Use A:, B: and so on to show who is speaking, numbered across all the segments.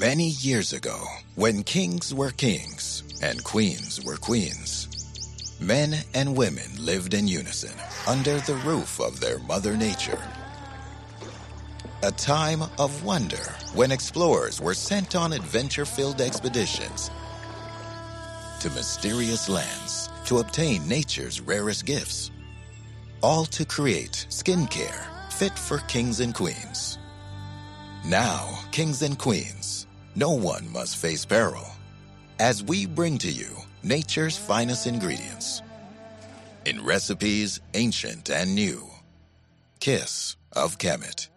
A: Many years ago, when kings were kings and queens were queens, men and women lived in unison under the roof of their mother nature. A time of wonder when explorers were sent on adventure filled expeditions to mysterious lands to obtain nature's rarest gifts, all to create skincare fit for kings and queens. Now, kings and queens, no one must face peril as we bring to you nature's finest ingredients in recipes ancient and new. Kiss of Kemet.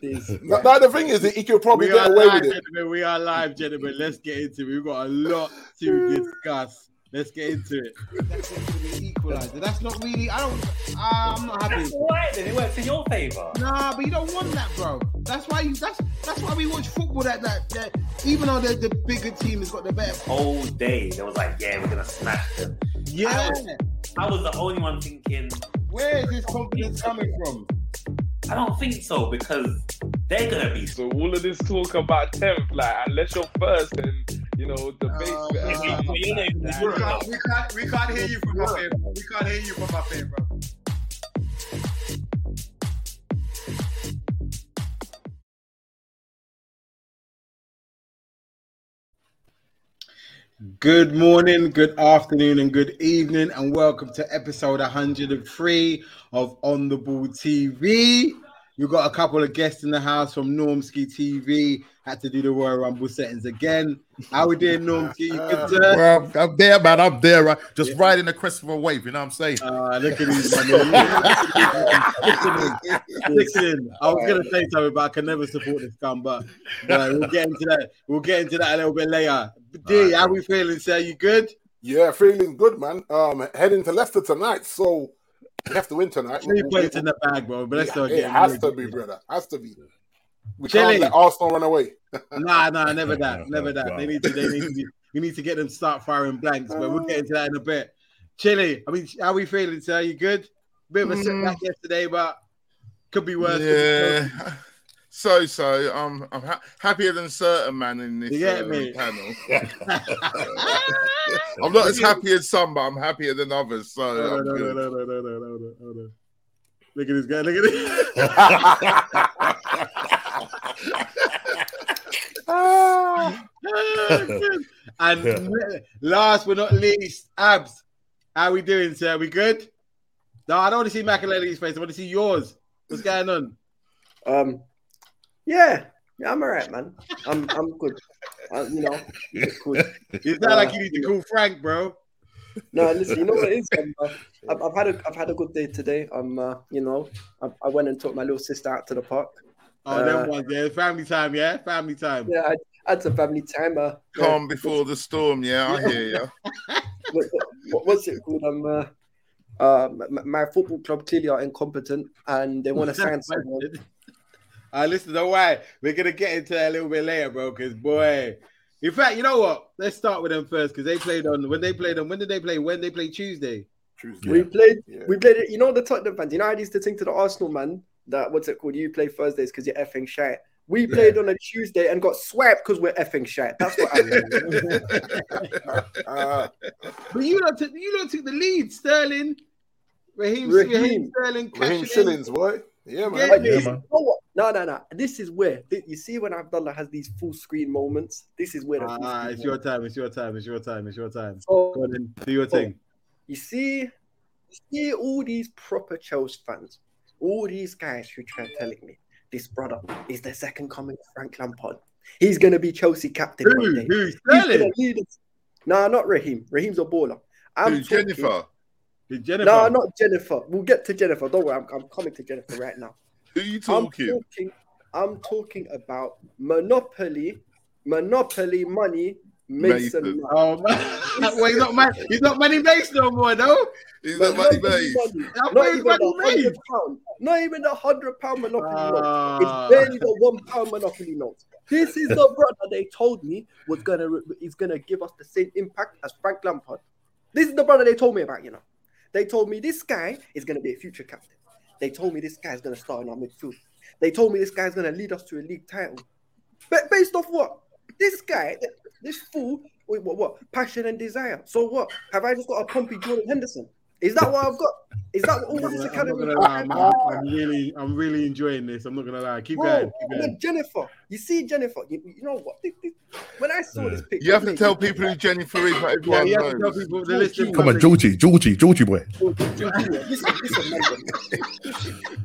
B: Now, now the thing is, that he could probably
C: We
B: get
C: are
B: away
C: live,
B: with it.
C: gentlemen. We are live, gentlemen. Let's get into it. We've got a lot to discuss. Let's get into it.
D: That's it for the equalizer. That's not really. I don't. ah, I'm not happy.
E: That's alright then. It works in your favour.
D: Nah, but you don't want that, bro. That's why you. That's that's why we watch football. That that, that even though the, the bigger team has got the better.
E: Whole day they was like, yeah, we're gonna smash them.
D: Yeah.
E: I was the only one thinking,
D: Where is this confidence coming from?
E: I don't think so because they're gonna be.
F: So all of this talk about tenth, like unless you're first, then you know the base.
D: Oh,
E: If we-
F: Uh,
E: if we ain't even-
G: We can't, we can't, we can't hear you from up here. bro. We can't hear you from up here, bro.
C: Good morning, good afternoon, and good evening, and welcome to episode 103 of On the Ball TV. You've got a couple of guests in the house from Normski TV. Had to do the Royal Rumble settings again. How we doing, Normski? Good sir.
H: Well, I'm, I'm there, man. I'm there. Right? Just riding the crest of a wave. You know what I'm saying?
C: Uh, look at these man. Listen, I was gonna say something, but I can never support this gun. But uh, we'll get into that. We'll get into that a little bit later. D, how we feeling, sir? You good?
B: Yeah, feeling good, man. Um, heading to Leicester tonight, so we have to win tonight.
C: Three points in the bag, bro. But let's
B: Yeah,
C: not
B: it
C: get
B: has to be, brother. Has to be. We
C: Chile.
B: can't let Arsenal run away.
C: Nah, nah, never that, never that. They need to, they need to, be, we need to get them to start firing blanks. But we'll get into that in a bit. Chile, I mean, how we feeling, sir? You good? Bit
B: Mm.
C: of a setback yesterday, but could be worse. could be worse.
H: yeah. So, so um, I'm ha- happier than certain man in this
C: You get
H: uh,
C: me?
H: panel. I'm not as happy as some, but I'm happier than others.
C: No,
H: So,
C: no,
H: I'm
C: no, no,
H: good.
C: no, no, no, no, no, no, no. Look at this guy. Look at this. and last but not least, Abs. How we doing, sir? We good? No, I don't want to see Macaulay-Lee's face. I want to see yours. What's going on?
I: Um, yeah, yeah, I'm all right, man. I'm I'm good. Uh, you know, good.
C: It's not like you need to call Frank, bro.
I: No, listen, you know what it is. Um, uh, I've, I've had a I've had a good day today. I'm uh, you know, I, I went and took my little sister out to the park.
C: Oh, them ones, yeah. Family time, yeah. Family time.
I: Yeah, I, I had some family time. Uh, yeah.
J: Oh.
H: Calm before the storm. Yeah, I hear you.
I: what, what, what's it called? Um, uh, uh, my, my football club clearly are incompetent and they want to sign someone.
C: I Uh, listen, don't worry. We're gonna get into that a little bit later, bro. Because boy, in fact, you know what? Let's start with them first because they played on when they played on when did they play? When they played Tuesday?
I: We
B: Tuesday.
I: played,
B: Yeah.
I: we played. it- You know the Tottenham fans. You know I used to think to the Arsenal man that what's it called? You play Thursdays because you're effing shite. We played on a Tuesday and got swiped because we're effing shite. That's what I mean.
B: Uh,
C: But you don't took you don't took the lead, Sterling. Raheem, Raheem,
I: Raheem.
C: Sterling,
B: Raheem
C: cashing in.
B: Shillings, boy. Yeah, man.
C: Yeah,
I: Like,
C: yeah.
I: this- you know what? no, no, no. This is where th- you see when Abdullah has these full screen moments. This is where the full
C: Ah,
I: screen
C: it's your
I: moments-
C: time. It's your time. It's your time. It's your time.
I: So,
C: Go on then, do
I: Oh,
C: your thing.
I: You see, you see all these proper Chelsea fans, all these guys who try telling me this brother is the second coming of Frank Lampard. He's gonna be Chelsea captain one
C: Who?
I: day.
C: Who?
I: He's gonna
C: Sterling?
I: lead us. Nah, not Raheem. Raheem's a baller. I'm
H: Who's
I: talking-
H: Jennifer?
C: Did Jennifer?
I: Nah, not Jennifer. We'll get to Jennifer. Don't worry, I'm, I'm coming to Jennifer right now.
H: Who you
I: I'm
H: talking?
I: talking. I'm talking about Monopoly, Monopoly money, Mason.
H: Mason.
I: Mount.
C: Oh man, well, he's not man. He's not Manny Bates no more, though.
H: Is that Matty
I: Monopoly
H: Bays?
I: money.
C: That
I: Not
C: boy is
I: even the
C: Manny
I: hundred
C: Bates.
I: pound. Not even the hundred pound Monopoly note.
C: Ah.
I: It's barely the one pound monopoly note. This is the brother they told me was gonna is gonna give us the same impact as Frank Lampard. This is the brother they told me about. You know, they told me this guy is gonna be a future captain. They told me this guy is gonna start in our midfield. They told me this guy's going to lead us to a league title. But based off what? This guy, th- this fool, wait, what, what? Passion and desire. So what? Have I just got a pumpy Jordan Henderson? Is that what I've got? Is that all this
C: I'm not
I: academy?
C: gonna lie, man. I'm really, I'm really enjoying this. I'm not gonna lie. Keep going.
I: Bro,
C: Keep
I: and
C: going.
I: then Jennifer, you see Jennifer, you, you know what? This- this- When I saw this picture,
H: You have to
I: mate,
H: tell people who Jennifer is, but
C: Yeah,
H: everyone
C: you have to tell
H: knows.
C: people the listeners-
J: Come on, Georgie, Georgie, Georgie boy.
I: Listen, listen, mate. You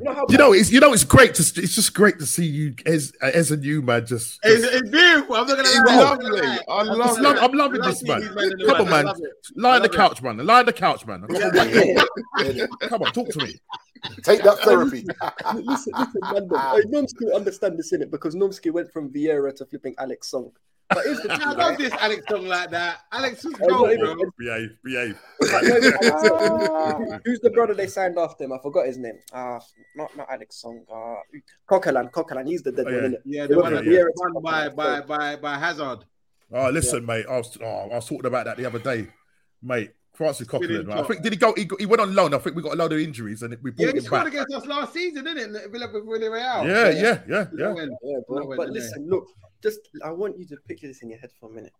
I: know how
J: You know, it's you know, it's great to it's just great to see you as as a new man. Just,
C: It's, it's beautiful. I'm not gonna
H: It's
C: lie.
H: lovely. I
C: I'm
H: love
J: just
C: just
J: love,
H: it.
J: I'm loving
C: Love
J: this
C: seeing
J: man.
C: these men in the
J: Come on,
C: world. I
J: man.
C: love it.
J: Lie on the
C: love it.
J: couch, man. Lie on the couch, man. I can't wait.
I: Yeah.
J: Come on, talk to me.
B: Take that therapy.
I: listen, listen, man. though. Hey, Nomsky will understand this in it because Nomsky went from Vieira to flipping Alex Song. But here's the
C: I
I: thing,
C: love
I: right?
C: this Alex song like that. Alex was
I: I'm not
C: gold,
I: even-
C: bro.
J: Behave, behave.
I: Like, no, but- Who's the brother they signed after him? I forgot his name. Ah, not not Alex Song. Uh, Coquelin, Coquelin. He's the dead
J: Oh,
I: one,
J: yeah.
I: isn't it?
C: Yeah, the one
J: Yeah,
C: that
J: yeah.
C: won by by by by Hazard.
J: Oh, listen, mate. I was, oh, I was talking about that the other day, mate. Francis Coughlin,
C: Spinning
J: right? I
C: top.
J: think did he go? He, got, he went on loan. I think we got a load of injuries, and we
C: Yeah,
J: brought
C: he
J: him
C: scored
J: back.
C: against us last season, didn't it? Villarreal.
J: yeah, yeah, yeah, yeah.
I: Yeah, bro.
C: No way,
I: but
C: no way.
I: listen, look, just I want you to picture this in your head for a minute.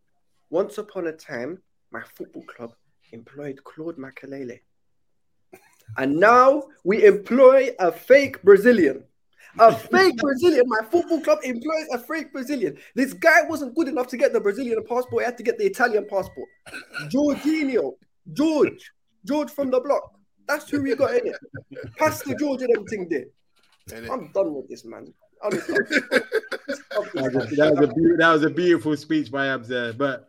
I: Once upon a time, my football club employed Claude Makalele. And now we employ a fake Brazilian. A fake Brazilian. My football club employs a fake Brazilian. This guy wasn't good enough to get the Brazilian passport. He had to get the Italian passport. Jorginho. George. George from the block. That's who we got in it. Pastor George and everything there. I'm done with this, man. Honestly.
C: That was, a, that, was a beau- that was a beautiful speech by Abza. But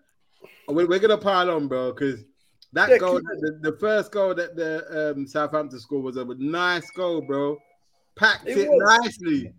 C: we're, we're gonna pile on, bro, because that
I: Yeah,
C: goal,
I: keep-
C: the, the first goal that the um, Southampton scored was a nice goal, bro. Packed it,
I: It was.
C: nicely.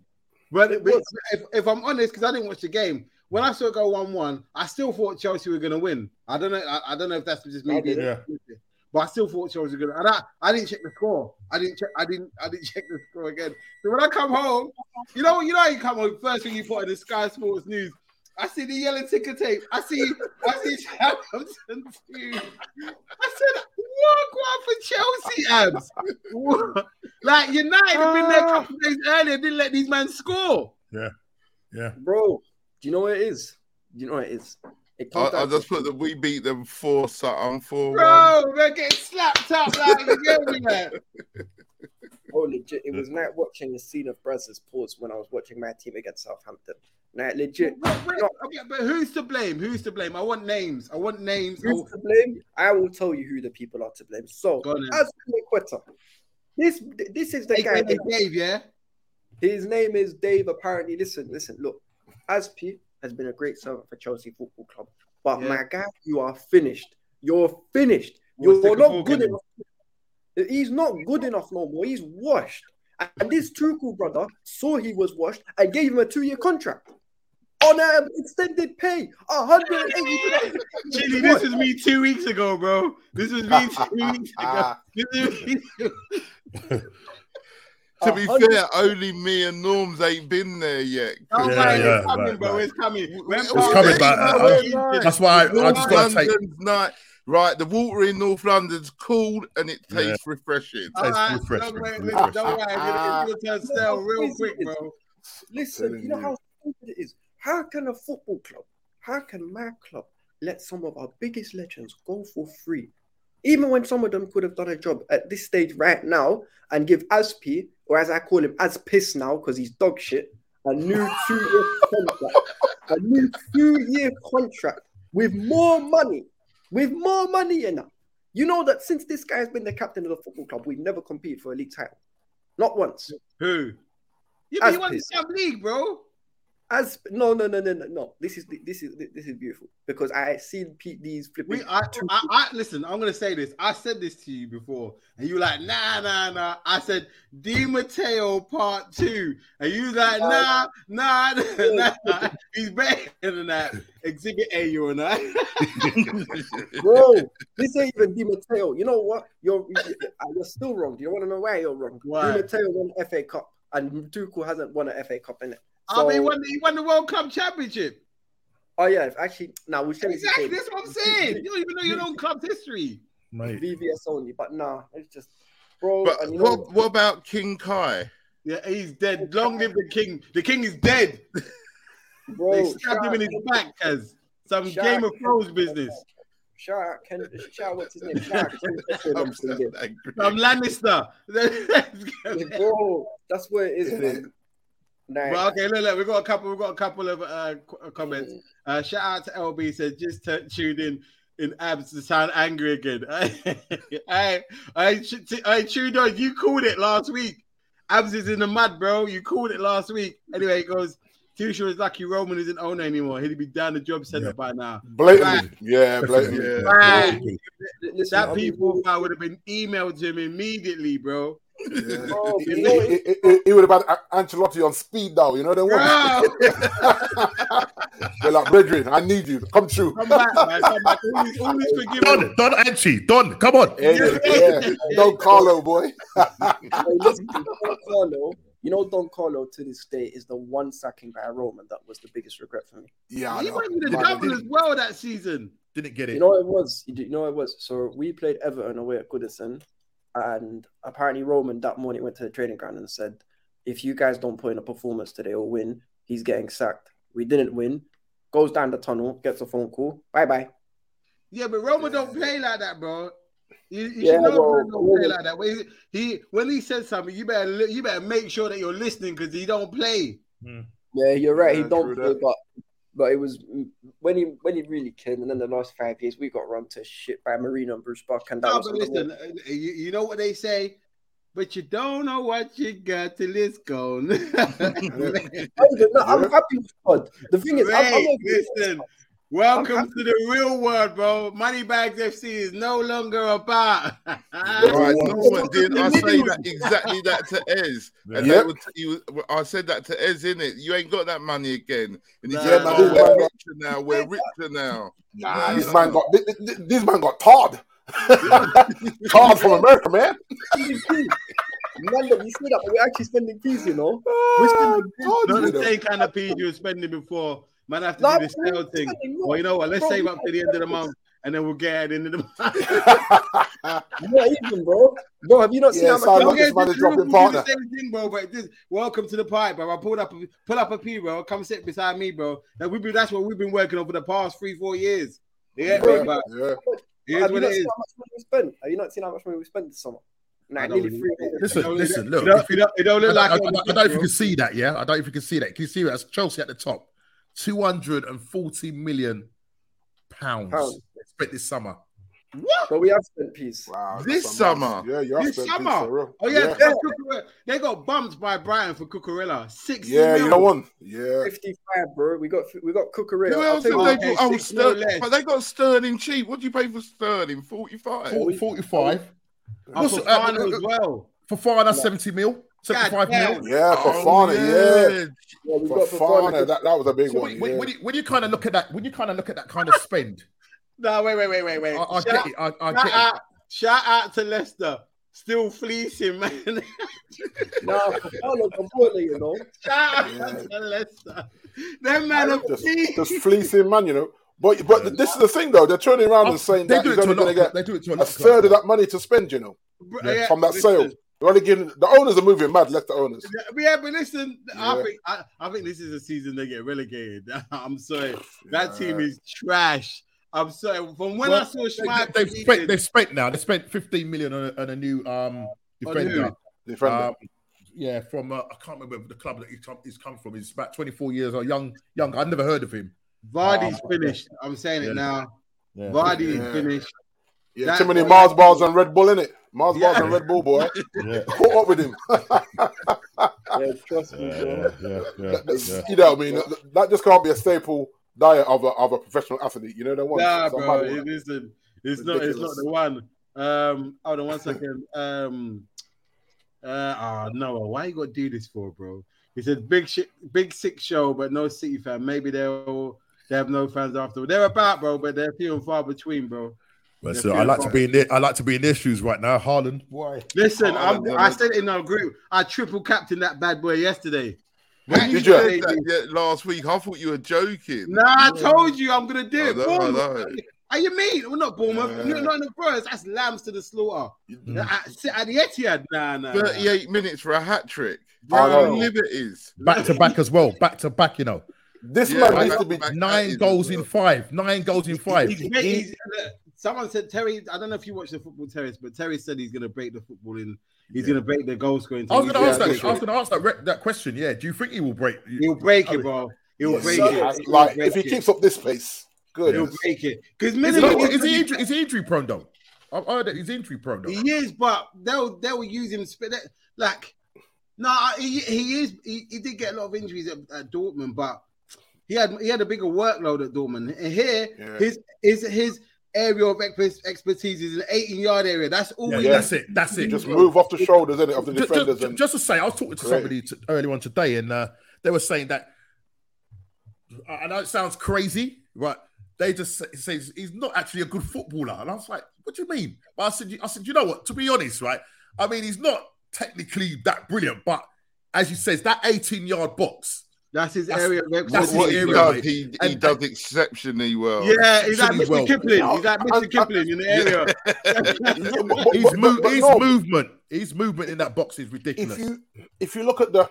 C: But
I: It
C: but
I: was.
C: if, if I'm honest, because I didn't watch the game, when I saw it go one-one, I still thought Chelsea were gonna win. I don't know. I, I don't know if that's just me.
I: I didn't.
C: being optimistic, But I still thought Chelsea were gonna. And I, I didn't check the score. I didn't check. I didn't. I didn't check the score again. So when I come home, you know, you know, how you come on first thing you put in the Sky Sports News. I see the yellow ticker tape. I see, I see Southampton two. I said, walk one for Chelsea abs. What? like United have been there a couple days earlier, didn't let these men score.
I: Bro, do you know what it is? Do you know what it is? It
H: I,
I: comes
H: I
I: down
H: just
I: to-
H: put that we beat them four something four one.
C: Bro, they're getting slapped up like you get me, man.
I: oh, legit. It was like watching the scene of Brazzers pause when I was watching my team against Southampton. Like legit.
C: But- but- okay, but who's to blame? Who's to blame? I want names. I want names. I
I: Who's
H: Oh.
C: want-
I: to blame? I will tell you who the people are to blame. So
C: Go on then.
I: as for Quetta, this this is the guy.
C: um, AKA Dave, yeah.
I: His name is Dave. Apparently, listen, listen, look. Aspi has been a great servant for Chelsea Football Club, but
C: Yeah.
I: my guy, you are finished. You're finished.
C: Well,
I: You're
C: stick a
I: not
C: fork
I: good
C: in him.
I: enough. He's not good enough no more. He's washed. And this Tuchel brother saw he was washed and gave him a two-year contract on an extended pay, 180.
C: Chili, this was me two weeks ago, bro. This was me two weeks ago.
B: Ah,
C: This was me two-
H: To be
I: 100.
H: fair, only me and Norms ain't been there yet.
C: Oh,
J: Yeah,
C: man,
J: yeah,
C: it's coming,
J: right,
C: bro.
J: right.
C: It's coming.
H: It's
J: coming, but, uh, That's why I, I just got to take.
H: London's night. Right, the water in North London's cool and it
J: Yeah.
H: tastes refreshing.
J: It's
C: Alright,
J: refreshing,
C: Don't worry,
J: refreshing.
C: don't worry. It's gonna turn stale real quick, bro.
I: Listen,
B: Telling
I: you know
B: you.
I: how stupid it is. How can a football club, how can my club let some of our biggest legends go for free? Even when some of them could have done a job at this stage right now and give Aspi, or as I call him, as piss now because he's dog shit, a new two-year contract, a new two-year contract with more money, with more money in it. You know that since this guy's been the captain of the football club, we've never competed for a league title, not once.
C: Who? Yeah, but he
I: As
C: won the
I: pissed.
C: Champions League, bro.
I: As no, no, no, no, no, no. This is this is this is beautiful because I seen Pete these flipping.
C: We, I, I, I, listen. I'm gonna say this. I said this to you before, and you were like, nah, nah, nah. I said Di Matteo part two, and you was like, nah, nah, nah. nah. He's better than that. Exhibit A, you're not.
I: Bro, this ain't even Di Matteo. You know what? You're you're still wrong. Do you want to know why you're wrong?
C: Why?
I: Di Matteo won FA Cup and Tuchel hasn't won an FA Cup in it.
C: I mean, he won, he won the World Cup championship.
I: Oh yeah, actually, now we should
C: Exactly. That's what I'm saying. You don't even know your own club's history.
J: Mate,
I: VVS only, but nah, it's just bro.
H: But
I: and you know
H: what, what about King Kai?
C: Yeah, he's dead. Long live the king. The king is dead.
I: Bro,
C: they stabbed him in his back as some
I: Shaq.
C: Game of Thrones business.
I: Shark, Ken, Shark, what's his name? Shark. I'm so
C: Some Lannister.
I: Bro, that's what it is, man. Nah,
C: Well, okay, look, look, we got a couple. We got a couple of uh, qu- uh, comments. Uh, shout out to LB said just t- tuned in in abs to sound angry again. I I sh- t- I tuned on. You called it last week. Abs is in the mud, bro. You called it last week. Anyway, it goes. Tuchel is lucky Roman isn't owner anymore. He'd be down the job centre by now.
B: Blatantly. Yeah, blatantly.
H: Yeah.
C: Right.
I: listen,
C: That
I: I'll be-
C: people I would have been emailed to him immediately, bro.
I: Bro,
B: He,
I: Oh, you know it-
B: would have had An- Ancelotti on speed dial. You know they want.
C: Bro,
B: They're like, brethren, I need you. Come true.
C: come back, man. Come back. Always, always forgive
J: Don, Don Anchi, Don, come on.
B: Yeah, yeah. Don Carlo, boy.
I: Hey, listen, Don Carlo, you know, Don Carlo to this day is the one sacking by Roman that was the biggest regret for me.
B: Yeah, I
C: He
B: know.
C: went with the
B: Man,
C: double as well that season.
J: Didn't get
I: You
J: it.
I: know what it was? You do- you know what it was? So we played Everton away at Goodison, and apparently Roman that morning went to the training ground and said, "If you guys don't put in a performance today or win, he's getting sacked." We didn't win. Goes down the tunnel, gets a phone call. Bye bye.
C: Yeah, but Roma don't play like that, bro. You, you
I: Yeah,
C: should know
I: bro.
C: Roma don't play like that. When he, he- when he says something, you better li- you better make sure that you're listening because he don't play.
I: Yeah, you're right.
B: Yeah,
I: he
B: true
I: don't play,
B: that.
I: but but it was mm, when he when he really came, and then the last five years we got run to shit by Marino and Bruce Buck, and that
C: No,
I: was
C: but
I: on the
C: listen, uh, you, you know what they say, but you don't know what you got till it's gone.
I: wall. I'm- no, I'm happy with God. The thing is, I'm, I'm
C: Ray,
I: not-
C: listen. Welcome to the real world, bro. Moneybags FC is no longer about.
H: Right, no one did. I say
C: Individual.
H: that exactly that to Ez, and
B: Yep.
H: that would, he was, I said that to Ez, in it. You ain't got that money again, and he's
C: Nah.
H: like,
B: Yeah, man, this man
H: "Oh, we're
B: got-
H: richer now. We're richer now.
B: Nah, this man got thi- thi- thi- this man got tarred. tarred from America, man.
I: spending peas. Man, that you see that, but we're actually spending peas, you know.
B: Ah,
C: Not
B: tarred, you
C: the
B: know.
C: same kind of peas you were spending before. Man, I have to
I: No,
C: do the
I: I'm
C: sale thing.
I: spending more.
C: Well, you know what? Let's
I: Bro,
C: save
I: we
C: up to the end of the month, and then we'll get at the end of the month.
I: Not even, bro. Bro, have you not seen
B: Yeah,
I: how
B: so I
I: much?
C: Don't
B: love this
C: get
B: man
C: this
B: is dropping
C: Liverpool do
B: partner.
C: the same thing, bro. But this, welcome to the party, bro. I pulled up, a, pull up a P, bro. Come sit beside me, bro. That we been, that's what we've been working on for the past three, four years. Yeah,
I: Bro,
C: but here's
B: Yeah.
I: have
C: what
I: you not
C: it
I: seen
C: is.
I: how much money we spent? Have you not seen how much money we spent this summer? Nah,
C: I don't really-
I: nearly three hundred.
J: Listen,
C: don't-
J: listen,
C: It
J: look.
C: don't,
J: if
C: it
J: you-
C: don't, it don't
J: I,
C: look like
J: I- I
C: it on the
J: don't know if you
C: picture.
J: can see that, yeah. I don't know if you can see that. Can you see that's Chelsea at the top? 240 million pounds
I: Pounds.
J: spent this summer.
I: But we have spent peas.
B: Wow,
H: This
B: that's
H: summer.
B: amazing. Yeah, you have
C: This
B: spent peas,
C: summer.
B: for real.
C: Oh, yeah,
B: yeah.
C: that's Cucurella. They got bumped by Brighton for Cucurella. Six.
B: Yeah, you know what? Yeah,
I: Fifty-five, bro. We got we got Cucurella.
H: Who else did
I: I'll tell you
H: they
I: what,
C: okay,
H: put? Oh,
C: six mil
H: Sterling.
C: less.
H: But they got Sterling cheap. What do you pay for Sterling? Forty-five.
J: 40, 45.
C: And
J: What's- uh,
C: Fofana Oh, as well.
J: For Fofana, 70 mil, 75
C: damn.
J: mil.
B: yeah, for
H: Oh,
B: Fana, yeah,
I: yeah, we
B: for
I: got
B: Fana,
I: Fofana.
B: that, that was a big
J: So
B: one.
J: when, when-
B: yeah.
J: when you, when you kind of look at that, when you kind of look at that kind of spend,
C: No, wait, wait, wait, wait, wait.
J: I, I
C: Shout-
J: get it. I, I
C: Shout
J: get it.
C: out, shout out to Leicester. Still fleecing, man.
I: Nah, Fofana, Fofana, you know.
C: shout out to Leicester. Them man are
B: just,
C: fleecing.
B: just fleecing man, you know. But but this is the thing though, they're turning around and saying
J: Oh, they
B: that
J: do
B: he's
J: it to a
B: only going to
J: lot.
B: get
J: Get they do it to a lot.
B: a
J: of
B: third of
J: clubs.
B: that money to spend, you know,
C: Bro,
J: Yeah,
B: from that
C: listen.
B: sale. They're only giving the owners are moving mad. Left the owners.
C: Yeah, but listen, I
B: Yeah.
C: think I, I think this is a season they get relegated. I'm sorry, that
B: Yeah.
C: team is trash. I'm sorry. From when
J: Well,
C: I saw Schmeichel,
J: They, have spent. They've spent now. They spent 15 million on a, on a new um defender.
B: Defender.
J: Um, yeah, from uh, I can't remember the club that he's come, he's come from. He's about 24 years old, young, young. I've never heard of him.
C: Vardy's finished. I'm saying
J: Yeah.
C: it now.
J: Yeah.
C: Vardy
B: Oh, Yeah.
C: is finished.
B: yeah,
C: that-
B: too many Mars bars and Red Bull in it. Mars bars
C: Yeah.
B: and Red Bull, boy.
J: Yeah.
B: Caught up with him.
I: Yeah, trust me, bro.
J: yeah,
B: That's- You know what I mean? That, that just can't be a staple diet of a, of a professional athlete. You know, they want
C: Nah, bro,
B: somebody.
C: it isn't. It's not. It's not
B: Ridiculous.
C: the one. Um, hold on one second. Um, uh, ah, Noah, why you got to do this for, bro? He said big shit, big six show, but no City fan. Maybe they're all they have no fans after. They're about, bro, but they're few and far between, bro.
J: so I like to be in their, I like to be in their shoes right now, Harlan. Why?
C: Listen,
H: Oh,
C: I'm,
H: man.
C: I said it in our group. I triple captain that bad boy yesterday.
H: When you
B: Did you?
H: said that yeah, Oh, last week, I thought you were joking.
C: Nah, I told you I'm gonna do
H: I
C: it.
H: know,
C: Boom.
H: I know.
C: I Are you mean? Well, not Bournemouth.
H: Yeah. Mm.
C: You're not in the Brothers. That's lambs to the slaughter. At, at the Etihad, nah, nah. nah.
H: 38 minutes for a hat trick.
C: Bro.
H: Bro, liberties.
J: Back to back as well. Back to back, you know.
B: This
H: Yeah,
B: man
H: I-
B: needs to be.
H: I-
J: Nine goals in five. Nine goals in five.
C: He's, he's, look, someone said Terry. I don't know if you watch the football terrace, but Terry said he's going to break the football in. He's going to break the goal scoring.
J: I was going to
C: Yeah,
J: ask that.
C: break
J: I was
C: it.
J: going to ask that, re- that question. Yeah. Do you think he will break?
C: He'll break it, bro. He'll break
B: so-
C: it. He'll
B: like,
C: break
B: if he
C: it.
B: keeps up this pace, good.
C: he'll break it. Because
J: Is
C: minimum
J: he, is, he injury, is he injury prone though? I've heard that he's injury prone though.
C: He is, but they'll they'll use him. sp- that- Like, no, he, he is. He, he did get a lot of injuries at, at Dortmund, but he had he had a bigger workload at Dortmund. And here,
B: Yeah.
C: his his his area of ex- expertise is an 18 yard area. That's all.
J: Yeah,
C: we
B: yeah.
J: That's it. That's it.
B: Just move off the shoulders innit, of the
J: Ju- ju-
B: defenders.
J: ju-
B: and
J: just to say, I was talking to
B: Correct.
J: somebody t- earlier on today, and uh, they were saying that. I I know it sounds crazy, right? They just say, says he's not actually a good footballer, and I was like, "What do you mean?" But I said, "I said, you know what? To be honest, right? I mean, he's not technically that brilliant, but as you says, that 18-yard box,
C: That's his
J: That's-
C: area of
J: that's
C: expertise.
J: what
H: What he
J: area,
H: does,
J: mate.
H: he, he
J: And-
H: does exceptionally well.
C: yeah, he's like
J: Should be
C: Mr.
J: well.
C: Kipling. He's like
B: I- I-
C: Mr. Kipling in the area.
B: But-
J: his,
B: but-
J: mo-
B: but
J: his
B: no,
J: movement, his movement in that box is
B: if
J: ridiculous."
B: you if you look at the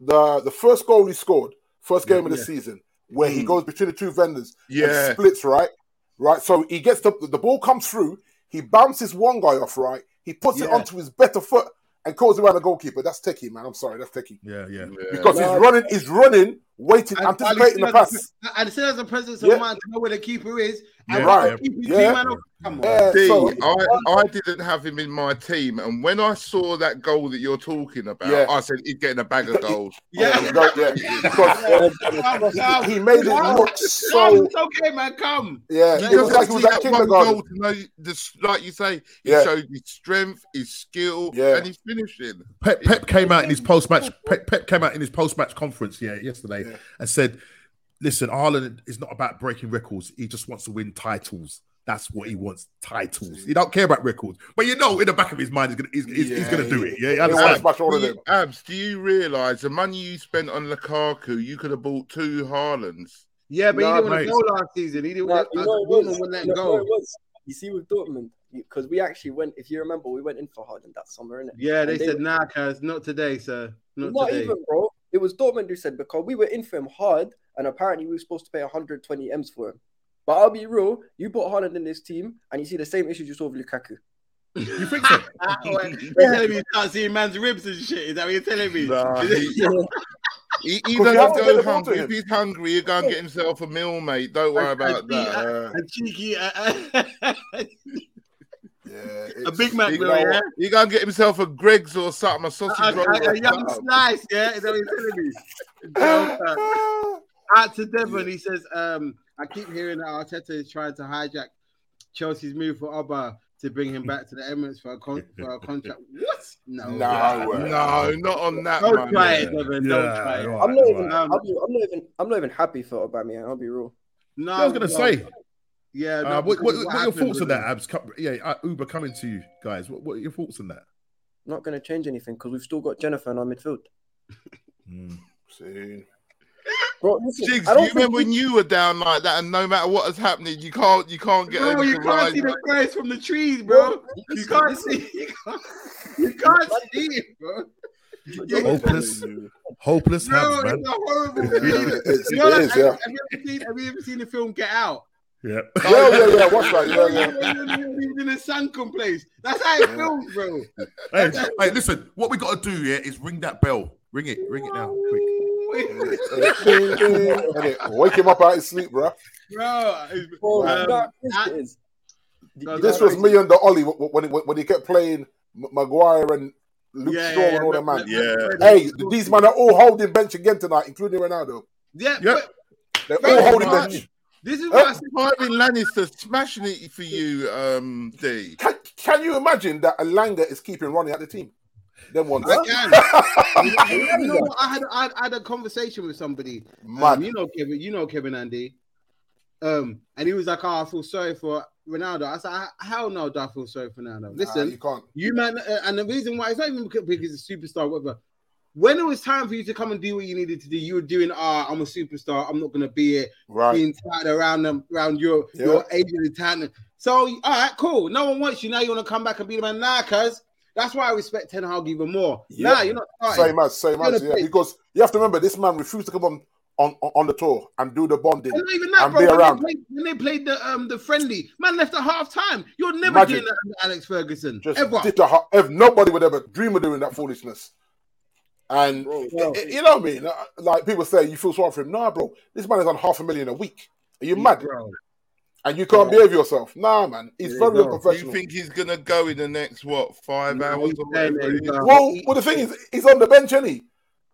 B: the the first goal he scored, first game of the
C: Yeah.
B: season, where he goes between the two vendors, and
H: Mm. Yeah.
B: splits right, right. So he gets the the ball comes through, he bounces one guy off right, he puts it
C: Yeah.
B: onto his better foot and calls around the goalkeeper. That's techie, man. I'm sorry, that's techie
J: yeah, yeah.
B: because he's running, he's running, waiting,
C: And-
B: anticipating the
C: and still
B: pass.
C: And still has a presence
B: Yeah.
C: of mind to know where the keeper is.
J: Yeah,
C: and right.
J: yeah.
B: Yeah.
C: oh, Come on.
B: Yeah,
H: See,
B: so
H: I, I didn't have him in my team, and when I saw that goal that you're talking about,
B: Yeah.
H: I said he's getting a bag of goals. Oh,
B: yeah,
C: Yeah.
B: go- yeah, because
C: Come, come.
B: he made it look
C: Come,
B: so
C: it's okay, man. Come.
B: yeah.
H: He
B: It was
H: doesn't
B: like Uh, he was
H: see
B: at
H: that one
B: kindergarten.
H: goal to know, this, like you say, he
B: Yeah.
H: showed his strength, his skill,
B: Yeah.
H: and his finishing.
J: Pep, Pep came out in his post match. Pep, Pep came out in his post match conference yeah, yesterday
B: Yeah.
J: and said, "Listen, Ireland is not about breaking records. He just wants to win titles. That's what he wants. Titles. He don't care about records. But you know, in the back of his mind, he's gonna he's, he's, he's
B: Yeah,
J: gonna do it. Yeah,
B: He
J: you
B: wants to
J: understand?
B: smash all of
H: Do you-
B: them.
H: Abs, do you realise the money you spent on Lukaku, you could have bought two Haalands?
C: Yeah, but
J: Nah,
C: he didn't want
J: mate.
C: to go last season. He didn't
I: No,
C: want
I: you
C: to
I: know it was.
C: wouldn't let
I: You know
C: go.
I: it was. You see, with Dortmund, because we actually went. If you remember, we went in for Harden that summer, innit?
C: Yeah, they
I: And they
C: said,
I: were-
C: nah, cuz, not today, sir. Not,
I: Not,
C: today.
I: even, bro. It was Dortmund who said because we were in for him hard, and apparently we were supposed to pay 120 m's for him. But I'll be real, you bought Haaland in this team, and you see the same issues you saw with Lukaku.
J: You think so?
C: Ah, well, you're telling me you can't see man's ribs and shit. Is that what you're telling me?
H: Nah, he- he, he
B: Could
H: doesn't
B: you have to get
H: go
B: the ball
H: hungry.
B: to
H: If he's hungry, he'll go and get himself a meal, mate. Don't worry about that.
B: Yeah,
C: A cheeky, uh, uh,
B: yeah,
C: a
B: it's-
C: Big Mac,
H: He
C: meal, yeah?
H: go, he go and get himself a Greg's or something, a sausage
C: A,
H: roll.
C: a, a young slice, yeah? Is that what you're telling me? Don't, uh, out to Devon. He says, um, I keep hearing that Arteta is trying to hijack Chelsea's move for Oba to bring him back to the Emirates for a, con- for a contract. What? No.
B: Nah, well.
H: No, not on that.
C: Don't
H: man.
C: try it, Devon. Don't try it.
J: right,
I: I'm not even.
J: right.
C: Um,
I: I'll be, I'm not even. I'm not even happy for Aubameyang. I'll be real.
C: No,
J: I was gonna
C: no.
J: say.
C: Yeah.
J: Uh,
C: no,
J: what,
C: because
J: what,
C: of
J: what are your
C: happened
J: thoughts
C: with
J: on that,
C: him.
J: Abs? Co- Yeah, uh, Uber coming to you guys. What, what are your thoughts on that?
I: Not going to change anything because we've still got Jennifer in our midfield.
J: Hmm.
B: See.
I: Bro, listen,
H: Jigs,
I: I
H: do
I: don't
H: you remember
I: think
H: when you were down like that, and no matter what is happening, you can't, you can't get.
C: Bro,
H: over
C: you
H: the
C: can't
H: line,
C: see the
H: mate.
C: grass from the trees, bro. You
I: listen,
C: can't
I: listen.
C: see. You can't, you can't see it, bro.
J: Oh, Hopeless, hopeless,
C: Bro,
J: Habs, man.
C: it's a horrible
B: Yeah,
C: feeling.
B: it's-
C: You know,
B: it
C: like,
B: is,
C: have,
B: yeah.
C: you- have you ever seen, have you ever seen the film Get Out?
J: Yeah.
B: Yeah, yeah, yeah. Watch that. Oh, Yeah, yeah.
C: in a sunken place. That's how it feels, bro.
J: hey, hey, listen, what we got to do here is ring that bell. Ring it, ring it now, quick.
B: And it wake him up out his sleep, bruh.
C: bro, it's-
I: Bro,
C: Um,
I: you know how pissed
C: I-
I: it is.
C: No,
I: You
B: This
I: know
B: was
I: how
B: me and the Ollie when he, when he kept playing M- Maguire and Luke Shaw and all that man.
C: but- but-
B: Hey, these men are all holding bench again tonight, including Ronaldo.
C: Yeah,
J: Yeah.
C: but
B: They're
C: Very
B: all holding
H: much.
B: bench.
C: this is why I said
H: Ivan Lannister smashing it for you, um, D.
B: Can, can you imagine that Alanga is keeping Ronnie at the team? Them ones.
C: I can. You know- you know what? I had I, I had a conversation with somebody. um,
B: Mad.
C: you know Kevin, you know Kevin Andy. Um, and he was like, "Oh, I feel sorry for Ronaldo." I said, "Ah, "Hell no, do I feel sorry for Ronaldo?"
B: Nah,
C: Listen,
B: you can't.
C: you man, uh, and the reason why it's not even because because he's a superstar, whatever. when it was time for you to come and do what you needed to do, you were doing, ah, I'm a superstar. I'm not going to be here.
B: Right.
C: Being tied around them, around your,
B: Yeah.
C: your agent and talent. So, all right, cool. No one wants you. Now you want to come back and be the man. Nah, cuz. That's why I respect Ten Hag even more.
B: Yeah.
C: Nah, you're not starting.
B: Same as, same
C: You're
B: as,
C: the
B: yeah.
C: best.
B: Because you have to remember, this man refused to come on on, on the tour and do the bonding
C: And not even that,
B: and
C: bro.
B: be
C: When
B: around.
C: they, played, when they played the um the friendly, man left at half time. You're never
B: Imagine.
C: doing that under Alex Ferguson.
B: Just
C: ever.
B: did the ho- if nobody would ever dream of doing that foolishness. And
C: Bro.
B: i- i- you know what I mean? Uh, Like people say, you feel sorry for him. Nah, bro, this man is on half a million a week. Are you mad?
C: Bro.
B: And you can't behave yourself. Nah, man, he's
C: Yeah,
B: very
C: bro.
H: Do
B: unprofessional.
H: you think he's gonna go in the next what five
C: No,
H: hours
C: he's
H: or
C: saying
H: whatever?
C: that he's
H: it
J: uh,
H: is?
C: not.
B: well, well, the thing is, he's on the bench, any.
C: Yeah.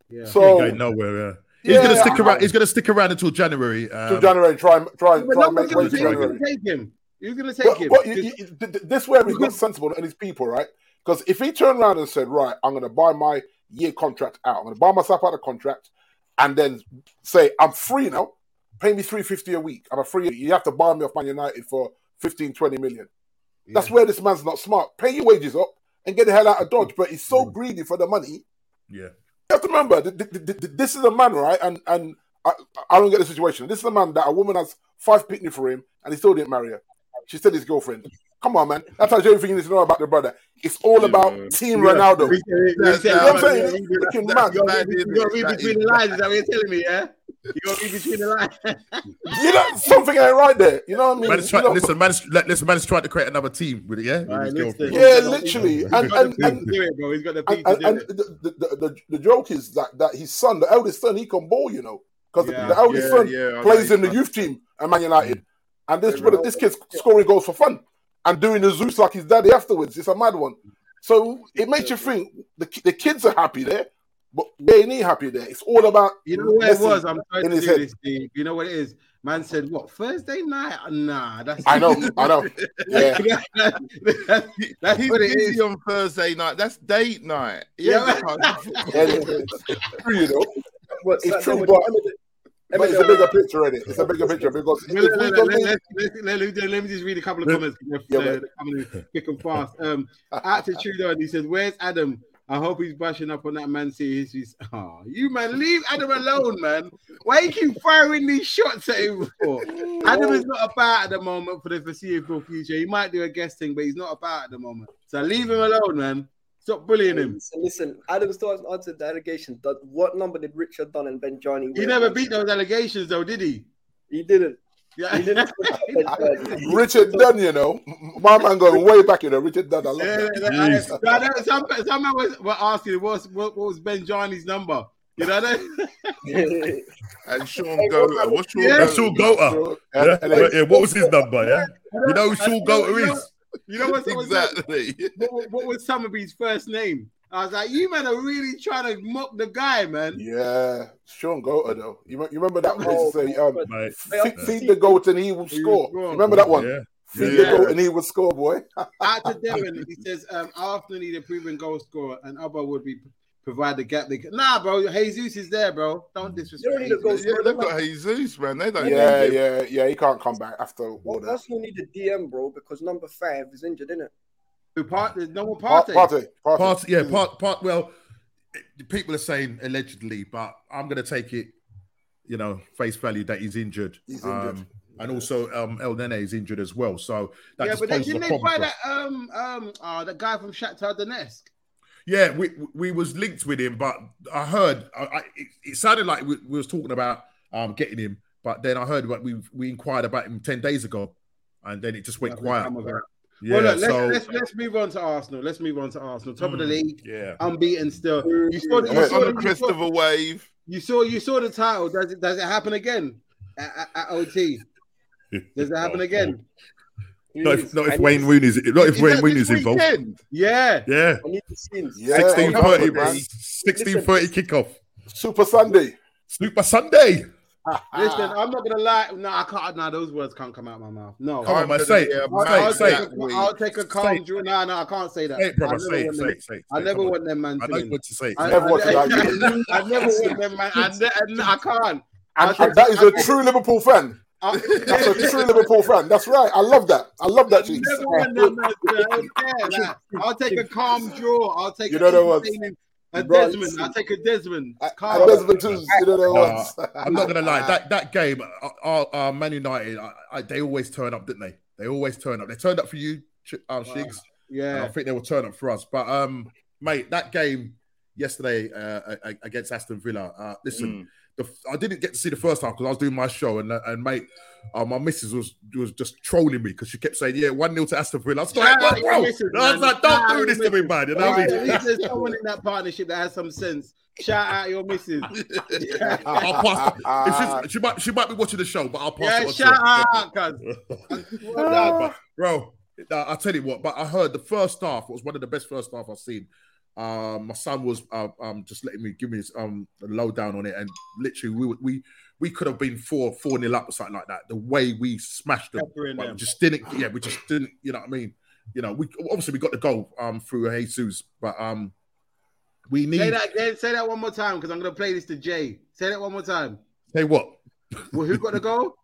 J: He ain't
B: So
J: going
B: to
J: nowhere. Yeah. He's
B: Yeah,
J: gonna stick
B: I-
J: around. He's gonna stick around until January. Um,
B: January, try and try and
C: But
B: try
C: no
B: and
C: one's
B: make
C: gonna
B: way
C: take,
B: to
C: who's gonna
B: January.
C: take him. Who's gonna take
B: But,
C: him?
B: but you, you, th- th- this where he's not
C: Because-
B: sensible and his people, right? Because if he turned around and said, "Right, I'm going to buy my year contract out. I'm going to buy myself out of contract," and then say, "I'm free now. Pay me three fifty a week. I'm a free. You have to buy me off Man United for 15, 20 million. That's where this man's not smart. Pay your wages up and get the hell out of Dodge. But he's so greedy for the money.
J: yeah.
B: You have to remember, th- th- th- th- this is a man, right? And and I, I don't get the situation. This is a man that a woman has five pitney for him, and he still didn't marry her. She still his girlfriend. Come on, man. That tells you everything you need to know about the brother. It's all
H: Yeah.
B: about Team Ronaldo.
C: We can- we
H: That's-
C: can-
H: that's
B: You know what
H: what
B: I'm
H: I'm
B: saying? It's freaking mad.
H: That's bad,
C: You
H: isn't
C: gotta
H: it?
C: read
H: That
C: between
H: is-
C: the lines, is that what you're telling me, yeah? You gotta read between the lines.
B: You know, something ain't right there. You know what I mean?
J: Man's
B: You know,
J: trying. Listen, man's li- listen. Man's trying to create another team with it. Yeah. With
C: Right,
J: his
C: listen.
J: girlfriend.
B: yeah, literally.
C: He's
B: And,
C: got the
B: and,
C: peak
B: and
C: to do it, bro. He's got the
B: and,
C: peak to
B: and,
C: do
B: and
C: it.
B: the, the, the, the joke is that, that his son, the eldest son, he can ball, you know, because
C: Yeah.
B: the eldest
H: Yeah,
B: son
H: yeah, I
B: plays
H: know.
B: in the youth team at Man United, and this
H: Yeah.
B: brother, this kid's scoring goals for fun and doing the Zeus like his daddy afterwards. It's a mad one. So it makes you think the, ki- the kids are happy there, but they ain't happy there. It's all about
C: You know where it
B: Messi.
C: was? I'm trying
B: in
C: to do
B: his head.
C: this, Steve. You know what it is? Man said, what, Thursday night? Nah, that's
B: I know, I know. Yeah,
C: that's, that's, that's
H: He's
C: what it is.
H: busy on Thursday night. That's date night.
C: Yeah.
H: Yeah, yeah.
B: yeah, yeah. you know.
I: What,
B: It's
I: Saturday
B: true,
I: when-
B: but-
I: Eminem-
B: But it's a bigger picture, is it? It's a bigger picture because if
C: No, no, no,
B: we
C: no,
B: can
C: let-
B: win,
C: let- let- let- let me- let me just read a couple of
J: Yeah.
C: comments. They're,
B: Yeah,
C: they're coming in quick and fast. Um, at to Trudeau, and he says, "Where's Adam? I hope he's bashing up on that Man City history." Oh, you man, leave Adam alone, man. Why you keep firing these shots at him for? Adam is not about at the moment for the foreseeable future. He might do a guest thing, but he's not about at the moment. So leave him alone, man. Stop bullying him.
I: Listen, listen, Adam still hasn't answered the allegation. That what number did Richard Dunn and Ben Johnny
C: He
I: win?
C: never beat those allegations, though, did he?
I: He didn't.
C: Yeah.
I: He didn't. Ben Johnny.
B: Richard Dunn, you know, my man going way back, you know, Richard Dunn. I love
C: Yeah,
B: that.
C: yeah, yeah. No, no, some some man was were asking what's what, what was Ben Johnny's number. You know that?
H: And Sean go. What's Sean
C: Yeah.
H: yeah.
J: That's all Gota. Yeah?
B: Yeah, and then-
J: Yeah, What was his number? Yeah. You know who Saul
C: you
J: Gota
C: know-
J: is?
C: You know what? someone said?
H: Exactly.
C: What, what, what was Summerby's first name? I was like, you man are really trying to mock the guy, man.
B: yeah, Sean Gota uh, though. You, re- you remember that one?
I: Oh,
B: used to say, um,
J: Mate.
B: feed, feed the goat and he will
C: He
B: score.
C: will score.
B: Remember that one?
J: Yeah.
B: Feed
H: Yeah.
B: the goat and he will score, boy.
C: Out to Devon, he says, um, I often need a proven goal scorer, and Abba would be provide the gap. They can. Nah, bro, Jesus is there, bro. Don't
I: You
C: disrespect.
I: don't need a
C: Jesus.
I: goal
H: Yeah,
I: scorer.
H: they've got Jesus, man. They don't.
B: Yeah,
H: need him.
B: yeah, yeah. He can't come back after all that.
I: Arsenal need a DM, bro, because number five is injured, isn't it?
C: Who part- there's No one
B: Part-
C: party.
B: Partey, Partey.
J: Part, yeah, part, part. Well, it- people are saying allegedly, but I'm going to take it, you know, face value that he's injured.
B: He's injured.
J: Um, and also, um, El Nene is injured as well. So that
C: Yeah,
J: just
C: but they,
J: poses a
C: didn't they
J: problem.
C: buy
J: for us.
C: that um um oh, that guy from Shakhtar Donetsk?
J: Yeah, we we was linked with him, but I heard I, I, it, it sounded like we, we was talking about um, getting him, but then I heard what we we inquired about him ten days ago, and then it just went
C: Nothing
J: quiet.
C: come of it.
J: Yeah,
C: well, look, let's,
J: so
C: let's let's move on to Arsenal. Let's move on to Arsenal. Top of the
J: Mm.
C: league,
J: yeah,
C: unbeaten still. You saw, the, you,
H: It's
C: saw
H: on the
C: the, you,
H: crest
C: saw,
H: of a wave.
C: you saw you saw the title. Does it does it happen again at, at, at OT? Does
J: Oh,
C: it happen again?
J: Not if, not if
I: I
J: Wayne
I: need-
J: Rooney's not if
H: Is
J: Wayne
H: that
J: Rooney's
H: this
J: involved.
H: weekend?
C: Yeah.
J: Yeah,
I: I need the scenes.
B: Yeah,
J: sixteen
B: come on,
J: thirty,
B: man.
J: 16:30 kickoff.
B: Super Sunday.
J: Super Sunday. Ah.
C: Listen, I'm not gonna lie. No, I can't. No, those words can't come out of my mouth. No.
J: Come on,
H: I'm
J: man,
H: gonna
J: say
H: be
J: it.
H: a man
C: I'll,
J: say
C: take
H: that
J: it.
C: a,
H: week.
C: I'll take a
J: Say
C: calm
J: it.
C: drill. No, no, I can't say that.
J: Say it, brother.
C: I never
J: Say it.
C: want
J: Say
C: them-
J: it. Say it.
C: I
J: say it.
C: never
J: Come on.
C: want them man
J: I
C: to
J: know you
C: win.
J: want to say it.
C: I,
B: Never watch it
C: I,
B: like
C: I never want them man. I, ne- I can't.
B: And,
C: I-
B: and that is a true Liverpool fan. That's a
C: I,
B: true Liverpool fan. That's right. I love that. I love that. Cheeks.
C: Never won that match, bro. I don't care. Like, I'll take a calm draw. I'll take
B: You
C: a
B: know that was-
C: entertaining- A
J: Right.
C: Desmond. I'll take a Desmond.
J: I-
C: Carl.
J: Nah, I'm not gonna lie. That that game, uh, uh, uh, Man United, I, I, they always turn up, didn't they? They always turn up. They turned up for you, Ch- uh, Shigs.
C: Yeah.
J: And I think they will turn up for us. But um, mate, that game yesterday uh, a- a- against Aston Villa. Uh,
C: Mm.
J: listen, the, I didn't get to see the first half because I was doing my show, and uh, and mate, uh, my missus was was just trolling me because she kept saying, "Yeah, one 0 to Aston Villa." I was like,
C: Shout out
J: "Bro,
C: your missus,
J: I
C: man.
J: was like,
C: Shout
J: don't
C: out
J: do
C: your
J: this to me,
C: missus.
J: man." You know what I
C: At
J: mean?
C: least there's someone in that partnership that has some sense. Shout out your missus.
J: I'll pass. If she's- she might she might be watching the show, but I'll pass
C: Yeah,
J: it on to
C: shout
J: her.
C: out, Ah, cuz.
J: Nah, but, bro, nah, I tell you what, but I heard uh, the first half was one of the best first half I've seen. Um, my son was uh, um, just letting me give me his, um the lowdown on it, and literally we were- we we could have been four four nil up or something like that. The way we smashed them,
C: Peppering
J: but we
C: them.
J: just didn't. Yeah, we just didn't. You know what I mean? You know, we obviously we got the goal um through Jesus, but um we need
C: Say that again. Say that one more time because I'm going to play this to Jay. Say that one more time.
J: Say what
C: Well, who got the goal?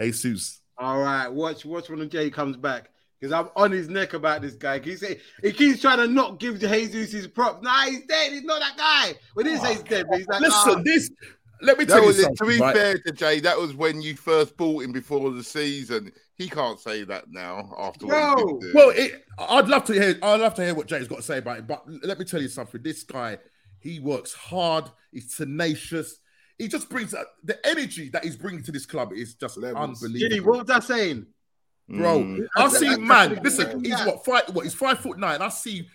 J: Jesus.
C: All right. Watch watch when Jay comes back because I'm on his neck about this guy. He, say, he keeps trying to not give Jesus his props. Nah, he's dead. He's not that guy. Well, he didn't say he's dead, but he's like,
H: Listen,
C: ah.
J: this. Let
C: me tell you
H: was, it. To
C: something,
H: be
C: right?
H: fair to Jay, that was when you first bought him before the season. He can't say that now. After what he did do.
J: well, it, I'd love to hear. I'd love to hear what Jay's got to say about it. But let me tell you something. This guy, he works hard. He's tenacious. He just brings out the energy that he's bringing to this club is just unbelievable.
C: Giddy, what was I saying?
J: Bro,
C: Mm.
J: I've seen man. Listen,
C: Yeah.
J: he's what five? What he's five foot nine. I see,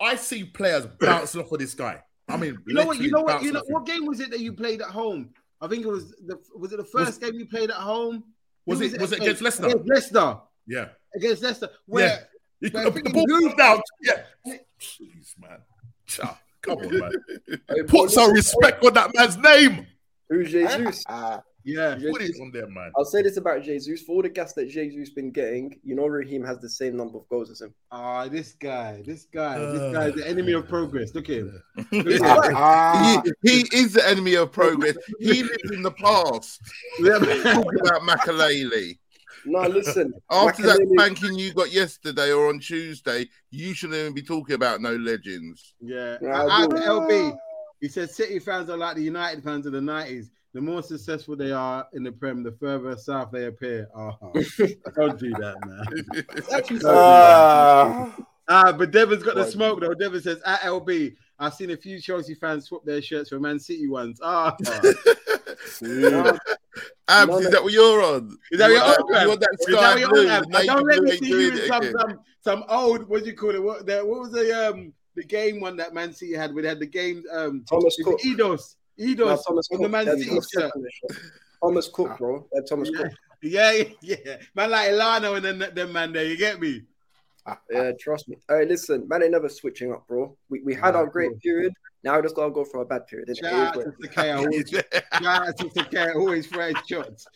J: I see players bouncing off of this guy. I mean,
C: You know what? You
J: literally
C: know what?
J: bouncing
C: You know
J: off him.
C: what game was it that you played at home? I think it was the was it the first game you played at home? Who
J: Was it- was it against Leicester?
C: Against Leicester.
J: Yeah.
C: Against Leicester. Where
J: You
C: where
J: could- the
C: freaking
J: ball
C: Luke-
J: moved out. Yeah. Jeez, man. Cha, Come on, man. Put some respect on that man's name.
I: Who's Jesus?
C: yeah,
J: put it on there, man.
I: I'll say this about Jesus. For all the gas that Jesus been getting, you know Raheem has the same number of goals as him.
C: Ah, this guy, this guy, this guy is the enemy of progress. Look at him. Look at him.
H: Ah. he, he is the enemy of progress. He lives in the past. Talk about Makalele.
I: No, listen.
H: After that
I: Makelele-
H: spanking you got yesterday or on Tuesday, you shouldn't even be talking about no legends.
C: Yeah.
H: Yeah,
C: I-
H: I
C: I-
H: do.
C: LB, he says City fans are like the United fans of the 90s. The more successful they are in the Prem, the further south they appear. Oh, don't do that, man. Don't do that. Ah, but Devin's got the smoke, though. Devin says, at LB, I've seen a few Chelsea fans swap their shirts for Man City ones. Ah.
H: Abs, is that what you're on?
C: Is that
H: You
C: your
H: want
C: old
H: that-
C: man?
H: you
C: Is
H: want that
C: that
H: sky
C: your
H: blue,
C: old man?
H: navy
C: Don't let
H: blue
C: me
H: ain't
C: see
H: doing
C: you in
H: it
C: some,
H: again.
C: some some old what do you call it? What the, what was the um the game one that Man City had where they had the game um
I: Thomas
C: is it
I: Cook.
C: Eidos. Eidos
I: No, Thomas
C: on
I: Cook.
C: the Man
I: That's
C: City
I: Thomas
C: shirt.
I: Cook on the shirt. Thomas Cook, bro. That's Thomas
C: Yeah.
I: Cook.
C: Yeah, yeah, yeah. Man like Elano and then them man there, you get me?
I: Yeah, trust me. Hey, listen, man ain't never switching up, bro. We, we had our great period. Now we just gotta go for a bad period. innit?
C: Shout out
I: It
C: to
I: is what-
C: Takeo, always, shout out to Takeo, always fresh shots.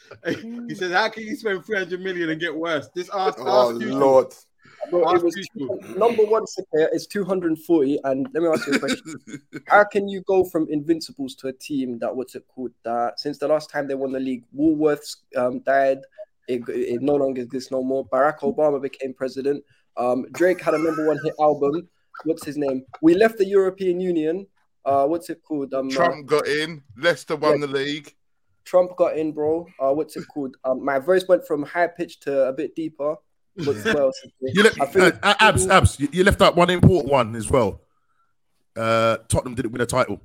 C: He says, How can you spend 300 million and get worse? This ass,
I: Oh,
C: ask you.
I: Lord. Bro, it
C: Ask
I: was
C: you.
I: number one Saka is 240. And let me ask you a question. How can you go from Invincibles to a team that what's it called? That since the last time they won the league, Woolworths um, died. It, it no longer exists no more. Barack Obama became president. Um, Drake had a number one hit album. What's his name? We left the European Union. Uh, what's it called? Um, uh,
H: Trump got in. Leicester won the league.
I: Trump got in, bro. Uh, what's it called? Um, my voice went from high pitch to a bit deeper. What's, what else?
J: You left, uh, uh, abs, abs. You, you left out one important one as well. Uh, Tottenham didn't win a title.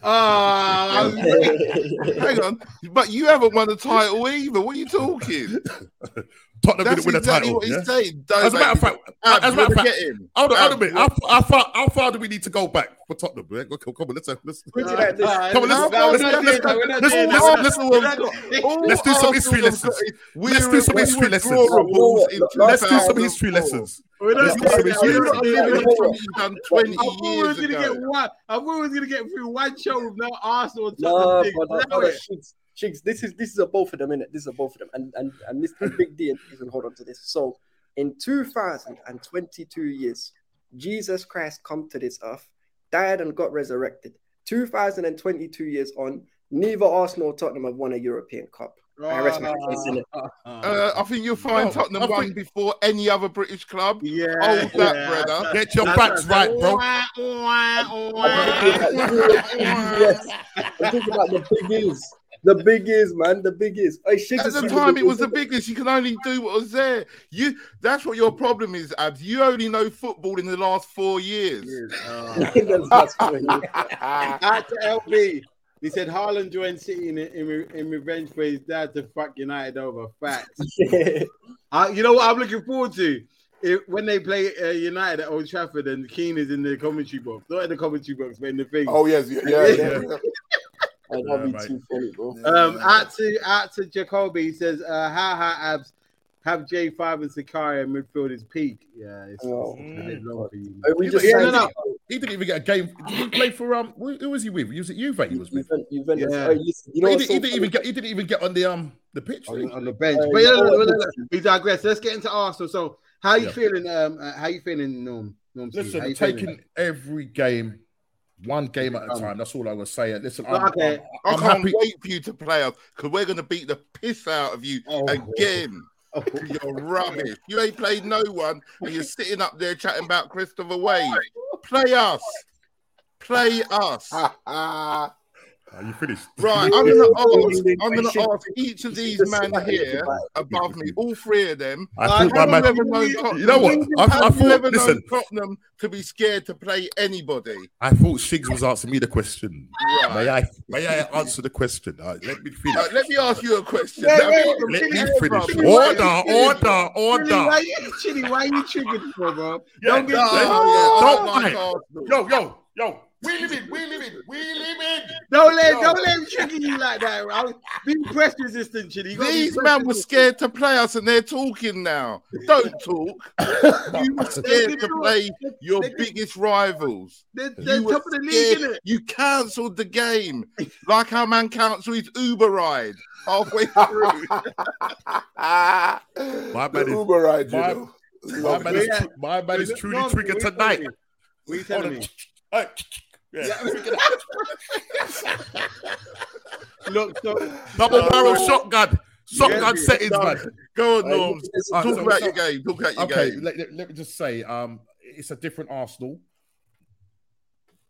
C: Ah,
J: Um,
H: Hang on, but you haven't won the title either. What are you talking?
J: Tottenham
H: That's
J: didn't win a
H: exactly
J: title.
H: what he's
J: yeah?
H: saying. Don't
J: as a matter of
H: make
J: fact,
H: me-
J: as a
H: Abs,
J: matter of
H: you're
J: fact,
H: gonna get him.
J: hold on, hold on a
H: Abs,
J: minute. How, how far, how far do we need to go back for Tottenham? Yeah, Come come on, let's let's come
I: Put
J: on,
I: it
J: let's
I: like this.
J: come on,
I: No, no,
J: let's
I: no,
J: let's-
I: no, we're not
J: let's- let's-
I: doing that.
J: let's-
I: We're not doing that.
J: let's do some
H: Arsenal
J: history
H: have
J: lessons.
H: got- we
J: Let's do some
H: were-
J: history
H: we were
J: lessons.
H: drawables in
J: Let's do some
H: 2004.
J: history lessons.
C: Oh, We're not
J: Let's do some
C: doing that.
J: history
C: We're not
J: lessons.
C: doing that.
H: done 20
C: I thought we was
H: years
C: gonna
H: ago.
C: get one. I thought we was gonna get through one show with no Arsenal.
I: No,
C: Tottenham
I: but,
C: thing.
I: but,
C: Blow
I: but
C: it.
I: Shiggs, Shiggs, this is this is a both of them, innit? This is a both of them, and and and Mr. Big D and Ethan hold on to this. So, in 2022 years, Jesus Christ come to this earth, died and got resurrected. 2022 years on, neither Arsenal or Tottenham have won a European Cup. I rest my case in it.
B: Uh, I think you'll find
J: No,
B: Tottenham
J: I
B: won
J: think-
B: before any other British club.
C: Yeah,
B: Hold that,
J: yeah.
B: brother.
J: Get your facts right, bro.
D: Oh,
I: yes. I'm talking about the big is. The big is, man. The big is. Hey, shit
B: At the time, it was the biggest. You can only do what was there. You. That's what your problem is, Abs. You only know football in the last four years.
C: Out to LB. He said Haaland joined City in, in, re- in revenge for his dad to fuck United over. Facts. Uh, you know what I'm looking forward to? If, when they play uh, United at Old Trafford and Keane is in the commentary box. Not in the commentary box, but in the thing.
H: Oh yes, yeah, yeah. yeah, yeah.
I: That'd be
J: Yeah,
I: too funny, bro.
C: Um, out to out to Jacoby he says, uh, "Ha ha, abs, have J five and Sakari in midfield is peak." Yeah, it's,
I: Oh. Mm.
C: it's a bit long for you.
I: Hey, we
J: You
I: just
J: know, yeah,
I: signed
J: no, no. He didn't even get a game. Did he play for um? Who, who was he with? He was at Juve. He was with.
I: Juven- Juventus.
C: Yeah.
I: Hey, listen, you know
J: he, didn't, he
I: what's so
J: didn't
I: funny?
J: even get. He didn't even get on the um the pitch. did
C: on,
J: he?
C: on the bench.
I: Uh,
C: but yeah,
I: you know
C: look,
I: what?
C: look, look, we digress. Let's get into Arsenal. So, how you
J: Yeah.
C: feeling? Um, uh, how you feeling, Norm? Norm Steve? How
J: Listen,
C: you
J: taking
C: feeling?
J: every game, one game at a
C: Um,
J: time. That's all I was saying. Listen,
C: Well,
J: I'm,
C: okay.
J: I'm-
B: I
J: I'm
B: can't
J: happy.
B: wait for you to play us because we're going to beat the piss out of you
C: Oh.
B: again.
C: Oh.
B: You're rubbish. You ain't played no one, and you're sitting up there chatting about Christopher Wade. Play us. Play us.
H: Ah,
J: Are Oh, you finished?
B: Right, I'm gonna ask. I'm gonna ask each of these men here above me, all three of them.
J: I think my
B: Have you ever
J: man.
B: known Tottenham?
J: You know what? I, I
B: Have you
J: thought.
B: ever known
J: Listen,
B: Tottenham to be scared to play anybody?
J: I thought Shiggs was asking me the question.
B: Right.
J: May I? May I answer the question? All right, let me finish.
B: Right, let me ask you a question.
C: Wait,
B: Let me-
C: wait,
J: Let me
B: Hey,
J: finish.
B: brother.
J: Order, order,
C: Chili, why
J: order.
C: you, Chili, why you triggered for, bro?
J: Yeah,
C: Don't get
B: No,
J: Let-
B: yeah, I
J: don't
B: like
J: mind.
B: Arsenal.
J: Yo, yo, yo.
K: We living, we living, we living.
C: don't let don't let him trigger you like that. Bro. Be press resistant, Chili. You gotta be
B: These
C: press
B: men were
C: resistant.
B: scared to play us, and they're talking now. Don't talk. You were scared to play your biggest rivals.
C: They're, they're
B: You were
C: top of the league,
B: scared.
C: innit?
B: You cancelled the game, like our man cancelled his Uber ride halfway through.
H: ah. the
J: My man is-
H: Uber ride, you
J: my-
H: know.
J: My man is,
C: Yeah.
J: tru- my man is
C: Look,
J: truly
C: Norm,
J: triggered
C: what you
J: tonight.
C: telling me? What you telling me?
J: Oh, yeah.
C: Look, so
J: Double barrel shotgun. Shotgun
C: Yeah.
J: settings, man.
B: Go on,
J: Uh,
B: Norms.
J: uh,
B: Talk
J: so-
B: about
J: so-
B: your game. Talk about your
J: Okay,
B: game.
J: let, let- let me just say, um, it's a different Arsenal.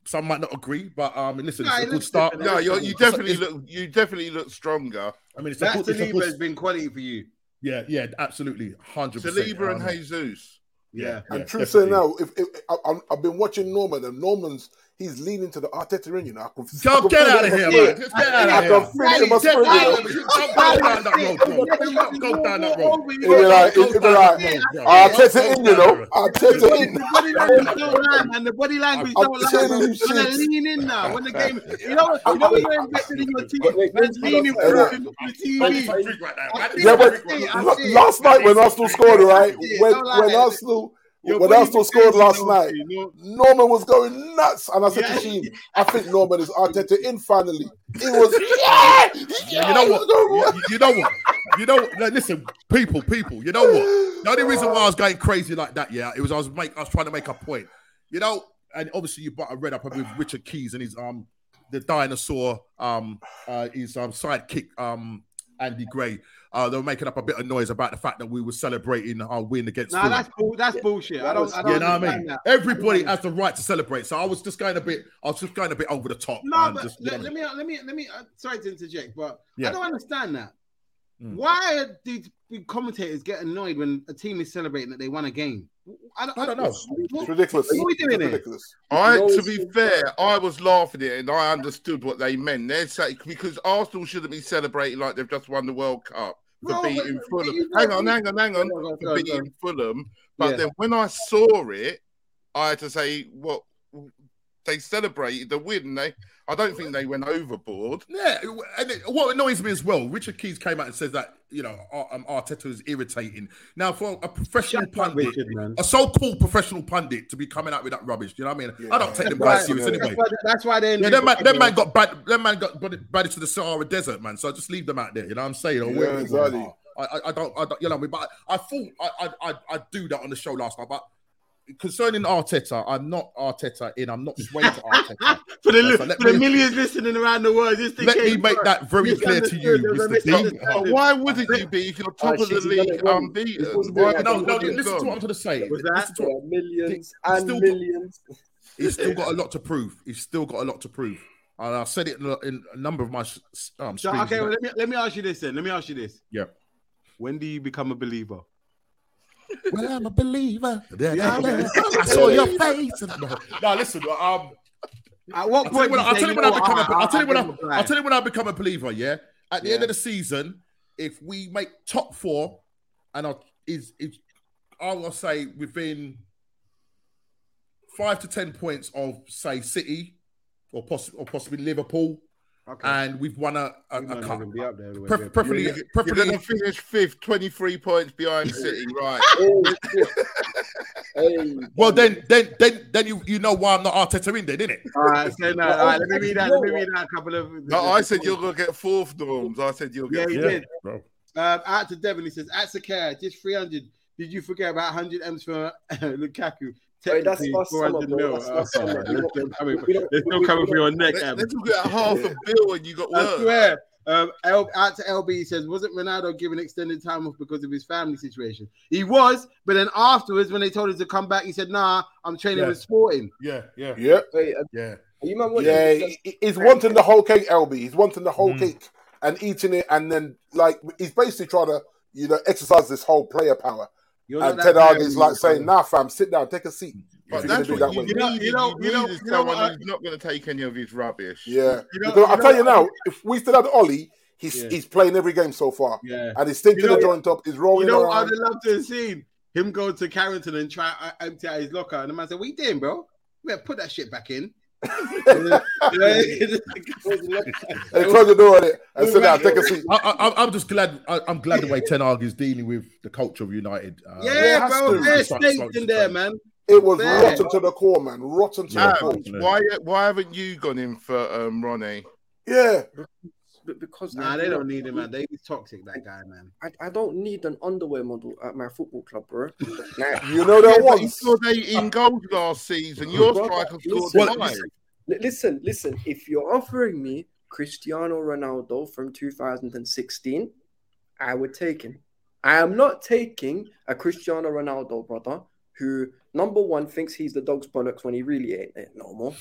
J: Some might not agree, but um, listen,
C: Nah,
J: it's a
C: it
J: good
C: looks
J: start.
C: different.
B: No, you're, you
J: It's a-
B: definitely
J: it's-
B: look. You definitely look stronger.
J: I mean, it's a
C: that
J: good. It's a
C: Saliba has
J: good
C: been quality for you.
J: yeah, yeah, absolutely, hundred percent.
B: Saliba and Jesus.
C: Yeah.
H: And truth say now, if, if I, I'm- I've been watching Norman, and Norman's he's leaning to the Arteta in, you know. I can, I
J: Go
H: can
J: get
H: feel
J: out of
H: it.
J: here, man. Just get
H: I
J: out
H: can
J: of here.
H: feel it in my
J: Get
H: spirit. you know.
J: out of here. Don't go down that road, bro. Do not go down that road.
H: It'll be like, it'll be like, Arteta in, you know. Arteta in.
C: The body language don't lie, man. The body language
H: I'm
C: don't lie.
H: telling
C: bro.
H: you,
C: You gotta
H: shit.
C: lean in now. When the game, you know, you know, when you're invested in your team.
I: wait,
C: Man's
I: wait,
C: leaning
I: wait,
C: forward
H: wait.
C: to the
J: Don't drink
C: TV.
J: like that,
C: I
J: man.
C: think
H: Yeah,
C: I
H: but
C: see it, I
H: la-
C: see it.
H: last night when Arsenal scored, right?
C: Yeah,
H: When
C: don't lie.
H: when Arsenal
C: Your
H: when
C: body
H: Arsenal scored
C: language
H: last
C: don't
H: night,
C: lie, you know.
H: Norman was going nuts, and I said
C: Yeah.
H: to Sheen, "I think Norman is Arteta in finally." It was yeah,
J: You know what? You, you know what? You know what? Like, listen, people, people, you know what? The only reason why I was going crazy like that, yeah, it was I was make I was trying to make a point. You know, and obviously you brought I read up with Richard Keys and his um the dinosaur um uh his um sidekick um Andy Gray. Uh they were making up a bit of noise about the fact that we were celebrating our win against
C: Nah,
J: Fulham.
C: that's bull- that's bullshit. I don't. I don't
J: you know what I mean?
C: understand that.
J: Everybody has the right to celebrate. So I was just going a bit, I was just going a bit over the top.
C: No,
J: man,
C: but
J: just, you know
C: let,
J: what I
C: let me let me let me. Uh, sorry to interject, but
J: Yeah.
C: I don't understand that.
J: Mm.
C: Why do the commentators get annoyed when a team is celebrating that they won a game? I don't,
J: I don't know.
H: It's
C: What,
H: ridiculous.
C: What are we doing
H: It's
C: here?
H: ridiculous.
B: I,
I: No,
B: to
I: it's
B: be
I: been
B: fair, I was laughing at it and I understood what they meant. They're saying because Arsenal shouldn't be celebrating like they've just won the World Cup for
C: No, but-
B: beating
C: but
B: Fulham.
C: you know-
B: hang on, hang on, hang on.
C: Go, go,
B: For
C: go, go.
B: beating Fulham, but
C: Yeah.
B: then when I saw it, I had to say, "What they celebrated the win." They, I don't think they went overboard.
J: Yeah, and it- what annoys me as well, Richard Keys came out and says that you know Ar- um, Arteta is irritating. Now, for a professional
C: Shut up,
J: pundit,
C: Richard, man.
J: a so-called professional pundit to be coming out with that rubbish, you know what I mean?
H: Yeah.
J: I don't take them
H: Right.
J: guys serious
H: Yeah.
J: anyway.
C: That's why, that's why they're in
J: Yeah,
C: the-
J: that man, that man got bad. That man got bad, bad to the Sahara Desert, man. So I just leave them out there. You know what I'm saying? Or
H: Yeah,
J: wherever they
H: exactly.
J: are. I, I, I don't, I don't, you know what I mean? But I, I thought I, I, I, I do that on the show last night, but concerning Arteta, I'm not Arteta in. I'm not swayed to Arteta.
C: For the,
J: So let
C: for the
J: me-
C: millions listening around the world, this thing
J: Let me
C: came
J: make
C: first.
J: that very clear to you,
C: Misunderstood,
J: Mr.
C: there's a
J: D.
C: misunderstanding.
H: But why wouldn't you be if you're
I: Ah,
H: top of the uh,
I: shit, he's done
H: league
I: it wrong.
H: unbeaten?
I: He's supposed to do
H: Why
I: it.
J: No,
H: wouldn't
J: no,
H: you
J: listen to what I'm
H: have
J: going to say.
C: Was that-
J: Listen to
I: There
J: what-
I: are millions
J: He's
I: and
J: still got-
I: millions.
J: He's still got a lot to prove. He's still got a lot to prove. And I said it in a- in a number of my s- s- um,
C: So,
J: streams.
C: okay, well, let me let me ask you this then. Let me ask you this.
J: Yeah.
C: When do you become a believer?
J: Well, I'm a believer.
C: Yeah.
J: I saw your face. No, listen. Um,
C: At what
J: I'll tell you
C: point?
J: when, I'll
C: say,
J: tell you when
C: know
J: I
C: what,
J: become. a- I'll tell you
C: give him
J: when
C: a
J: I- I'll
C: black.
J: tell you when I become a believer. Yeah. At the end
C: Yeah.
J: of the season, if we make top four, and I is is, I will say within five to ten points of say City, or possibly or possibly Liverpool,
C: Okay.
J: and we've won a, a,
C: You might
J: a cup.
C: not even be up there.
J: Pref- preferably,
H: You're
J: preferably,
H: going to finish fifth, 23 points behind City, right?
I: Oh, shit. hey,
J: Well, then, then, then, then you you know why I'm not Arteta in there, didn't it?
C: All right, so no, all right, let me read that. Let me read that a couple of.
H: No, I said you're going to get fourth, Norms. I said you'll
C: Yeah,
H: get
C: you
H: fourth.
C: did.
J: bro.
C: Um, out to Devon, he says, at Sakaya, just 300. Did you forget about 100 M's for Lukaku?
I: Hey, that's
C: Technically,
I: last summer,
C: 400
I: bro.
C: mil.
I: That's last summer.
C: Okay, let's- I mean,
I: We don't-
C: They're still
I: we-
C: coming
I: we
C: for your neck,
H: Let-
C: Em.
H: Let's look at half a bill and you got
C: I
H: work.
C: swear. Um, L, out to LB he says, wasn't Ronaldo given extended time off because of his family situation? He was, but then afterwards, when they told him to come back, he said, "Nah, I'm training
J: Yeah.
C: with Sporting."
J: Yeah, yeah,
B: Yeah,
I: Wait, are
J: yeah.
I: you man watching
B: yeah.
I: this?
B: he- He's wanting the whole cake, LB. He's wanting the whole
J: Mm.
B: cake and eating it, and then like he's basically trying to, you know, exercise this whole player power.
C: You're
B: And
C: not
B: Ted
C: that
B: Hag
C: player
B: is
C: anymore,
B: like saying,
C: son.
B: "Nah, fam, sit down, take a seat."
H: But
B: You're
H: that's
B: gonna do that
H: what you
B: way.
H: need.
C: You know- you know-
H: you
C: you know-
H: need is
C: you know what
H: someone
C: I-
H: who's not going to take any of his rubbish.
B: Yeah,
C: You know-
B: because I
C: you
B: tell
C: know-
B: you now, if we still had Ollie, he's
C: Yeah.
B: he's playing every game so far,
C: Yeah.
B: and he's thinking
C: You know-
B: the joint up, he's rolling
C: You know what I'd
B: around.
C: have loved to have seen him go to Carrington and try uh, empty out his locker, and the man said, "What you doing, bro? Yeah, put that shit back in."
B: And he close the door on it and
C: You're
B: sit down,
C: right,
B: take a
C: you're
B: seat.
J: I, I, I'm just glad. I, I'm glad the way Ten Hag is dealing with the culture of United. Uh,
C: yeah,
B: has
C: bro,
B: to.
C: there's
J: Sorry,
C: snakes
J: sorry,
C: in
J: sorry.
C: there, man.
B: It was
C: Man.
B: rotten to the core, man. Rotten to
J: Yeah.
B: the core.
H: Um, why why haven't you gone in for um, Ronnie?
B: Yeah,
I: But because
C: Nah,
I: I
C: they
I: do
C: don't
I: not-
C: need him, man. They, he's toxic, that guy, man.
I: I, I don't need an underwear model at my football club, bro. Nah.
B: you know that
H: Yeah, but you
B: once.
H: scored 18 goals last season. Your striker scored
I: Well,
H: five.
I: Li- Listen, listen. If you're offering me Cristiano Ronaldo from 2016, I would take him. I am not taking a Cristiano Ronaldo, brother, who number one thinks he's the dog's bollocks when he really ain't it no more.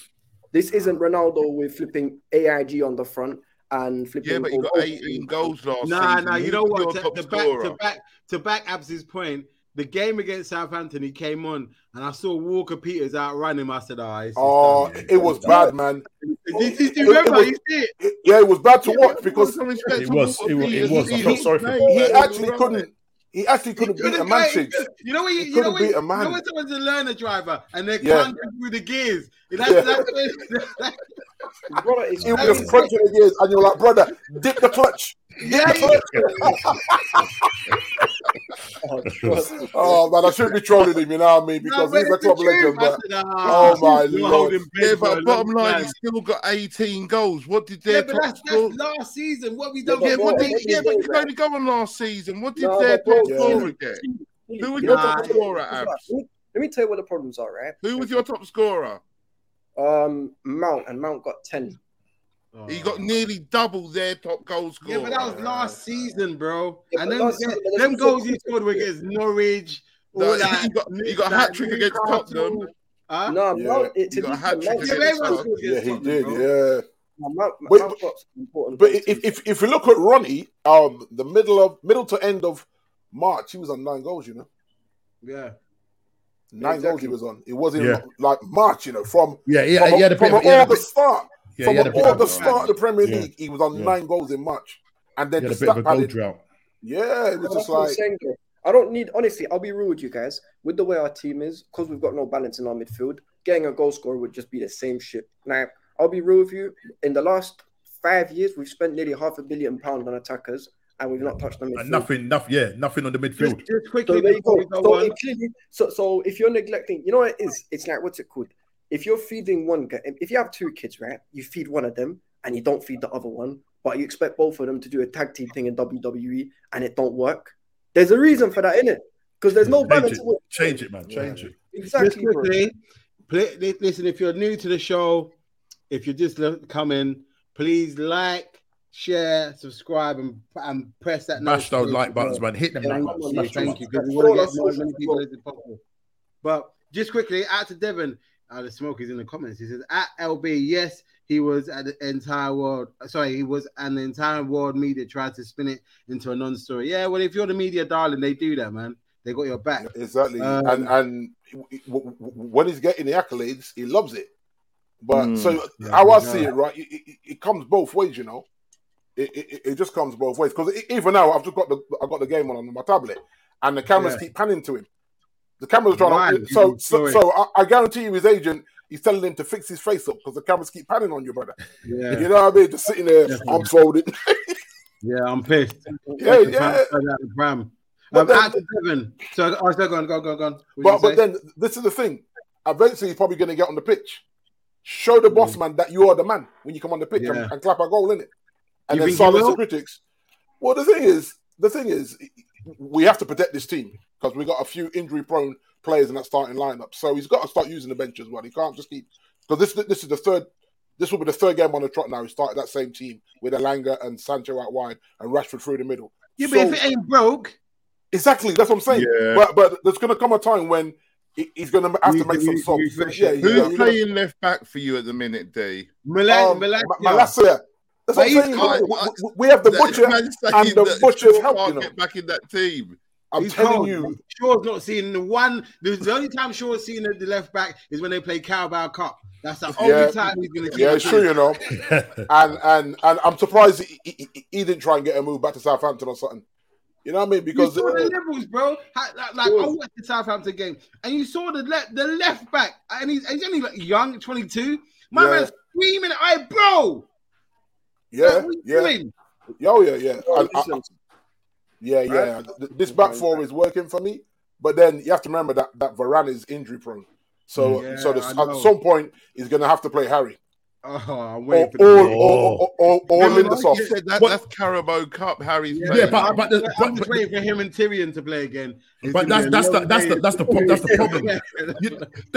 I: This isn't Ronaldo with flipping AIG on the front and flipping.
H: Yeah, but you got
I: Bordeaux.
H: 18 goals last
C: Nah,
H: season.
C: nah, you
H: Who's
C: know what?
H: your
C: To,
H: top
C: to back, to
H: scorer?
C: back, to back Abs's point, the game against Southampton, he came on and I saw Walker Peters outrun him. I said, "Ah, it's- it's
B: Oh,
C: done, man."
B: it was bad, man.
C: Did, did
B: It-
C: you remember?
B: it was-
C: You see it?
B: It- yeah, it was bad to
H: Yeah,
B: watch
H: but
B: because
H: some respect
J: It
H: to
J: was-
H: Walker
J: it was- it
H: Peters.
J: was. I
H: He-
J: felt
H: he-
J: sorry for him.
H: he
B: he actually
H: right.
B: couldn't. He actually couldn't beat a
C: couldn't
B: man
C: go-
B: six.
C: You know when you,
B: He
C: you know
B: couldn't
C: when,
B: beat a
C: you know
B: man.
C: when someone's a learner driver and they're
B: Yeah.
C: climbing through the gears. That's,
B: Yeah.
C: that's when,
I: Brother, it's
B: He was
I: crazy.
B: just crunching the gears, and you're like, brother, dip the clutch.
C: yeah,
I: Oh, trust me.
B: Oh man, I shouldn't be trolling him. You know what I mean?
C: no,
B: Because
C: but
B: he's a
C: it's the
B: club
C: truth.
B: legend.
C: I
B: But
C: said, ah,
B: oh my
C: you're
B: lord,
C: holding bed for
H: Yeah,
C: a
H: but
C: long
H: bottom line,
C: time.
H: he's still got 18 goals. What did
C: yeah,
H: their
C: but
H: top
C: that's,
H: scorer-
C: that's last season. What we don't
H: Yeah,
I: But
H: what
I: bro,
H: did,
I: let me
H: yeah, but
I: say
H: you
I: that.
H: only go on last season. What did
I: No,
H: their
I: but bro,
H: top
B: yeah.
H: scorer get? Who was your
C: Nah.
H: top scorer,
I: Let
H: Abs?
I: me- let me tell you what the problems are, right?
H: Who was your top scorer?
I: Um, Mount and Mount got ten.
H: He got nearly double their top goal
C: yeah,
H: scorer.
C: but that was last season, bro.
I: Yeah,
C: and
I: but
C: then
I: last season, but
C: them
I: that's-
C: goals he scored were against Norwich. all
H: No,
C: that,
H: he got- he got a
C: that
H: hat-trick against
C: Newcastle.
H: Tottenham.
C: Huh?
I: No,
B: Yeah.
I: Mount. It,
H: You
I: to
H: got
I: be
H: a
I: fair,
H: hat-trick
I: Mount,
C: Yeah,
H: against
C: but everyone scored
B: yeah,
C: against
B: he
C: Tottenham,
B: did.
C: bro.
B: Yeah.
I: Mount,
B: But-
I: Mount got some important.
B: But
I: goals,
B: if,
I: too.
B: if if you look at Ronnie, um, the middle of middle to end of March, he was on nine goals. You know,
C: Yeah.
B: nine goals he
I: Exactly.
B: was on. It wasn't
J: Yeah.
B: like March. You know, from
J: yeah, yeah.
B: from,
J: He had a
B: from
J: bit. of-
B: an
J: He had a bit-
B: August start,
J: yeah,
B: from
J: he had a
B: an
J: bit of
B: August
J: a-
B: start of the Premier
J: Yeah.
B: League, he was on
J: Yeah.
B: nine goals in March, and
J: he
B: then
J: had
B: the
J: a bit of a
B: stat
J: goal
B: padded.
J: drought.
B: Yeah, it was
I: That's
B: just
I: what I'm
B: like
I: saying, though. I don't need. Honestly, I'll be real with you guys. With the way our team is, because we've got no balance in our midfield, getting a goal scorer would just be the same shit. Now, I'll be real with you. In the last five years, we've spent nearly half a billion pounds on attackers, and we've not touched them.
J: And nothing, nothing. Yeah, nothing on the
C: Just,
J: midfield.
C: just
I: So
C: quickly
I: there you
C: before
I: go.
C: we go
I: So,
C: on.
I: it clearly, so, so if you're neglecting, you know what it is? It's like what's it called? If you're feeding one guy, if you have two kids, right? You feed one of them and you don't feed the other one, but you E expect both of them to do a tag team thing in WWE and it don't work. There's a reason for that, innit? because there's no
J: Change
I: balance.
J: it, change it, man. Change it.
I: Exactly,
C: Just
I: bro.
C: quickly, pl- li- listen, if you're new to the show, if you're just li- coming, please like, share, subscribe, and, and press that.
J: Mash those
C: notification
J: like buttons,
C: bell.
J: man. Hit them
C: Yeah,
J: like
C: come
J: buttons.
C: on,
J: Smash them
C: Thank you.
J: up.
C: 'cause we
J: Yeah,
C: want to
J: follow
C: get
J: us
C: more
J: on
C: as many people as possible. But just quickly, out to Devon. Uh, the smoke is in the comments. He says, at LB, yes, he was at the entire world. Sorry, he was, and the entire world media tried to spin it into a non story. Yeah, well, if you're the media, darling, they do that, man. They got your back.
B: Exactly.
C: Um,
B: and and w- w- w- when he's getting the accolades, he loves it. But
C: Mm.
B: so
C: Yeah,
B: how
C: yeah.
B: I see it, right? It, it, it comes both ways, you know. It, it, it- it just comes both ways because even now I've just got the I have got the game on on my tablet, and the cameras
C: Yeah.
B: keep panning to him. The cameras trying
C: Why?
B: to so so,
C: Sorry.
B: so I, I guarantee you his agent he's telling him to fix his face up because the cameras keep panning on you, brother.
C: Yeah.
B: You know what I mean? Just sitting there, I'm folded.
C: Yeah, I'm pissed.
B: Yeah,
C: That's the
B: yeah.
C: pram- that's the pram.
B: But
C: Um,
B: then-
C: out to Devon. So, oh, so go on, go on, go on, go on. What you
B: But
C: say?
B: but then this is the thing. Eventually, he's probably going to get on the pitch. Show the boss man that you are the man when you come on the pitch
C: Mm. Yeah.
B: and, and clap a goal in it, and
C: You
B: then
C: think he
B: silence the
C: will?
B: critics. Well, the thing is, the thing is, we have to protect this team because we got a few injury-prone players in that starting lineup. So he's got to start using the bench as well. He can't just keep because this this is the third. This will be the third game on the trot now. He started that same team with Alanga and Sancho out wide and Rashford through the middle.
C: yeah, but
B: So-
C: if it ain't broke,
B: Exactly, that's what I'm saying.
H: Yeah.
B: But but there's going to come a time when he- he's going to have
C: You-
B: to make
C: you-
B: some
C: you
B: subs.
C: refresh
B: Yeah,
C: it.
B: yeah,
H: Who's
B: yeah.
H: playing left back for you at the minute, D?
C: Milan,
B: Um,
C: Milan,
B: Ma- Malacia. That's what I'm
C: But he's uh,
B: saying.
H: cold.
B: We, we- we have the
H: That
B: butcher
H: man's
B: and
H: saying
B: the
H: that
B: butcher's
H: Shaw
B: help.
H: can't
B: You know,
H: get back in that team.
B: I'm
C: He's
B: telling
C: cold.
B: you.
C: Shaw's not seen the one. The, the only time Shaw's seen the left back is when they play Carabao Cup. That's the only
B: Yeah.
C: time he's going to see.
B: Oh, Yeah,
C: the
B: it's true. You know, and and and I'm surprised he, he, he- he didn't try and get a move back to Southampton or something. You know what I mean?
C: You
B: Because
C: saw
B: uh,
C: the levels, bro. How- Like, like, I
B: Sure.
C: watched the Southampton game, and you saw the left, the left back, and he's, he's only like young, twenty two. My
B: Yeah.
C: man's screaming, "I bro,
B: yeah,
C: what are you
B: yeah,
C: doing?"
B: yeah, oh, yeah, yeah, And I-
I: Listen,
B: yeah, yeah. Th- This back four is working for me, but then you have to remember that that Varane is injury prone. So
C: Yeah,
B: so the,
C: I
B: at
C: know.
B: some point he's going to have to play Harry.
C: Oh, I'm
B: or
C: waiting for
B: or,
C: the-
B: or, or, or, or
H: No, like you
B: Lindelof.
H: said, that-
J: What-
H: That's Carabao Cup, Harry's
C: Yeah,
H: playing.
J: Yeah, but but,
C: I'm
J: the, but,
C: just
J: but,
C: waiting for him and Tyrion to play again. It's
J: but
C: gonna
J: that's
C: be a
J: that's the
C: long
J: that's the
C: day.
J: that's the pro- that's the problem. You,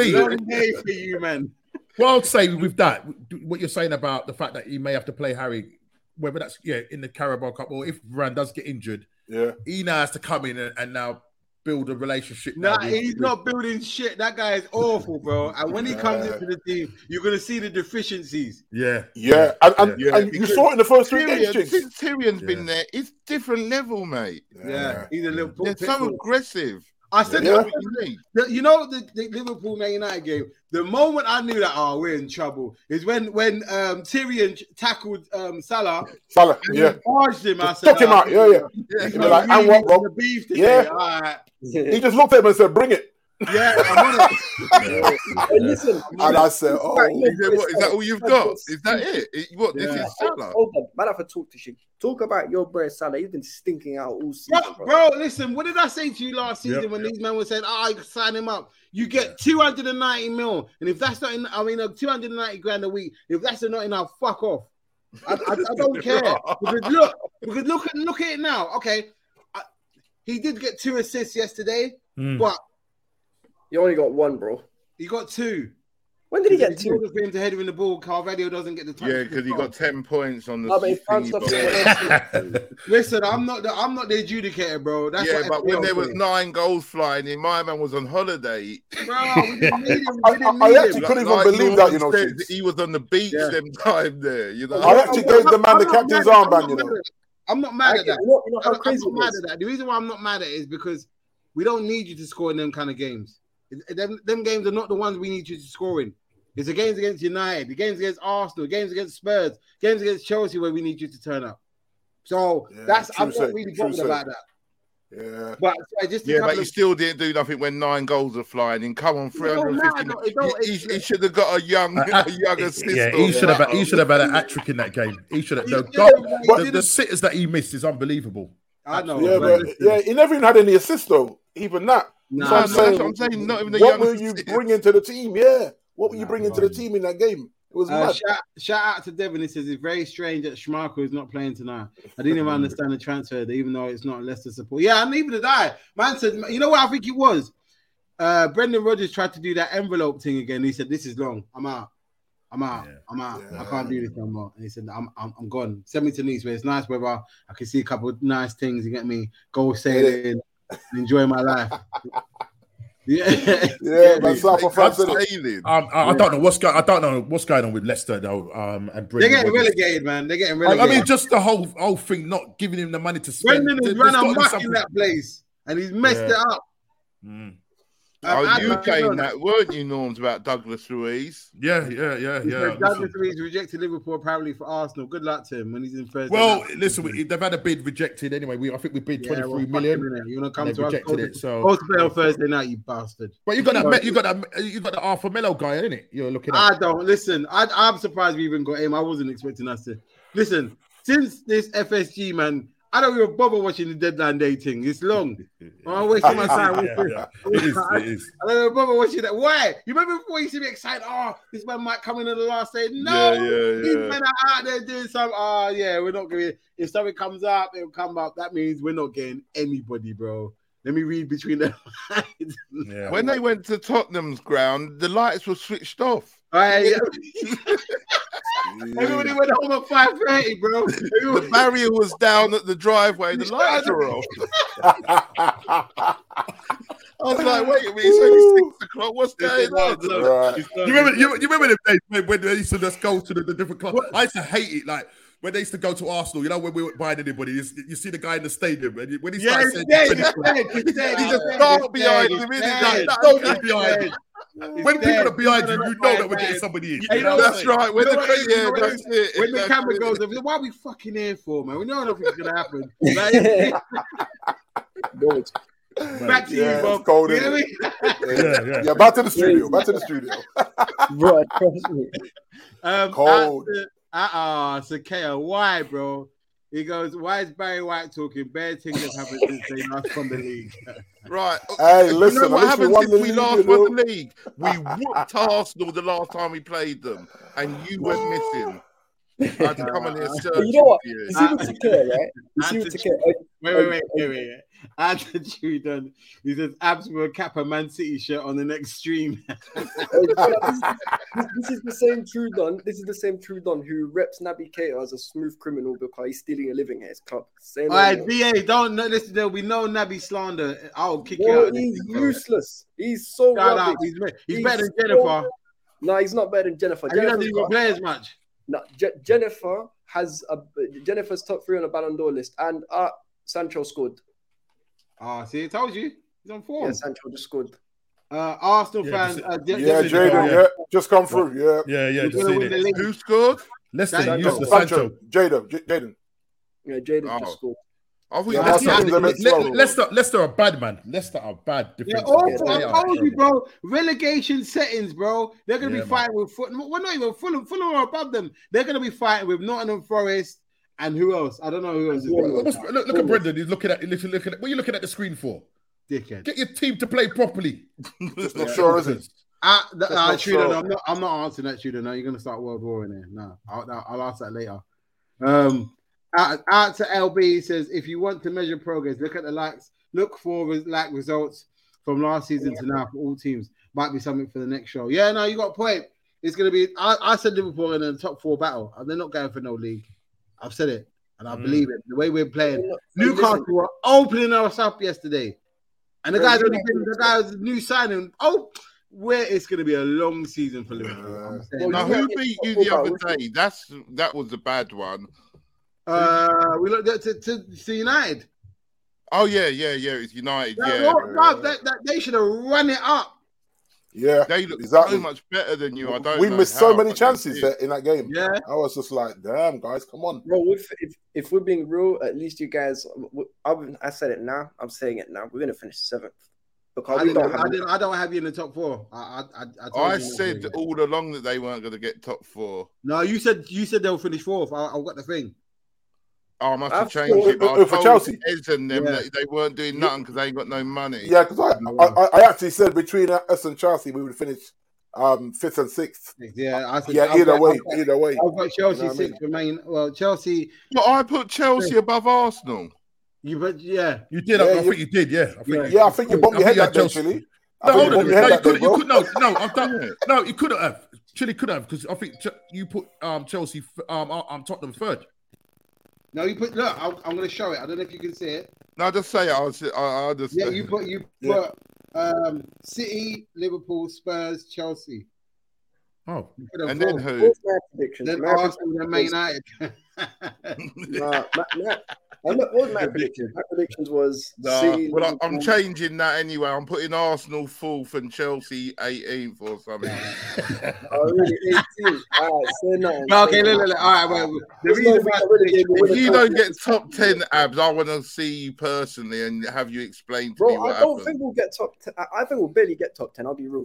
J: D,
C: Long day for you, man.
J: What I'll say with that, what you're saying about the fact that he may have to play Harry, whether that's yeah in the Carabao Cup or if Varane does get injured,
B: Yeah,
J: he now has to come in and, and now build a relationship.
C: Nah,
J: now with-
C: he's not building shit. That guy is awful, bro. And when he comes into the team, you're gonna see the deficiencies.
J: Yeah,
B: yeah, and and,
J: Yeah.
B: and you saw it in the first three games.
H: Tyrion,
B: Jigs.
H: since Tyrion's
J: Yeah.
H: been there, it's different level, mate.
C: Yeah, he's a little.
H: They're so aggressive.
C: I said
B: Yeah.
C: to him, The- you know the, the Liverpool Man United game. The moment I knew that, oh, we're in trouble, is when when um, Tyrion tackled um, Salah
B: Salah,
C: and
B: yeah,
C: he barged him. I
B: Just
C: said,
B: took him
C: "Ah,
B: out, yeah, yeah.
C: he's
B: Be
C: gonna
B: like, and
C: really
B: what, bro?
C: the beef today.
B: Yeah.
C: All right.
B: He just looked at him and said, "Bring it,"
C: yeah, I'm on it.
I: hey, listen,
B: and I said, "Oh,
H: He said, what, is that all you've got? Is that it? It- What, this
C: Yeah.
H: is Salah?
I: Hold on, man, I have to talk to you. Talk about your boy Salah. You've been stinking out all season,
C: Bro,
I: bro.
C: bro, listen, what did I say to you last season
J: Yep,
C: when these men were saying, oh, I could sign him up? You get 290 mil. And if that's not, in, I mean, uh, 290 grand a week, if that's not enough, fuck off. I, I, I don't care. Because look, because look, at look at it now. Okay. I, he did get two assists yesterday,
J: Mm.
C: but
I: You only got one, bro.
C: he got two.
I: When did he get
C: It's
I: two?
C: in order for him to head in the ball, Carvalho doesn't get the touch.
H: Yeah, because he got 10 points on the.
I: No, but if
H: thingy
I: France stop
H: box.
I: scoring-
C: Listen, I'm not the I'm not the adjudicator, bro. That's
H: yeah,
C: what
H: but when
C: FPL
H: there was
C: said.
H: nine goals flying in, my man was on holiday.
C: bro, we didn't need him.
B: I-
C: We didn't
B: I- I
C: need him.
B: actually- couldn't even believe that, you know,
H: Norman said
B: Chiefs.
H: he was on the beach
C: Yeah.
H: them time there. You know,
B: I actually gave the man the
C: I'm not
B: captain's
C: mad- I'm
B: armband,
C: not
B: you
C: mad
B: know.
C: at that. I'm not mad
I: I
C: at
I: get-
C: that.
I: You know, you know how
C: I'm I'm
I: crazy
C: not
I: it
C: mad
I: is.
C: at that. The reason why I'm not mad at it is because we don't need you to score in them kind of games. It- it- Them, them games are not the ones we need you to score in. It's the games against United, the games against Arsenal, games against Spurs, games against Chelsea where we need you to turn up. So
B: Yeah,
C: that's I'm
B: true
C: not
B: say,
C: really
B: true
C: bothered
B: say.
C: about that.
B: yeah."
C: But so just a
H: Yeah,
C: couple
H: but he
C: of-
H: still didn't do nothing when nine goals are flying in. Come on,
C: It don't matter,
H: 350.
C: though. It don't-
H: He, he,
C: it's-
H: he should have got a young,
J: Uh,
H: a young assist.
J: yeah,
H: on
J: he should have
H: that.
J: he should have had an hat trick in that game. He should have
C: He
J: the
C: should
J: goal,
C: have,
J: the,
C: he
J: the
C: didn't-
J: sitters that he missed is unbelievable.
C: I
J: Oh,
C: know.
B: Yeah,
C: but
B: but yeah, he never even had any assists though. Even that.
C: nah,
H: No,
B: So
H: no,
B: I'm
H: that's
B: saying,
H: what I'm saying. Not even a
B: what
H: young
B: were you
H: assist.
B: bringing to the team? Yeah, what were you
C: Nah,
B: bringing to
C: bro.
B: the team in that game? was
C: Uh,
B: mad.
C: shout, shout out to Devin. He says it's very strange that Schmarkel is not playing tonight. I didn't even understand the transfer, even though it's not Leicester support. Yeah, and even did I. Man said, you know what I think it was? Uh, Brendan Rodgers tried to do that envelope thing again. He said, "This is long. I'm out. I'm out. I'm out. I can't do this no more." And he said, "I'm I'm, I'm gone. Send me to Nice where it's nice weather. I can see a couple of nice things. You get me? Go sailing, and enjoy my life." yeah,
B: yeah,
C: but South
H: of France, innit?
C: Uh,
J: Um, I, I don't know what's going. I don't know what's going on with Leicester though. Um, and
C: They're
J: Brendan
C: getting
J: Rodgers.
C: relegated, man. They're getting
J: I- I,
C: relegated.
J: mean, just the whole whole thing, not giving him the money to spend.
C: Brendan has
J: There's
C: run
J: gotta be
C: amok in
J: something. Mm.
C: that place, and he's messed
J: Yeah.
C: it up. Um,
H: oh, you
C: Adnan,
H: came
C: no,
H: that, weren't you, Norms, about Douglas Ruiz?
J: Yeah, yeah, yeah,
C: he
J: yeah.
C: said Douglas Luiz rejected Liverpool apparently for Arsenal. Good luck to him when he's in first.
J: Well, listen, we, they've had a bid rejected anyway. We I think we bid
C: Yeah,
J: twenty three
C: well,
J: million.
C: fuck him, innit? You want to come
J: They've
C: to us? Go
J: rejected
C: to,
J: it, so-
C: go to play on Thursday night, you bastard.
J: But you got that. You got that. You got the Arthur Mello guy, isn't it? You're looking at.
C: I don't listen. I, I'm surprised we even got him. I wasn't expecting us to listen. Since this FSG man, I don't even bother watching the deadline day thing. It's long. I'm wasting my time.
J: Yeah, yeah. It is. It is.
C: I don't even bother watching that. Why? You remember before you used to be excited? Oh, this man might come in at the last day. No,
H: Yeah, yeah,
C: these
H: yeah.
C: men are out there doing some. Oh, yeah, we're not going. If something comes up, it'll come up. That means we're not getting anybody, bro. Let me read between the lines.
J: Yeah.
H: When they went to Tottenham's ground, the lights were switched off.
C: All right, everybody went home at five thirty, bro.
H: The
C: Everybody-
H: barrier was down at the driveway. The lights were off. I was like, wait a minute, it's only six o'clock. What's going on?
B: Right.
J: You remember? You, you remember the days when, when they used to just go to the, the different clubs? I used to hate it. Like when they used to go to Arsenal. You know when we weren't buying anybody, you, you see the guy in the stadium, and you, when he
C: Yeah,
J: starts
C: he's dead.
J: saying,
C: He's dead. He's dead.
H: He's a
C: dead,
H: dog
C: he's
H: behind
C: dead,
H: him,
C: he's
H: isn't he?
C: dead.
H: Like,
J: "Don't be behind." him."
C: He's
J: When people
C: dead.
J: are behind
C: He's
J: you, you
C: dead.
J: know that we're
C: He's
J: getting
C: dead.
J: somebody in.
C: Yeah,
J: You know
C: that's
J: what
H: That's right.
J: I'm saying?
H: When the
C: You know what it is?
H: yeah,
C: You know what it
H: that's it.
C: when the
H: That's
C: camera
H: it.
C: goes, why are we fucking here for, man? We know nothing's gonna happen. Like, back to
B: Yeah,
C: you, Bob.
B: it's cold,
C: You
B: isn't
C: know what I
B: it?
C: mean?
J: Yeah, yeah.
B: Yeah, back to the studio. Back to the studio.
I: Bro, trust me.
C: Um,
B: Cold.
C: Uh uh, Sakea, why, bro? He goes, why is Barry White talking? Bad things have happened since they last won the league.
H: Right. Oh,
B: Hey,
H: you know
B: listen,
H: what
B: at least we
H: happens
B: won
H: if
B: the
H: we
B: league,
H: last
B: you know?
H: won the league? We whooped Arsenal the last time we played them, and you went missing. I'd come in here searching
I: you know what?
H: for you.
I: You see what you care, right? You see what you care.
C: Wait, wait, wait, wait, wait. wait. Attitude on. He says, Abs will cap a Man City shirt on the next stream.
I: Hey, brother, this, is- this is the same True Don. This is the same True Don who reps Naby Keita as a smooth criminal because he's stealing a living at his club. Same.
C: All right,
I: old man.
C: BA, don't no, listen. There'll be no Nabi slander. I'll kick you out.
I: Bro,
C: of this
I: he's
C: thing, bro.
I: useless. He's so
C: Shout out.
I: rubbish.
C: He's, he's,
I: He's
C: better than
I: so-
C: Jennifer.
I: No, he's not better than Jennifer.
C: And he doesn't
I: Jennifer's
C: even
I: got-
C: play as much.
I: No, Je- Jennifer has a Jennifer's top three on the Ballon d'Or list, and uh, Sancho scored.
C: Oh, see, I told you. He's on form.
I: Yeah, Sancho just scored.
C: Uh, Arsenal
J: Yeah,
C: fans.
J: just-
C: Uh,
J: yeah,
B: Yeah,
J: just-
B: Jaden.
J: yeah.
B: Yeah, just come through. Yeah,
J: Yeah, yeah.
C: He's
J: Just
C: gonna
J: seen
C: win the
J: it.
C: league.
H: Who scored?
J: Less
C: Sancho.
J: than useless,
B: Sancho,
J: Sancho.
B: Jaden, J- Jaden.
I: Yeah, Jaden
H: Oh.
I: just scored.
H: I thought
C: Yeah,
H: that's
C: that's
H: not
B: what
H: the
B: I'm
H: best
B: saying.
H: one.
J: Le- Leicester, Leicester are bad, man. Leicester are bad.
C: Yeah,
J: Different.
C: awful.
I: Yeah,
C: I
I: they are
C: told you, bro. Relegation settings, bro. They're gonna
J: Yeah,
C: be fighting with Fulham. We're not even Fulham. Fulham are above them. They're gonna be fighting with Nottingham Forest and who else? I don't know who else is
I: Bournemouth.
C: gonna
J: Look, look at Brendan. He's looking at. Literally looking at. What are you looking at the screen for?
C: dickhead.
J: Get your team to play properly.
B: Just not sure, is it?
C: Uh, th-
B: That's
C: uh,
B: not
C: Tudor,
B: sure.
C: no, I'm not. I'm not answering that, Tudor. No, you're gonna start world war in there. No, I'll, I'll- I'll ask that later. Um, out, out to LB says, if you want to measure progress, look at the likes. Look for res- like results from last season to now for all teams. Might be something for the next show. Yeah, no, you got a point. It's gonna be. I, I said Liverpool in the top four battle, and they're not going for no league. I've said it, and I
J: Mm.
C: believe it. The way we're playing,
I: Listen,
C: Newcastle were opening us up yesterday, and the
I: Yeah,
C: guy's
I: yeah.
C: only been the guy's new signing. Oh, where it's going to be a long season for Liverpool.
H: Uh,
C: I'm saying.
H: Now, who beat you the other day? That's that was a bad one.
C: Uh, we looked at to, to, to United.
H: Oh yeah, yeah, yeah. It's United.
C: That,
H: Yeah,
C: bruv, that- that- they should have run it up.
B: Yeah,
H: they look
B: Exactly.
H: so much better than you. I don't.
B: we
H: know
B: missed
H: how,
B: so many
H: but they
B: chances
H: did.
B: there in that game.
C: Yeah,
B: I was just like, damn, guys, come on.
I: Bro, if, if if we're being real, at least you guys. I, I said it now. I'm saying it now. We're gonna finish seventh because
C: I,
I: we
C: didn't,
I: don't
C: I,
I: have.
C: didn't, I don't have you in the top four. I, I, I, I, told
H: I
C: you not
H: said
C: to.
H: all along that they weren't going to get top four.
C: no. You said you said they'll finish fourth. I, I got the thing.
H: Oh, I must
I: I
H: have changed it. But
B: thought-
H: I
B: for
H: told
B: Chelsea.
H: Ez and them
C: Yeah.
H: that they weren't doing nothing because they ain't got no money.
B: Yeah, because I, I, I actually said between us and Chelsea, we would finish um, fifth and sixth.
C: Yeah, I think
B: yeah.
C: I've
B: Either
C: got-
B: way,
C: I've got-
B: either way.
C: I've got Chelsea
B: You know what I
C: six
B: mean?
C: remain. Well, Chelsea.
H: But I put Chelsea above Arsenal.
C: You but yeah,
J: You did. I,
B: Yeah,
J: I
B: you-
J: think you did. Yeah. I think,
B: Yeah, I think you bumped your
J: I
B: head
J: think you
B: that day,
J: had Chelsea.
B: Chilly. I
J: No,
B: think
J: hold
B: you
J: on.
B: bumped
J: No,
B: your head
J: you
B: that day,
J: could, you
B: bro.
J: could, no, no, I've done. No, you couldn't have. Chile could have because I think Ch- you put um, Chelsea, f- um, uh, um, Tottenham third.
C: No, you put. Look, I'm, I'm going to show it. I don't know if you can see it.
H: No, just say it. I'll, say- I- I'll just
C: Yeah,
H: say
C: you
H: it.
C: put you
B: Yeah.
C: put um, City, Liverpool, Spurs, Chelsea.
J: Oh,
C: You put them
H: And then
C: four.
H: who?
I: What's my prediction?
C: then
I: my
C: Arsenal, then Man
I: prediction
C: United.
I: was- nah, my, my, I'm not, what was my prediction? My predictions was
H: Nah,
I: City,
H: well, I, I'm
I: Liverpool.
H: changing that anyway. I'm putting Arsenal fourth and Chelsea 18th or something.
I: Oh, really? 18. All right, say nothing.
C: no, okay, look, look, look. All right, wait. wait. The
I: There's no
C: reason
I: way
C: why
I: I would've gave away
H: if
I: the
H: you
I: top
H: don't
I: six.
H: get top 10 abs, I want to see you personally and have you explain to me
I: Bro,
H: what
I: I don't
H: happened.
I: think we'll get top. Ten. I- I think we'll barely get top ten. I'll be real.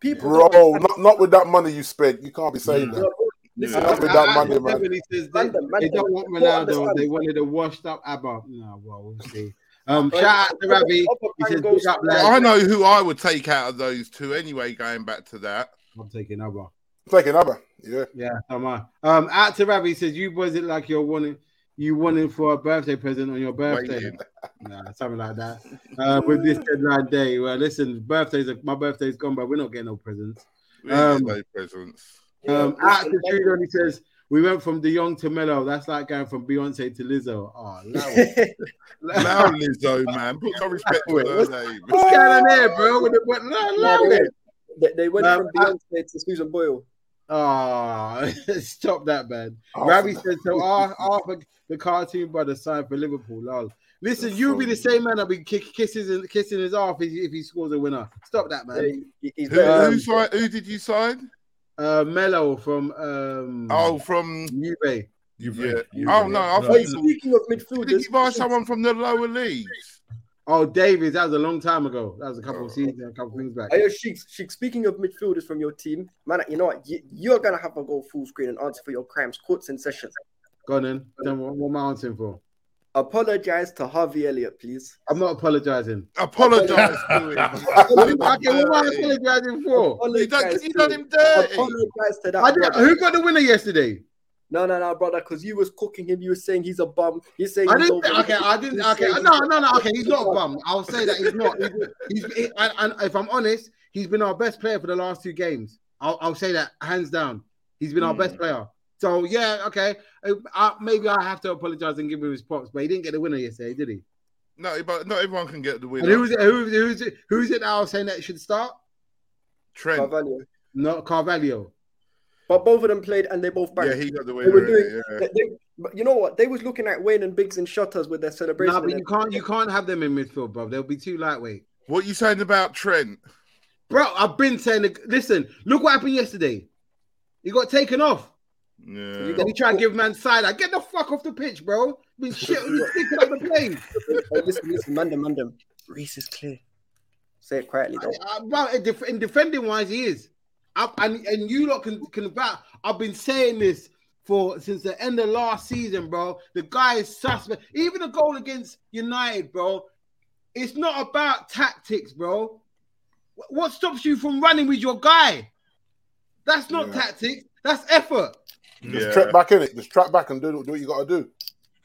I: People,
B: Bro, not, not with that money you spent. You can't be saying
I: Bro,
B: that.
I: listen,
B: Not with that money, man.
C: Everybody says they,
I: man, them, man,
C: they
I: them.
C: don't want
I: People
C: Ronaldo.
I: understand.
C: They wanted a washed-up Abba. No, well, we'll see. Um,
I: Right.
C: shout out to Ravi.
I: Upper
C: He says,
I: man goes-
C: "Big up,
H: Well, I
C: lads."
H: know who I would take out of those two anyway, going back to that.
C: I'm taking Abba.
B: Take another. Yeah.
C: Yeah, am I? Um, out to Ravi says you boys it like you're wanting you wanting for a birthday present on your birthday.
H: Waiting.
C: Nah, something like that. Uh, with this deadline day. Well, listen, birthdays are, my birthday's gone, but we're not getting no presents.
H: We didn't
C: Um,
H: get no presents.
C: Um, out to Trudeau, he says we went from De Jong to Mello. That's like going from Beyonce to Lizzo. Oh, loud.
H: Now Lizzo, man, put some respect to
C: Wait,
H: her
C: what's-
H: name.
C: What's going on there, bro? With the, what, loud,
I: Nah,
C: loud
I: they,
C: it.
I: went- they, they went
C: Nah,
I: from
C: I-
I: Beyonce to Susan Boyle.
C: Oh, stop that, man.
B: Arsenal.
C: Ravi said so. Ar- Arthur, the cartoon brother, signed for Liverpool. Lol. Listen, you'll be the same man that'll be kick, kisses and kissing his arse if, he- if he scores a winner. Stop that, man.
I: He- he's
H: Who,
C: um,
I: better
B: um,
H: who,
I: than-
H: si- who did you sign?
C: Uh, Mello from
B: Mm.
C: um,
H: Oh, from.
C: Juve.
J: You've
H: Yeah.
J: you've-
H: Oh, no, I
I: Wait,
H: think-
I: speaking of
H: Did
I: midfielders,
H: you buy someone from the lower leagues?
C: Oh, Davies. That was a long time ago. That was a couple
H: Oh.
C: of seasons, a couple of things back.
I: Ayo, Sheik, Sheik, speaking of midfielders from your team, man, you know what? You, you're gonna have to go full screen and answer for your crimes, courts, and sessions.
C: Go on then. Then what, what am I answering for?
I: Apologize to Harvey Elliott, please.
C: I'm not apologizing.
H: Apologise to him.
C: okay, what am I apologizing for?
H: You done,
I: Apologize
H: you
I: to-
H: done him dirty.
I: Apologize to
C: I
I: that.
C: did,
I: brother.
C: who got the winner yesterday?
I: No, no, no, brother, because you was cooking him. You were saying he's a bum. You're saying
C: I
I: he's
C: didn't.
I: overrated.
C: Okay, I didn't.
I: He's
C: Okay,
I: saying
C: no,
I: he's-
C: no, no. Okay, he's not a bum. I'll say that he's not. He's, he's he- and, and if I'm honest, he's been our best player for the last two games. I'll, I'll say that hands down. He's been our best player. So yeah, okay. Uh, I, maybe I have to apologize and give him his props, but he didn't get the winner yesterday, did he?
H: No, but not everyone can get the
C: And who
H: winner.
C: is it? Who is it? Who's it? Who's it now saying that it should start?
B: Oh,
H: Trent.
I: Carvalho.
C: Not Carvalho.
I: But both of them played and they both backed.
H: Yeah, he got the
I: they were
H: winner.
I: doing.
H: yeah.
I: They, they- but you know what? They was looking at Wayne and Biggs and Shutters with their celebration.
C: No, but
I: and
C: you can't. You can't have them in midfield, bro. They'll be too lightweight.
H: What you saying about Trent?
C: Bro, I've been saying. Listen, look what happened yesterday. He got taken off.
H: Yeah.
C: Then he tried to give man side eye. Get the fuck off the pitch, bro. Been shit on you sticking up the plane.
I: everything. Hey, listen, listen, mandem, mandem. Reese is clear. Say it quietly, though.
C: Uh, bro, in, def- in defending wise, he is. I, and and you lot can can about. I've been saying this for since the end of last season, bro. The guy is suspect. Even the goal against United, bro. It's not about tactics, bro. Wh- What stops you from running with your guy? That's not
B: Yeah.
C: tactics. That's effort.
B: Just
H: Yeah.
B: trap back in it. Just trap back and do, do what you got to do.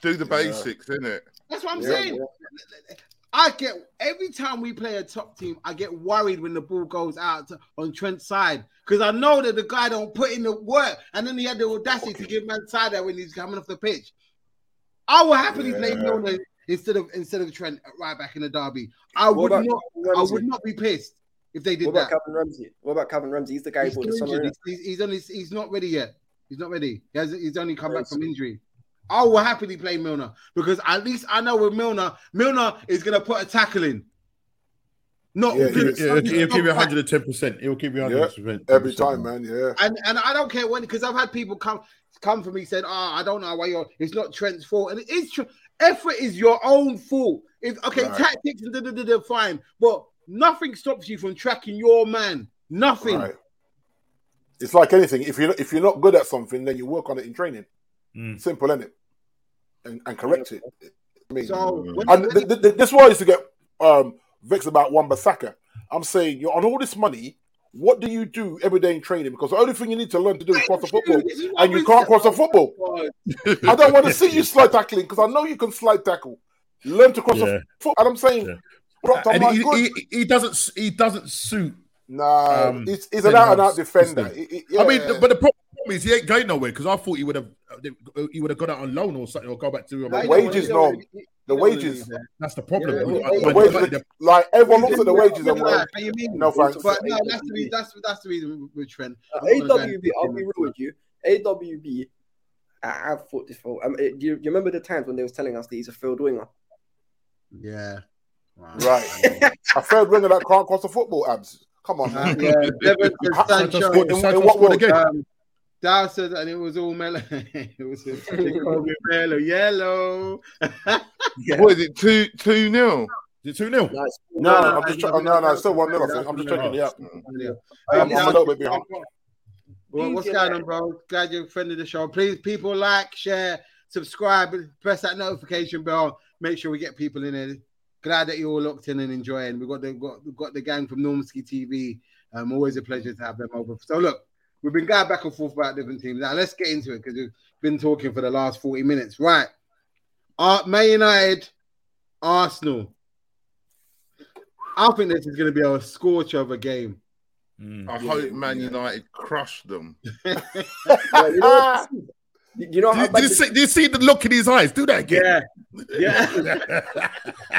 H: Do the
B: Yeah.
H: basics, innit?
C: That's what I'm
B: Yeah,
C: saying. I get every time we play a top team, I get worried when the ball goes out to- on Trent's side because I know that the guy don't put in the work, and then he had the audacity to give man side out when he's coming off the pitch. I will happily play
B: Yeah.
C: Milner instead of instead of Trent right back in the derby. I
I: What
C: would
I: about
C: not.
I: Ramsey?
C: I would not be pissed if they
I: What
C: did
I: about
C: that.
I: Calvin Ramsey? What about Calvin Ramsey? He's the guy who
C: He's,
I: bought
C: still
I: the summer.
C: injured.
I: innit?
C: He's, he's, he's only he's not ready yet. He's not ready. He hasn't, he's only come back from injury. I will happily play Milner because at least I know with Milner, Milner is gonna put a tackle in. Not
B: Yeah,
C: good.
J: He'll give you- he'll he'll give you 110%. He'll give you 110%.
B: Every time, man. Yeah.
C: and and I don't care when because I've had people come come for me saying, "Ah, I don't know why you're. It's not Trent's fault, and it is. Tre- effort is your own fault. If okay,
B: Right.
C: tactics and da, da, da, da, fine, but nothing stops you from tracking your man. Nothing.
B: Right. It's like anything. If you if you're not good at something, then you work on it in training.
J: Mm.
B: Simple, is it? And, and correct it. I mean,
C: So when-
B: and
C: when
B: th- th- th- this is why I used to get um, vexed about Wamba Saka. I'm saying you're on all this money. What do you do every day in training? Because the only thing you need to learn to do is cross a football,
D: this is what
B: and you
D: we
B: can't
D: said.
B: cross a football. I don't want to see you slide tackling because I know you can slide tackle. Learn to cross
J: Yeah.
B: a foot, and I'm saying, dropped, I'm
J: And
B: like,
J: he,
B: good.
J: he, he doesn't he doesn't suit.
B: Nah,
J: um,
B: he's, he's an out and out defender.
J: Listen.
B: He- he-
J: I mean,
B: yeah.
J: but the problem is he ain't going nowhere because I thought he would have uh, he would have gone out on loan or something or go back to uh,
B: the wages, no, the wages.
J: That's the problem.
B: The
J: Like,
B: wages
J: when-
B: look- like everyone looks at the wages and
C: What
B: like,
C: do you mean?
B: no thanks.
C: But no, that's the reason. That's that's the reason with Trent.
I: Uh, AWB, I'll be real with you. AWB, I, I've thought this for. Um, it- do, you, do you remember the times when they was telling us that he's a field winger?
C: Yeah.
B: right, a third winger that can't cross a football. Abs, come on, man.
C: yeah, Devin
B: How-
C: Sancho.
B: in, in what world again?
C: Um, Dow says, and it was all mellow. it was a Jacoby Mello, yellow.
H: What is it? Two two nil.
J: Is it 2 0?
B: No, no, I'm just trying. No, no, it's still one nil. I think I'm just checking it out. I'm, I'm a
C: Um,
B: little bit behind.
C: Well, what's going on, bro? Glad you're a friend of the show. Please, people, like, share, subscribe, press that notification bell. Make sure we get people in there. Glad that you're all locked in and enjoying. We've got the got, we've got the gang from Normski TV. Um, always a pleasure to have them over. So look, we've been going back and forth about different teams. Now let's get into it because we've been talking for the last 40 minutes. Right. Uh, Man United, Arsenal. I think this is going to be a scorcher of a game.
B: Mm.
J: Uh,
H: I hope Man United crush them.
I: Yeah, you know what? You know
J: Do you,
I: how
J: do,
I: bad
J: you
I: this-
J: see, do you see the look in his eyes? Do that again.
C: Yeah. Yeah.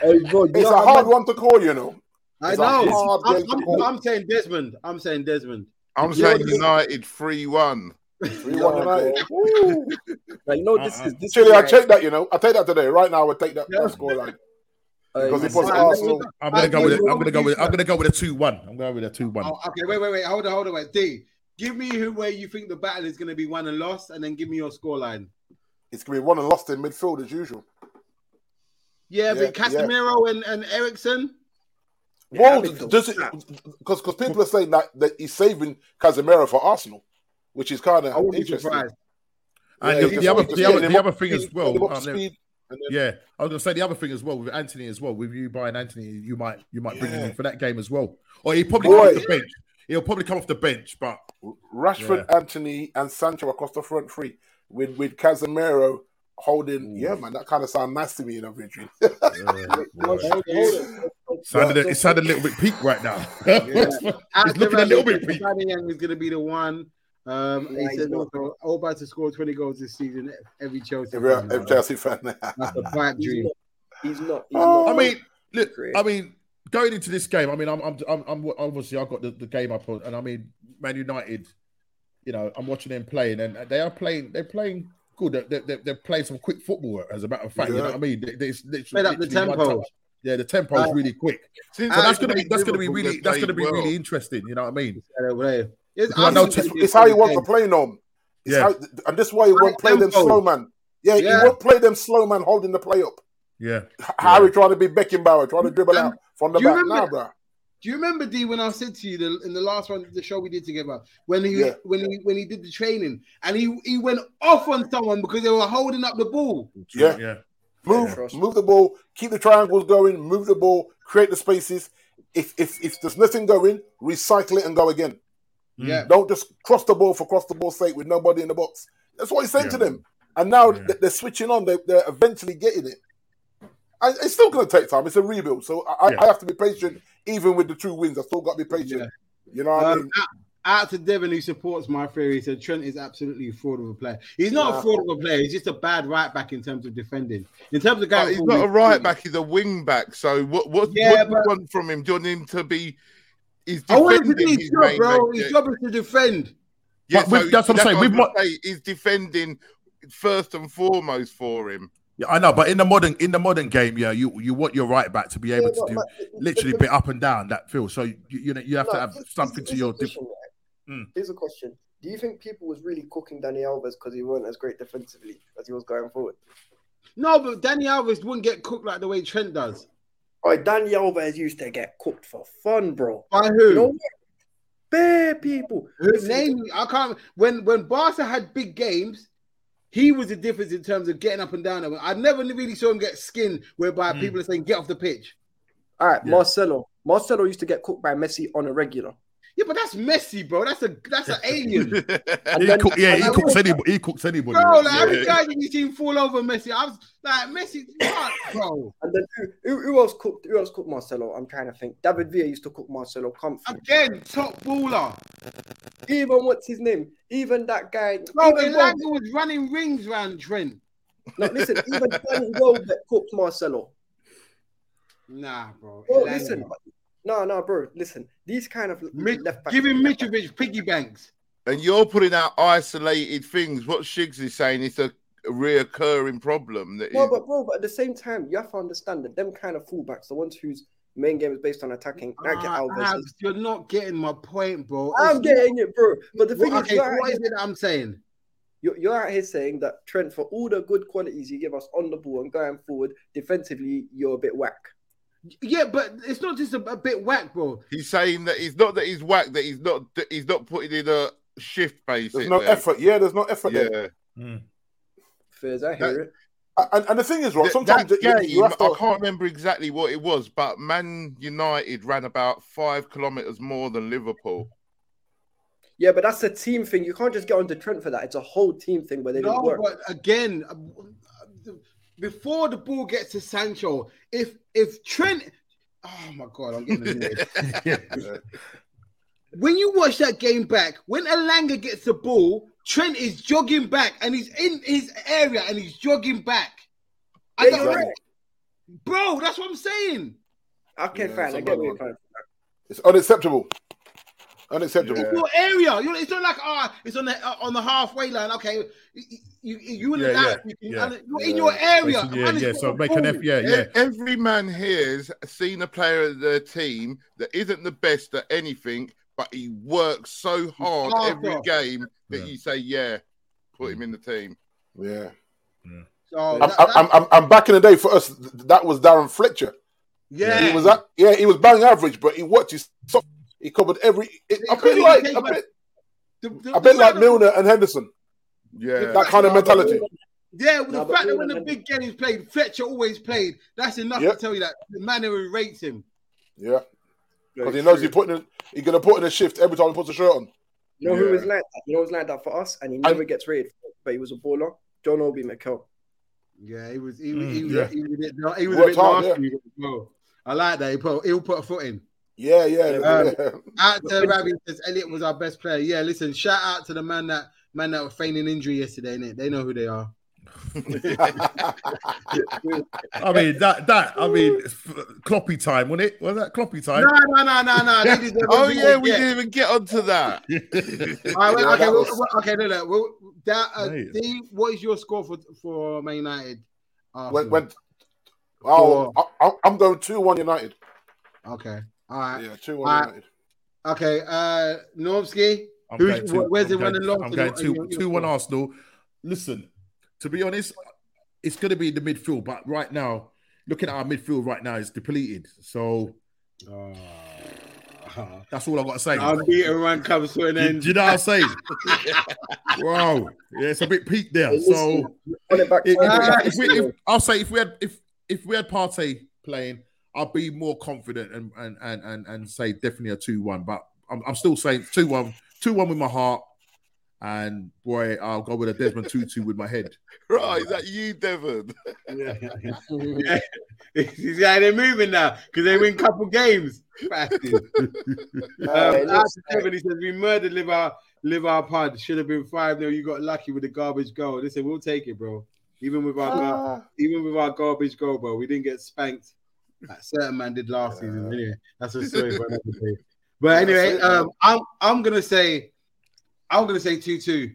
I: Hey, bro, you
B: It's
I: know
B: a
I: how
B: hard
I: bad-
B: one to call, you know.
C: I
B: It's a
C: know.
B: hard
C: I'm,
B: game to
C: I'm-
B: call. Um,
C: I'm saying Desmond. I'm saying Desmond.
H: I'm
I: You know
H: saying
I: what-
H: United three one.
B: Three one United. Woo.
I: Like, you know this
J: Uh-uh.
I: is this.
B: Chile,
I: is
B: I
I: like-
B: checked that. You know, I take that today. Right now, I would take that, that score line
I: Hey,
B: because it
I: man.
B: was Arsenal.
J: I'm gonna go with. A, I'm gonna go with. I'm gonna go with a two one. I'm going with a two one.
C: Oh, okay, wait, wait, wait. Hold on, hold on. Wait. D, give me who where you think the battle is going to be won and lost, and then give me your scoreline.
B: It's gonna be one and lost in midfield as usual.
C: Yeah, but
B: Yeah, yeah.
C: Casemiro and, and Ericsson.
B: Well,
I: I think
B: does it because because people are saying that, that he's saving Casemiro for Arsenal, which is kind
C: I
B: of
C: wouldn't be
B: interesting.
C: surprised.
J: And
B: Yeah,
J: the,
B: just-
J: the other,
B: just
J: the other,
B: getting
J: the
B: him
J: other
B: up
J: thing as
B: speed,
J: well.
B: getting him up
J: um,
B: speed, and then-
J: yeah, I was gonna say the other thing as well with Anthony as well. With you buying Anthony, you might you might bring him
B: Yeah.
J: in for that game as well. Or he probably come off
B: Boy.
J: the bench. He'll probably come off the bench, but
B: Rashford, Anthony, and Sancho across the front three with with Casemiro holding. Yeah, man, that kind of sound nice to me, you know, Adrian.
I: Hold on, hold on.
J: sounded a- it sounded a little bit peak right now.
C: As
J: looking a little bit weak.
C: Young is going to be the one. Um,
I: Yeah,
C: he
I: he's
C: said
I: not.
C: also, Oba to score 20 goals this season. Every Chelsea.
B: Every,
C: fan.
B: every Chelsea fan.
C: That's a pipe
I: He's
C: dream.
I: not. He's not. He's
B: Oh.
I: not
J: I mean, look,
I: Great.
J: I mean, going into this game, I mean, I'm, I'm, I'm, I'm obviously I've got the, the game up on, and I mean, Man United, you know, I'm watching them playing, and they are playing, they're playing good. They're, they're, they're playing some quick football, as a matter of fact. You know
B: Yeah.
J: what I mean? They, they, literally,
C: Played up the
J: literally one
C: tempo.
J: touch. Yeah, the tempo is really quick.
H: Since
J: So that's
H: they
J: gonna be
H: played
J: that's gonna be
H: Liverpool,
J: really
H: they
J: that's gonna be
H: played well.
J: really interesting. You know what I mean?
C: It's,
J: I know
B: it's, it's- it's how you want to play them. It's
J: Yeah.
B: how, and this why he won't play them
C: Tempo.
B: slow, man. Yeah,
C: Yeah.
B: he won't play them slow, man, holding the play up.
J: Yeah,
B: Harry trying to be Beckenbauer, trying to dribble
C: Um,
B: out from the
C: do you
B: back. Nah,
C: remember-
B: bro.
C: Do you remember D when I said to you the, in the last one the show we did together when he
B: Yeah.
C: when he when he did the training and he he went off on someone because they were holding up the ball.
B: Yeah.
J: yeah. Mm.
B: Move,
I: Trust.
B: move the ball, keep the triangles going, move the ball, create the spaces. If if if there's nothing going, recycle it and go again.
J: Mm.
C: Yeah,
B: Don't just cross the ball for cross the ball's sake with nobody in the box. That's what he's saying to
J: Yeah.
B: them. And now
J: Yeah.
B: th- they're switching on. They, they're eventually getting it. And it's still going to take time. It's a rebuild, so I, I-
J: Yeah.
B: I have to be patient. Even with the two wins, I still got to be patient. You know what I
C: Um,
B: mean?
C: out, out to Devin who supports my theory. He said Trent is absolutely a fraud of a player. He's not a
B: Nah.
C: fraud of a player. He's just a bad right back in terms of defending. In terms of
H: But
C: going,
H: he's not a right back, he's a wing back. So what what,
C: Yeah,
H: what do you
C: but-
H: want from him? Do you want him to be he's
C: I wanted to do
H: defending
C: his
H: his
C: job,
H: main
C: bro.
H: mate,
C: His
H: yeah.
C: job is to defend.
H: Yeah,
J: But with- that's what I'm saying, with
H: gonna
J: what-
H: say, he's defending first and foremost for him.
J: Yeah, I know, but in the modern in the modern game, yeah, you you want your right back to be able
I: Yeah,
J: to
I: but-
J: do
I: but-
J: literally
I: but-
J: bit up and down that field. So you you know you have to
I: No,
J: have
I: here's-
J: something
I: here's
J: to
I: a
J: your.
I: question, right?
J: Mm.
I: Here's a question. Do you think people was really cooking Danny Alves because he weren't as great defensively as he was going forward?
C: No, but Danny Alves wouldn't get cooked like the way Trent does.
I: All right, Danny Alves used to get cooked for fun, bro.
C: By who?
I: You know what? Bare people.
C: His name, I can't. When when Barca had big games, he was the difference in terms of getting up and down. I never really saw him get skinned, whereby
H: Hmm.
J: Mm.
C: people are saying get off the pitch.
I: All right,
J: Yeah.
I: Marcelo. Marcelo used to get cooked by Messi on a regular.
C: Yeah, but that's messy, bro. That's a that's an alien.
J: he cook, yeah, he
C: Like,
J: cooks
C: what-
J: anybody. He cooks anybody.
C: Bro, like
J: yeah.
C: every guy that you seen fall over Messi, I was like Messi, fuck, bro.
I: And then who, who, who else cooked? Who else cooked Marcelo? I'm trying to think. David Villa used to cook Marcelo. Comfy.
C: Again, top baller.
I: Even what's his name? Even that guy.
C: Bro,
I: even Wel-
C: Elanga was running rings round Trent.
I: no, listen. Even Danny Welbeck cooked Marcelo.
C: Nah, bro. Elanga.
I: Bro, Oh, listen. No, no, bro. Listen. These kind of
C: Mi-
I: left back.
C: giving Mitrovic piggy banks.
H: And you're putting out isolated things. What Shigs is saying is a reoccurring problem. That
I: No,
H: is-
I: but bro, but at the same time, you have to understand that them kind of fullbacks, the ones whose main game is based on attacking, that get
C: Ah,
I: Alves.
C: Abs, you're not getting my point, bro.
I: I'm
C: It's-
I: getting it, bro. But the thing
C: Well,
I: is,
C: okay,
I: you're,
C: so
I: out
C: what is
I: here,
C: it that I'm saying?
I: you're, you're out here saying that Trent, for all the good qualities you give us on the ball and going forward, defensively, you're a bit whack.
C: Yeah, but it's not just a, a bit whack, bro.
H: he's saying that it's not that he's whack. That he's not. That he's not putting in a shift. Basically,
B: There's no effort. Yeah, there's no effort there.
H: Yeah.
I: Fairs, I hear it.
B: And, and the thing is, Rob,
H: Th-
B: sometimes
H: that
B: you-
H: game,
B: you have to.
H: I can't remember exactly what it was, but Man United ran about five kilometers more than Liverpool.
I: Yeah, but that's a team thing. You can't just get onto Trent for that. It's a whole team thing where they
C: No,
I: didn't work.
C: but again, uh, before the ball gets to Sancho, if if Trent, oh my god, I'm getting annoyed. when you watch that game back, when Alanga gets the ball, Trent is jogging back and he's in his area and he's jogging back. I
I: Yeah,
C: don't
I: you're
C: know.
I: right.
C: bro, that's what I'm saying.
I: Okay,
B: Yeah,
I: fine.
B: it's
I: I
B: a
I: get
B: bad
I: what you're
B: one.
I: trying.
B: It's unacceptable. Unacceptable.
C: It's your area. You know, it's not like ah, it's on the uh, on the halfway line. Okay, you you, you in the
J: Yeah,
C: lap, you
J: yeah,
C: can- you're in your area.
J: Yeah,
C: and it's
J: yeah.
C: got
J: So
C: the
J: make an
C: ball.
J: F. Yeah,
H: E-
J: yeah.
H: Every man here's seen a player of their team that isn't the best at anything, but he works so hard
C: hard
H: every
C: work.
H: game that
J: Yeah.
H: you say, yeah, put him in the team.
B: Mm. Yeah.
C: So
B: I'm,
C: that- that-
B: I'm, I'm, I'm back in the day for us. th- That was Darren Fletcher.
C: yeah,
B: He was at, yeah, he was bang average, but he worked his soft. He covered every. It, a bit
C: couldn't
B: like
C: take
B: a
C: my-
B: bit,
C: The- the-
B: a bit
C: the
B: like
C: fact
B: Milner and Henderson.
H: Yeah.
B: That kind of mentality.
C: Yeah, well,
I: No,
C: the
I: but
C: fact that
I: Milner
C: when the
I: never-
C: big games played, Fletcher always played. That's enough
B: Yep.
C: to tell you that the manner who rates him.
B: Yeah, because he knows he's putting. In, he's gonna put in a shift every time he puts a shirt on.
I: You know who
H: Yeah.
I: was like that? You know who was like that for us, and he never gets rated, for it, but he was a baller. John Obi Mikel.
C: Yeah, he was. He was.
J: Mm,
C: he, was
J: yeah.
C: he was a bit. He was a
B: Worked
C: bit
B: hard,
C: nasty. bro. I like that. He put. He'll put a foot in.
B: Yeah, yeah,
C: Um,
B: yeah.
C: Out to Ravi says Elliot was our best player. Yeah, listen. Shout out to the man that man that was feigning injury yesterday. Innit? They know who they are.
J: I mean that. That. I mean, it's f- Kloppy time, wasn't it? Was that Kloppy time?
C: No, no, no, no, no. They deserve
H: Oh,
C: everything
H: yeah,
C: they
H: we
C: get.
H: didn't even get onto that.
C: All right,
B: Yeah,
C: well, okay,
B: that
C: well,
B: was-
C: well, okay, no, no. Well, that, uh,
J: Mate.
C: D, what is your score for for Man United?
B: when,
C: Arsenal?
B: when, oh, I, I- I'm going two one United.
C: okay, all right,
B: Yeah, two one
C: Uh,
B: United.
C: okay. Uh, Normski,
J: I'm
C: Who's-
J: going to-
C: where's
J: I'm
C: it running
J: going-
C: along
J: I'm
C: to?
J: going
C: What are
J: two,
C: you-
J: two one Arsenal. Listen, to be honest, it's going to be the midfield, but right now, looking at our midfield right now, it's depleted. So Ah. that's all I got to say.
C: our beating run comes to an
J: do, do
C: end.
J: you know what I'm saying? wow, yeah, it's a bit peaked there. So
I: On it back.
J: if,
I: further.
J: if- if we, if, I'll say if we had if if we had Partey playing, I'd be more confident and and and and, and say definitely a two one. But I'm, I'm still saying 2-1, 2-1 with my heart, and boy, I'll go with a Desmond two two with my head.
H: Right, is that you, Devon?
C: yeah, you see how they're moving now because they win couple games. Bastards.
I: Uh,
C: Um,
I: it
C: out
I: looks
C: to Kevin, he says we murdered live our live our pod. Should have been five 0 You got lucky with the garbage goal. Listen, we'll take it, bro. Even with our gar- even with our garbage goal, bro, we didn't get spanked. That certain man did last season. Anyway, that's a story for another day. But anyway, um, I'm I'm gonna say I'm gonna say two two.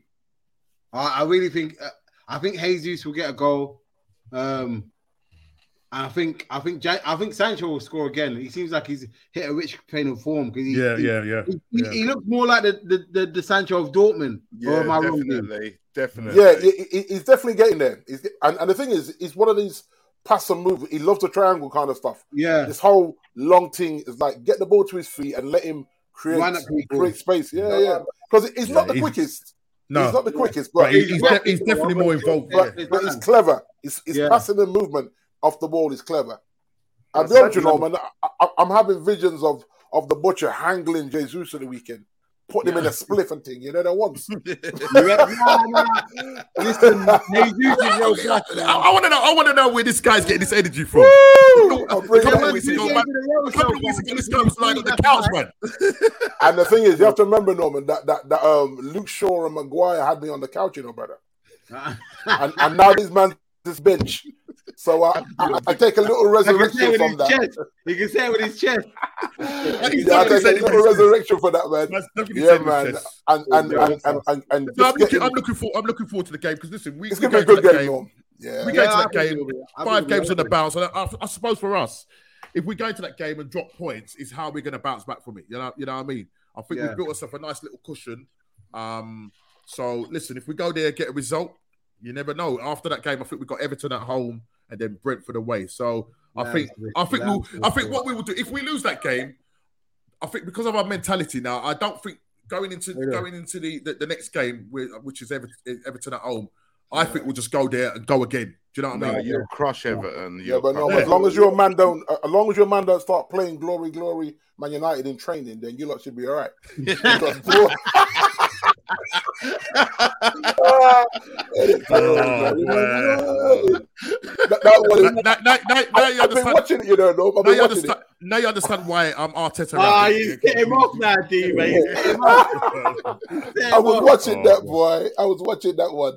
C: I, I really think uh, I think Jesus will get a goal. Um, and I think I think Jan- I think Sancho will score again. He seems like he's hit a rich train of form because he,
J: Yeah,
C: he-
J: yeah, yeah.
C: he,
J: Yeah.
C: he looks more like the, the, the, the Sancho of Dortmund. or am I wrong? Dean?
H: definitely, definitely.
B: Yeah, he, he- he's definitely getting there. He's, and, and the thing is, he's one of these pass and move. He loves the triangle kind of stuff.
C: Yeah.
B: This whole long thing is like get the ball to his feet and let him create
C: Run at people.
B: create space. Yeah, yeah. Because he's not
J: Yeah,
B: the
J: he's-
B: quickest. He's
J: No,
B: not the quickest, but,
J: but he-
B: he's,
J: he's,
B: but,
J: de- he's definitely more involved. Yeah.
C: He's
B: but he's
C: done.
B: clever. His, his
C: Yeah.
B: passing and movement off the ball is clever. I'll be
I: Yeah,
B: honest, you know, man. I, I, I'm having visions of of the butcher hangling Jesus at the weekend. Put him in a
C: Yeah.
B: spliff and thing, you know, that once.
C: Listen,
J: I, want to know. I want to know where this guy's getting this energy from. a couple of weeks ago, man. A couple of weeks ago, this guy was lying on the couch, man.
B: And the thing is, you have to remember, Norman, that that, that um, Luke Shaw and Maguire had me on the couch, you know, brother. and, and now this man's this bench. So I, I, I take a little resurrection
C: with
B: from
C: his
B: that.
C: chest. You can say it with his chest.
B: Yeah, I take a little resurrection for that, man.
J: definitely
B: Yeah,
J: said with
B: man.
J: his chest.
B: And and
J: Yeah.
B: and and, and, and
J: No, I'm,
B: just
J: looking,
B: getting-
J: I'm looking for. I'm looking forward to the game because listen, we,
B: It's
J: we
B: gonna
J: go
B: be
J: to
B: a good
J: that
B: game,
J: game.
B: Norm. Yeah.
J: we
B: Yeah,
J: go
B: I
J: to that
B: think it
J: game.
B: will be. I think
J: Five
B: it will
J: games on the
B: be.
J: bounce, and I, I- I suppose for us, if we go to that game and drop points, is how we're going to bounce back from it. You know, you know what I mean. I think
C: Yeah.
J: we've built ourselves a nice little cushion. Um, so listen, if we go there get a result, you never know. After that game, I think we got Everton at home and then Brentford away. So I
C: Yeah,
J: think,
C: absolutely.
J: I think,
C: Yeah,
J: we'll, I think
C: absolutely.
J: what we will do if we lose that game, I think because of our mentality now, I don't think going into
C: Yeah.
J: going into the, the, the next game, whi- which is Ever- Everton at home, I think we'll just go there and go again. Do you know what I
H: No,
J: mean?
H: you'll crush Everton.
B: Yeah, but no,
J: Yeah.
B: as long as your man don't, as long as your man don't start playing glory, glory, Man United in training, then you lot should be all right. Because, bro-
J: Oh,
B: that, that was,
J: now, now, now, now you
B: I've been
J: understand.
B: watching it, you know, Norm. I've
J: Now
B: been
J: you
B: watching
J: understand. Now you understand why I'm Arteta.
C: Ah,
J: now.
C: he's getting off now, D, mate. He's getting
B: it. I was watching
J: Oh,
B: that boy. I was watching that one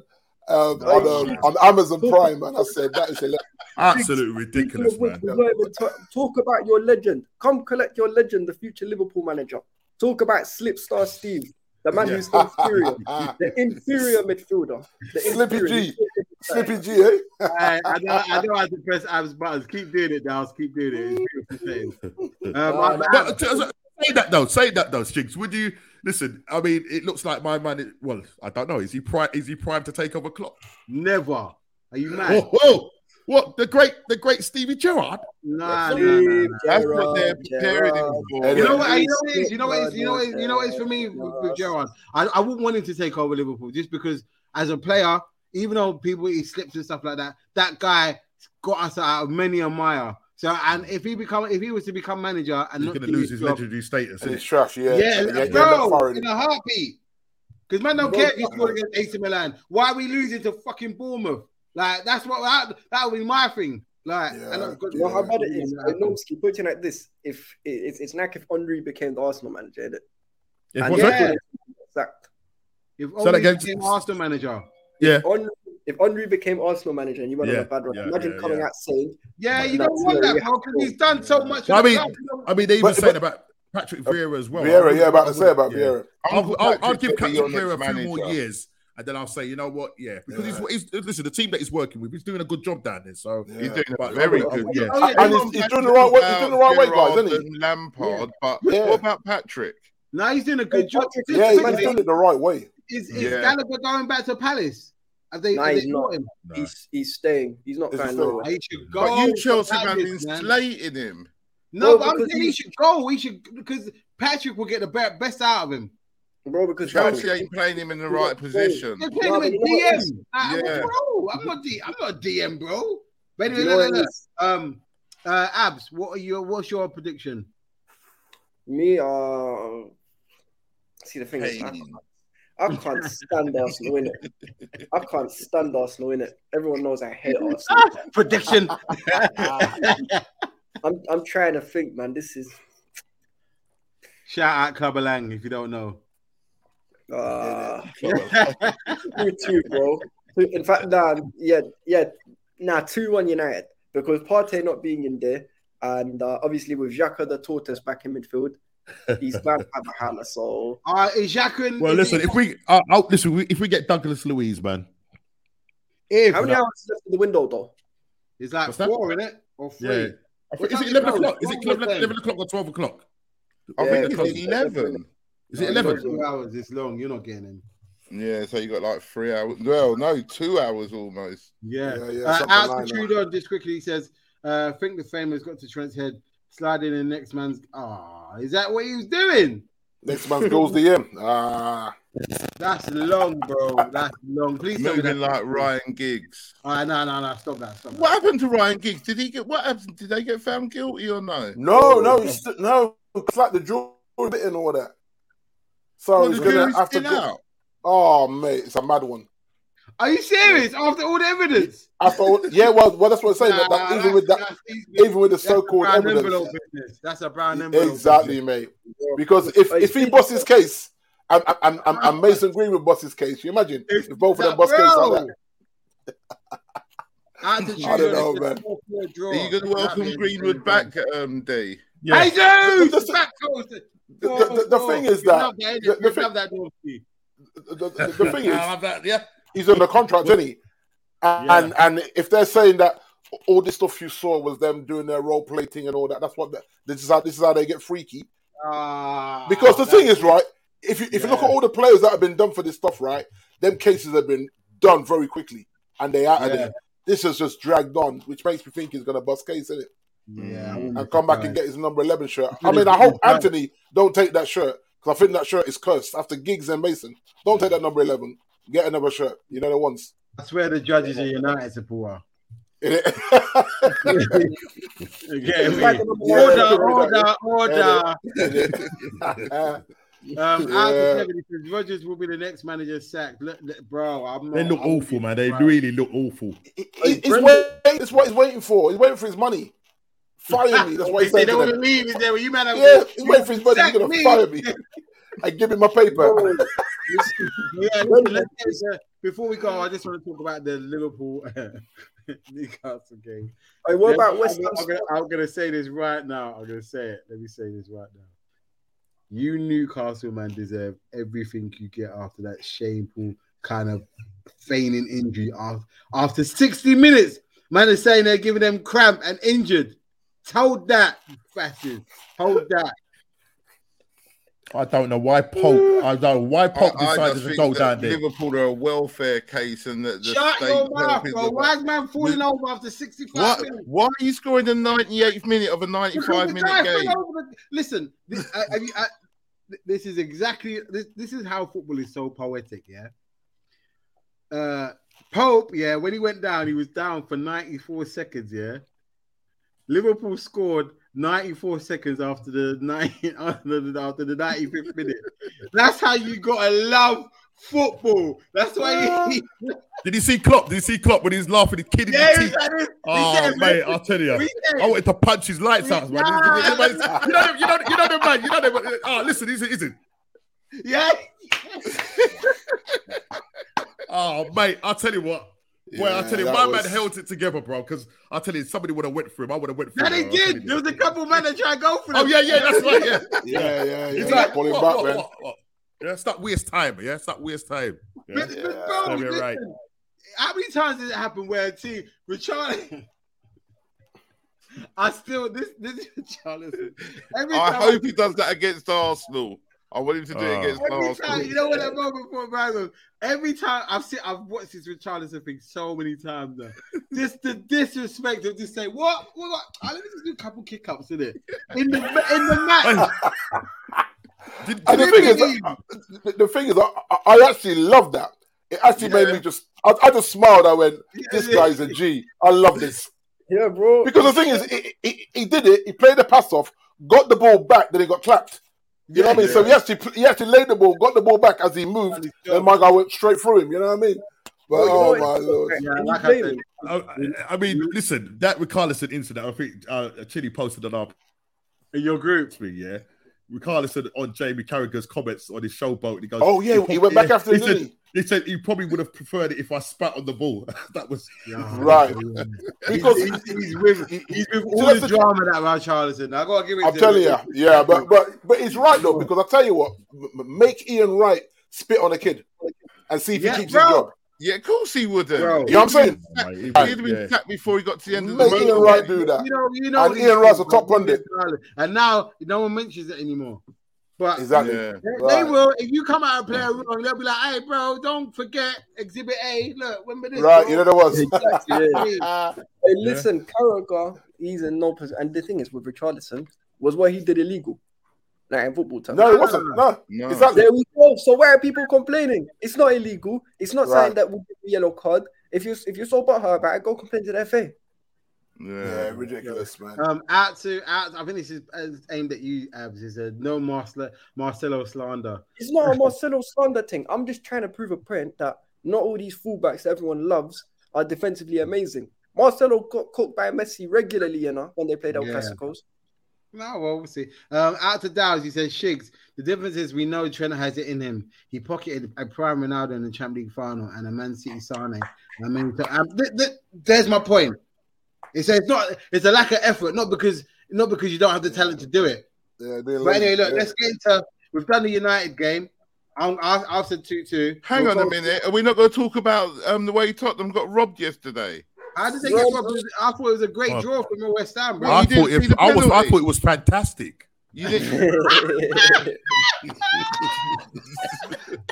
B: um, on, um, on Amazon Prime, and I said that is hilarious.
J: Absolutely ridiculous,
I: We-
J: man.
I: we won't even ta- talk about your legend. Come collect your legend, the future Liverpool manager. Talk about Slipstar Steve, the man who's inferior, the inferior midfielder. The
B: Slippy
I: inferior-
B: G. Slippy G, eh?
C: I, I know, I know how to press abs buttons. Keep doing it, Dals. Keep doing it. It's beautiful thing. Um,
J: But, t- say that though. Say that though, Stinks. Would you listen? I mean, it looks like my man. Is, well, I don't know. Is he prime? Is he primed to take over Klopp?
C: never. Are you mad?
J: Whoa, whoa, what the great, the great Stevie Gerrard?
C: Nah, nah, nah,
I: Steve
C: nah.
H: That's what they're
I: Gerrard,
H: preparing him
I: Gerrard.
H: for.
C: You know
H: man.
C: what? You know what it is. You know what it is. You know what it is, you know what it is for me with, with Gerrard. I, I wouldn't want him to take over Liverpool just because, as a player, even though people he slips and stuff like that, that guy got us out of many a mile. So, and if he become, if he was to become manager and
J: He's
C: not
J: going to
C: do
J: lose his
C: job-
J: legendary
B: And
J: status. isn't
B: it's
J: it?
B: trash, yeah.
C: yeah,
B: yeah, yeah,
C: bro,
B: not foreign.
C: in a heartbeat. Because man don't
B: No,
C: care if you
B: no.
C: scored against AC Milan. Why are we losing to fucking Bournemouth? Like that's what that that would be my thing. Like,
B: Yeah,
C: and I've got-
B: yeah.
I: Well, how bad it is, I know, keep putting like this, if it- it's, it's like if Henri became the Arsenal manager, innit?
J: If
I: And
J: what's
C: yeah.
J: that?
I: Liverpool is sacked.
C: If
J: that
C: only
J: again.
C: became Arsenal manager.
I: Henri- If Henri became Arsenal manager and you went on
J: Yeah,
I: a bad run,
J: yeah,
I: imagine
J: yeah,
I: coming
J: yeah.
I: out saying,
C: Yeah,
I: But
C: you don't
I: that's
C: want
I: where
C: that,
I: we
C: bro,
I: have
C: because
I: to-
C: he's done so much.
J: I mean-
C: You know,
J: I mean, they even
B: But-
J: saying
B: but-
J: about Patrick Vieira as well. I
B: Vieira,
J: wouldn't-
B: yeah, about
J: I
B: to say about
J: wouldn't- yeah.
B: Vieira.
J: I'll, I'll, I'll
H: Patrick
J: give Captain
H: will be your
J: Vieira a few
H: next
J: more
H: manager.
J: years, and then I'll say, you know what? Yeah, because
B: Yeah.
J: he's, he's listen. The team that he's working with, he's doing a good job down there. So
B: Yeah.
H: He's doing
J: But-
H: a very
J: but-
H: good
J: yeah.
H: job.
C: Oh, yeah,
B: And
C: they
B: he's, he's doing the right way. He's doing the right way, guys, isn't he?
H: And Lampard, but
B: Yeah.
H: what about Patrick?
C: now he's doing a good job.
B: Yeah,
C: Is-
B: he's doing it the right way.
C: is is
H: Yeah.
C: Gallagher going back to Palace? Have they,
I: No,
C: have they
I: he's not.
C: bought him?
J: Nah.
I: he's, he's staying, he's not
B: Is he
I: going
B: still-
I: nowhere.
C: He should go.
H: But you
C: to
H: Chelsea man
C: Palace,
H: been
C: man.
H: slating him.
C: No,
I: Well,
C: but I'm
I: because
C: saying
I: he-
C: he should go. He should because Patrick will get the be- best out of him.
I: Bro, because
H: Chelsea ain't playing him in the right position.
C: They're playing him
I: No, but
C: at
I: you know what it
C: DM.
I: is?
C: Ah,
H: Yeah.
C: Bro, I'm not D. I'm not DM, bro. But
I: Do
C: anyway,
I: you know
C: no,
I: what
C: no,
I: it
C: no.
I: is?
C: Um, uh, Abs, what are your what's your prediction?
I: Me, uh, see the thing is, I can't, I can't stand Arsenal in it. I can't stand Arsenal in it. Everyone knows I hate Arsenal.
C: Prediction.
I: I'm, I'm trying to think, man. This is
C: Shout out Clubberlang if you don't know.
I: uh, two two, bro. Two- In fact, nah, yeah, yeah, nah, two one United because Partey not being in there, and uh, obviously with Xhaka the tortoise back in midfield, he's banned by Mahala, so
C: Uh, is Jacqueline,
J: Well, listen. If we, uh, I'll, listen, we, if we get Douglas Louise, man,
C: if
I: how many hours is left in the window though?
C: it's like
J: What's that?
C: four, isn't it? Or three.
J: yeah. I
C: What
J: think, is
C: time
J: it
C: is
J: eleven
C: it?
J: o'clock? Is it
C: What
J: 11,
C: time?
J: 11 o'clock or twelve o'clock?
H: I
I: Yeah,
H: think
I: because-
H: it's eleven.
J: Is it
C: No,
J: eleven?
C: Two hours is long. You're not getting him.
H: Yeah, so you got like three hours. Well, no, two hours almost.
C: Yeah.
B: Yeah, yeah,
C: uh,
B: something
C: out
B: like
C: to
B: that.
C: Trudeau just quickly he says, uh, think the fame has got to Trent's head. Slide in the next man's. Ah, is that what he was doing?
B: Next man goes the M. Ah,
C: That's long, bro. That's long. Please tell me that.
H: Moving like Ryan Giggs.
C: All right, no, no, no. Stop that. Stop that.
H: What happened to Ryan Giggs? Did he get what happened? Did they get found guilty or no?
B: no, no, he's st- no, it's like the jewelry bit and all that. So
H: Well,
B: he's
H: the
B: gonna
H: jury's
B: have to
H: still
B: go-
H: out.
B: Oh mate, it's a mad one.
D: Are you serious? After all the evidence?
B: After all, yeah, well, well, that's what I'm saying. that- that
D: Nah,
B: even with that, even with the so-called
C: brown
B: evidence,
C: envelope business. That's a brown envelope.
B: Exactly, mate. Because if, if he busts his case, and, and, and, and Mason Greenwood busts his case, you imagine if both of them bust case like that.
C: I don't
B: I don't know, man.
H: Are you going to welcome Greenwood back, um, D?
J: Yeah.
D: Hey, dude!
B: The- the-
D: Back coast.
B: The, the- the thing is that the, the thing,
D: that North Sea.
B: the, the- the thing
J: I'll
B: is
J: have that. Yeah.
B: he's on the contract, isn't he? And,
J: Yeah.
B: and and if they're saying that all this stuff you saw was them doing their role plating and all that, that's what the, this is how this is how they get freaky.
D: Ah,
B: Because the
D: that-
B: thing is, right? If you if you look at all the players that have been done for this stuff, right? Them cases have been done very quickly, and they out of
C: Yeah.
B: there. This has just dragged on, which makes me think he's going to bust case, isn't it?
C: Yeah, I wouldn't be
B: And come back
C: surprised.
B: and get his number eleven shirt. I
C: Mm-hmm. Really
B: mean, I hope
C: good, right.
B: Anthony don't take that shirt because I think that shirt is cursed. After Giggs and Mason, don't take that number eleven. Get another shirt. You know the ones.
C: I swear the judges are United supporter.
B: Innit?
C: You get me?
I: Yeah.
C: Order, order, order.
B: Innit? Uh,
C: Um, out
B: Yeah.
C: of 70, says Rogers will be the next manager sacked. Look, look, bro, I'm not.
J: They look
C: I'm-
J: awful, man. They
C: Right.
J: really look awful.
B: he- he- he's
C: Brendan-
B: wait- it's what he's waiting for. He's waiting for his money. Fire me. That's what he's
C: They
B: saying. to
C: don't want
B: them.
C: to leave. Is there? You man, have-
B: Yeah, he's waiting for his money. He's
C: sack
B: gonna
C: me.
B: fire me. I give him my paper.
C: Yeah, listen, let's get, uh, before we go, I just want to talk about the Liverpool Newcastle game.
I: Hey, what
C: Yeah,
I: about West
C: I'm, I'm,
I: Ham?
C: gonna, I'm gonna say this right now. I'm gonna say it. Let me say this right now. You Newcastle man deserve everything you get after that shameful kind of feigning injury after, after 60 minutes. Man is saying they're giving them cramp and injured. Hold that, fascist. Hold that.
J: I don't know why Pope. I don't know why Pope
H: I- I
J: decided
H: just
J: to
H: think
J: go
H: that
J: down there.
H: Liverpool are a welfare case, and that the
C: Shut
H: state
C: your mouth,
H: help is
C: bro.
H: about-
C: Why is man falling over after 65
H: What?
C: minutes?
H: Why are you scoring the 98th minute of a
C: Because
H: 95
C: the
H: minute
C: guy fell
H: game?
C: over the- Listen, this, uh, I, I, I, this is exactly this. This is how football is so poetic. Yeah. Uh, Pope, yeah, when he went down, he was down for 94 seconds. Yeah. Liverpool scored 94 seconds after the 90, after the, after the 95th minute. That's how you gotta love football. That's why
J: Ah.
C: he,
J: Did you see Klopp? Did you see Klopp when he was laughing? He's kidding
C: yeah,
J: his
C: he's
J: teeth.
C: like this. He
J: Oh,
C: said,
J: mate, I'll tell you.
C: we said-
J: I wanted to punch his lights out, man. You know, you know, you know, you know the man. You know the man. Oh, listen, is it? Is it?
C: yeah.
J: Oh, mate, I'll tell you what. Well, I'll tell you,
B: that
J: my
B: was-
J: man held it together, bro. Because I'll tell you, somebody would have went for him. I would have went for
C: Yeah,
J: him.
C: they
J: bro, I'll tell you
C: did. There was
J: that.
C: a couple men that tried to go for them.
J: Oh yeah, yeah, that's right. Yeah,
B: Yeah, yeah, yeah.
J: He's like,
B: Call him
J: what,
B: back,
J: what,
B: man.
J: what, what? Yeah, stop waste time. Yeah, stop waste time. Yeah.
C: But- but bro,
J: Yeah, you're right.
C: listen, How many times did it happen where a team Richard? I still this this Richarlison. Every
H: I
C: time
H: hope he does that against Arsenal. I want him to do it
J: Oh.
H: against
C: every time you
H: Arsenal.
C: know what that moment for Brandon. Every time I've seen I've watched this Richarlison thing so many times now. Just the disrespect of just say what what, what? I let me just do a couple kick ups in it in the in the match.
J: Did,
B: And the
J: did-
B: thing is, uh, the- the thing is, I, I- I actually love that. It actually made me just, I, I just smiled. I went, "This guy's a G. I love this."
I: Yeah, bro.
B: Because the thing is, he, he, he did it. He played the pass off, got the ball back, then he got clapped. You know what I mean? So he actually pl- he actually laid the ball, got the ball back as he moved, and my guy went straight through him. You know what I mean? But
I: Well, you know
B: oh
I: what?
B: my lord!
I: Can
C: Yeah,
I: you
C: like I
I: blame
C: said,
I: him?
J: I, I mean, listen, that Richarlison incident. I think uh, Chili posted on our
C: in your group.
J: me, yeah. Richarlison on Jamie Carragher's comments on his showboat, and he goes,
B: Oh yeah, he went back after
J: he
B: him, didn't
J: said, he said he probably would have preferred it if I spat on the ball. that was
B: Right.
C: He's-
B: he? Because
C: he's, he's with he's with all
B: that's
C: the
B: the-
C: drama that around Charleston. I gotta give it.
B: I'm
C: to
B: telling you,
C: him.
B: yeah, but but but it's right though because I tell you what, m- m- make Ian Wright spit on a kid and see if
C: Yeah,
B: he keeps
C: bro.
B: his job.
H: Yeah, of course he wouldn't.
C: Bro.
B: You know what I'm saying?
J: Mate, he-
H: He'd have been
J: yeah.
H: sacked before he got to the end of the
B: Make Ian
H: road.
B: Wright do that.
C: You know, you know,
B: And
C: these
B: Ian
C: things,
B: Russell, top
C: bro.
B: pundit.
C: and now no one mentions it anymore. But
B: Exactly.
H: Yeah.
C: they, they
B: Right.
C: will. If you come out and play a wrong, they'll be like, "Hey, bro, don't forget Exhibit A. Look, remember this."
B: Right,
C: bro.
B: you know that was.
I: Exactly, yeah.
B: Ah,
I: Hey, listen, Carragher, he's in no position. And the thing is, with Richardson, was what he did illegal. Like in football terms.
B: no, it wasn't. No,
H: No.
B: exactly.
I: There we go. So why are people complaining? It's not illegal. It's not
B: Right.
I: something that would be a yellow card. If you if you're so butthurt about it, go complain to the FA.
B: Yeah, ridiculous, man.
H: Um, out to out. I think this is uh, aimed at you, Abs. Is a no Marcelo Marcelo slander.
I: It's not a Marcelo slander thing. I'm just trying to prove a point that not all these fullbacks that everyone loves are defensively amazing. Marcelo got caught by Messi regularly, you know, when they played El
H: Yeah.
I: Clasicos.
H: No, well, we'll see. Um, out to Dowds, he says, Shigs, the difference is we know Trent has it in him. He pocketed a prime Ronaldo in the Champions League final and a Man City Sane. I mean, so, um, th- th- there's my point. It's, it's not, it's a lack of effort, not because, not because you don't have the talent to do it.
B: Yeah,
H: But anyway, look, let's get into. We've done the United game. I'm, I- I've said two two.
C: Hang on a minute. Are we not going to talk about um, the way Tottenham got robbed yesterday?
H: How did they get robbed? I thought it was a great draw from West Ham, bro.
J: I
H: You didn't
J: thought,
H: see
J: it,
H: the
J: I, was, I
H: penalty.
J: thought it was fantastic.
C: You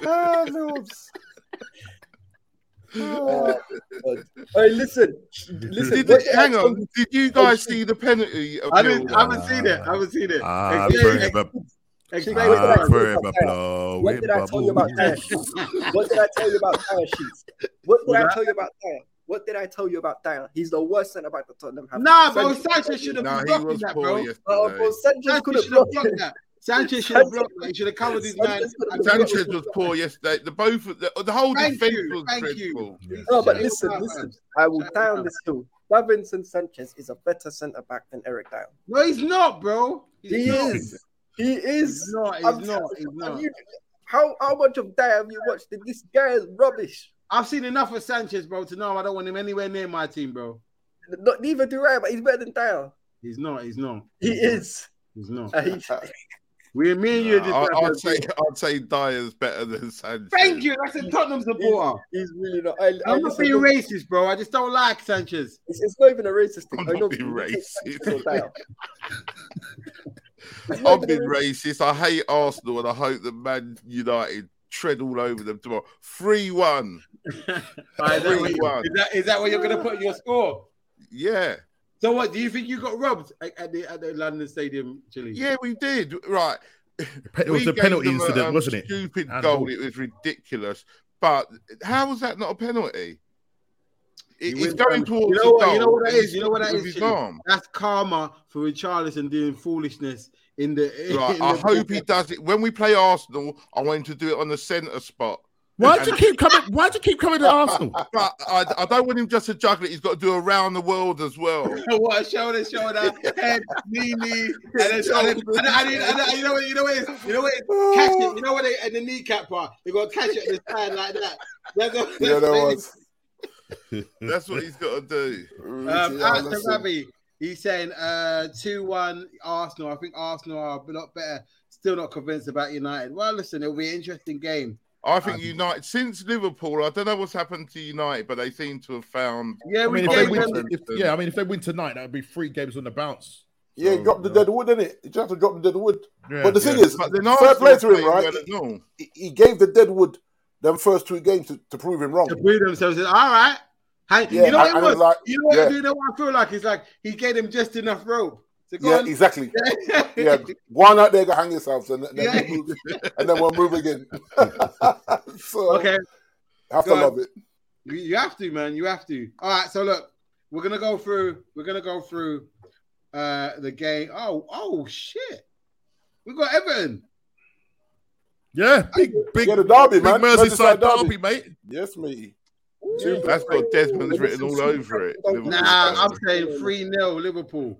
B: Ah, Lords.
I: Oh, God. Hey, listen, listen.
C: Did, hang on. Did you guys see the penalty?
B: Ah,
C: Of
H: I didn't. I
C: Millwall?
H: haven't seen it. I haven't seen it.
J: Ah,
H: Explain-
J: forever-
H: explain
J: ah,
H: what that-
J: forever blowing
I: What did I tell you about tire
J: bubbles.
I: sheets? What did I tell you about tire sheets? What did I
H: What?
I: tell you about tire? What did I tell you about Dyer? He's the worst centre back that Tottenham have.
H: Nah, bro,
I: Sanchez-
H: Sanchez should have
C: Nah, he
H: been blocking
C: was
H: that,
C: poor
H: bro.
C: yesterday.
I: Oh, bro, Sanchez could
H: Sanchez
I: have
H: should have
I: blocked.
H: blocked that. Sanchez should have blocked that. He should have covered his man.
I: Sanchez could have
H: and
I: blocked
C: Sanchez
H: blocked
C: was poor yesterday. The both of the, the whole
H: Thank
C: defense
H: you,
C: was
H: thank you.
C: dreadful.
I: No, but
H: Yeah.
I: listen,
H: Yeah.
I: listen. I will
H: Yeah.
I: down this hill. Davinson Sanchez is a better centre back than Eric Dyer.
H: No, he's not, bro. He's
I: He
H: not.
I: is. He
H: He's
I: is.
H: not. He's
I: I'm
H: not.
I: telling
H: He's not.
I: you, How how much of Dyer have you watched? This guy is rubbish.
H: I've seen enough of Sanchez, bro, to know I don't want him anywhere near my team, bro.
I: Not neither do I, but he's better than Dyer.
H: He's not. He's not.
I: He is.
H: He's not.
I: Uh, he-
H: We, me and you, are just.
C: Nah, I, I'd say I'd say Dyer's better than Sanchez.
H: Thank you. That's a Tottenham supporter.
I: he's really not. I, I
H: I'm not
I: listen,
H: being
I: look,
H: racist, bro. I just don't like Sanchez.
I: It's, it's not even a racist thing.
C: I'm
I: I
C: not
I: know
C: being
I: people hate
C: racist.
I: Sanchez or Dyer. It's not
C: I've
I: even
C: been
I: a
C: racist. I hate Arsenal, and I hope that Man United tread all over them tomorrow. Three one.
H: Alright, is, that what you-
C: 3-1.
H: is that- is that where you're going to put your score?
C: Yeah,
H: So what do you think you got robbed at, at the at the London Stadium, Chile?
C: yeah, we did. Right,
J: It was
C: We
J: a
C: gave
J: penalty
C: them a,
J: incident,
C: um,
J: wasn't it?
C: Stupid
J: Handball.
C: goal. It was ridiculous. But how was that not a penalty? It,
H: You
C: it's
H: win,
C: going
H: um,
C: towards
H: you know
C: the
H: what-
C: goal.
H: you know what that
C: and
H: is, you know what that
C: with
H: is,
C: His
H: Jimmy?
C: arm.
H: That's karma for Richarlison doing foolishness in the.
C: Right,
H: in
C: I
H: the-
C: hope he does it. When we play Arsenal, I want him to do it on the centre spot.
J: Why do you keep coming? Why do you keep coming to Arsenal?
C: But I, I don't want him just to juggle it. He's got to do around the world as well.
H: What shoulder, shoulder, head, knee, knee, and then, and then, and then, and then, and then- you know what, you know what, it is? you know what, it is? catch it, you know what, they, and the kneecap part, they got to catch it at the side like that. That's, that's,
B: Yeah, that was.
C: That's what he's got to do.
H: Um,
B: Yeah,
H: out to
B: listen.
H: Ravi, he's saying uh, 2 1 Arsenal. I think Arsenal are a lot better. Still not convinced about United. Well, listen, it'll be an interesting game.
C: I think United since Liverpool, I don't know what's happened to United, but they seem to have found.
H: Yeah,
J: I
H: we
J: mean, if they
H: gave
J: win,
H: them.
J: if, yeah, I mean, if they win tonight, that would be three games on the bounce.
B: Yeah, he
H: uh,
B: dropped the dead wood, didn't it? You just have to drop the dead wood.
J: Yeah,
B: but the thing
J: yeah.
B: is,
C: But then
B: fair play
C: Arsenal
B: to him,
C: played
B: right?
C: well at all.
B: He- He gave the dead wood them first two games to, to prove him wrong.
H: To prove themselves. All right. Hey,
B: Yeah,
H: you know what
B: and-
H: it
B: and
H: was?
B: like-
H: you know what,
B: yeah.
H: you know what I feel like? It's like he gave them just enough rope to go
B: Yeah,
H: on.
B: exactly. Yeah, why not? They go hang yourselves, and then,
H: Yeah.
B: we'll move, and then we'll move again. so
H: okay.
B: have to
H: go on.
B: love it.
H: You- You have to, man. You have to. All right. So look, we're gonna go through. We're gonna go through uh the game. Oh, oh shit. We got Everton.
J: yeah, big, big,
B: Yeah, the derby,
J: big
B: man.
J: Merseyside
B: Merseyside
J: derby,
B: derby.
J: mate.
B: Yes, me.
C: That's got Desmond's written all over it.
H: Nah, I'm
C: Liverpool.
H: saying 3 0 Liverpool.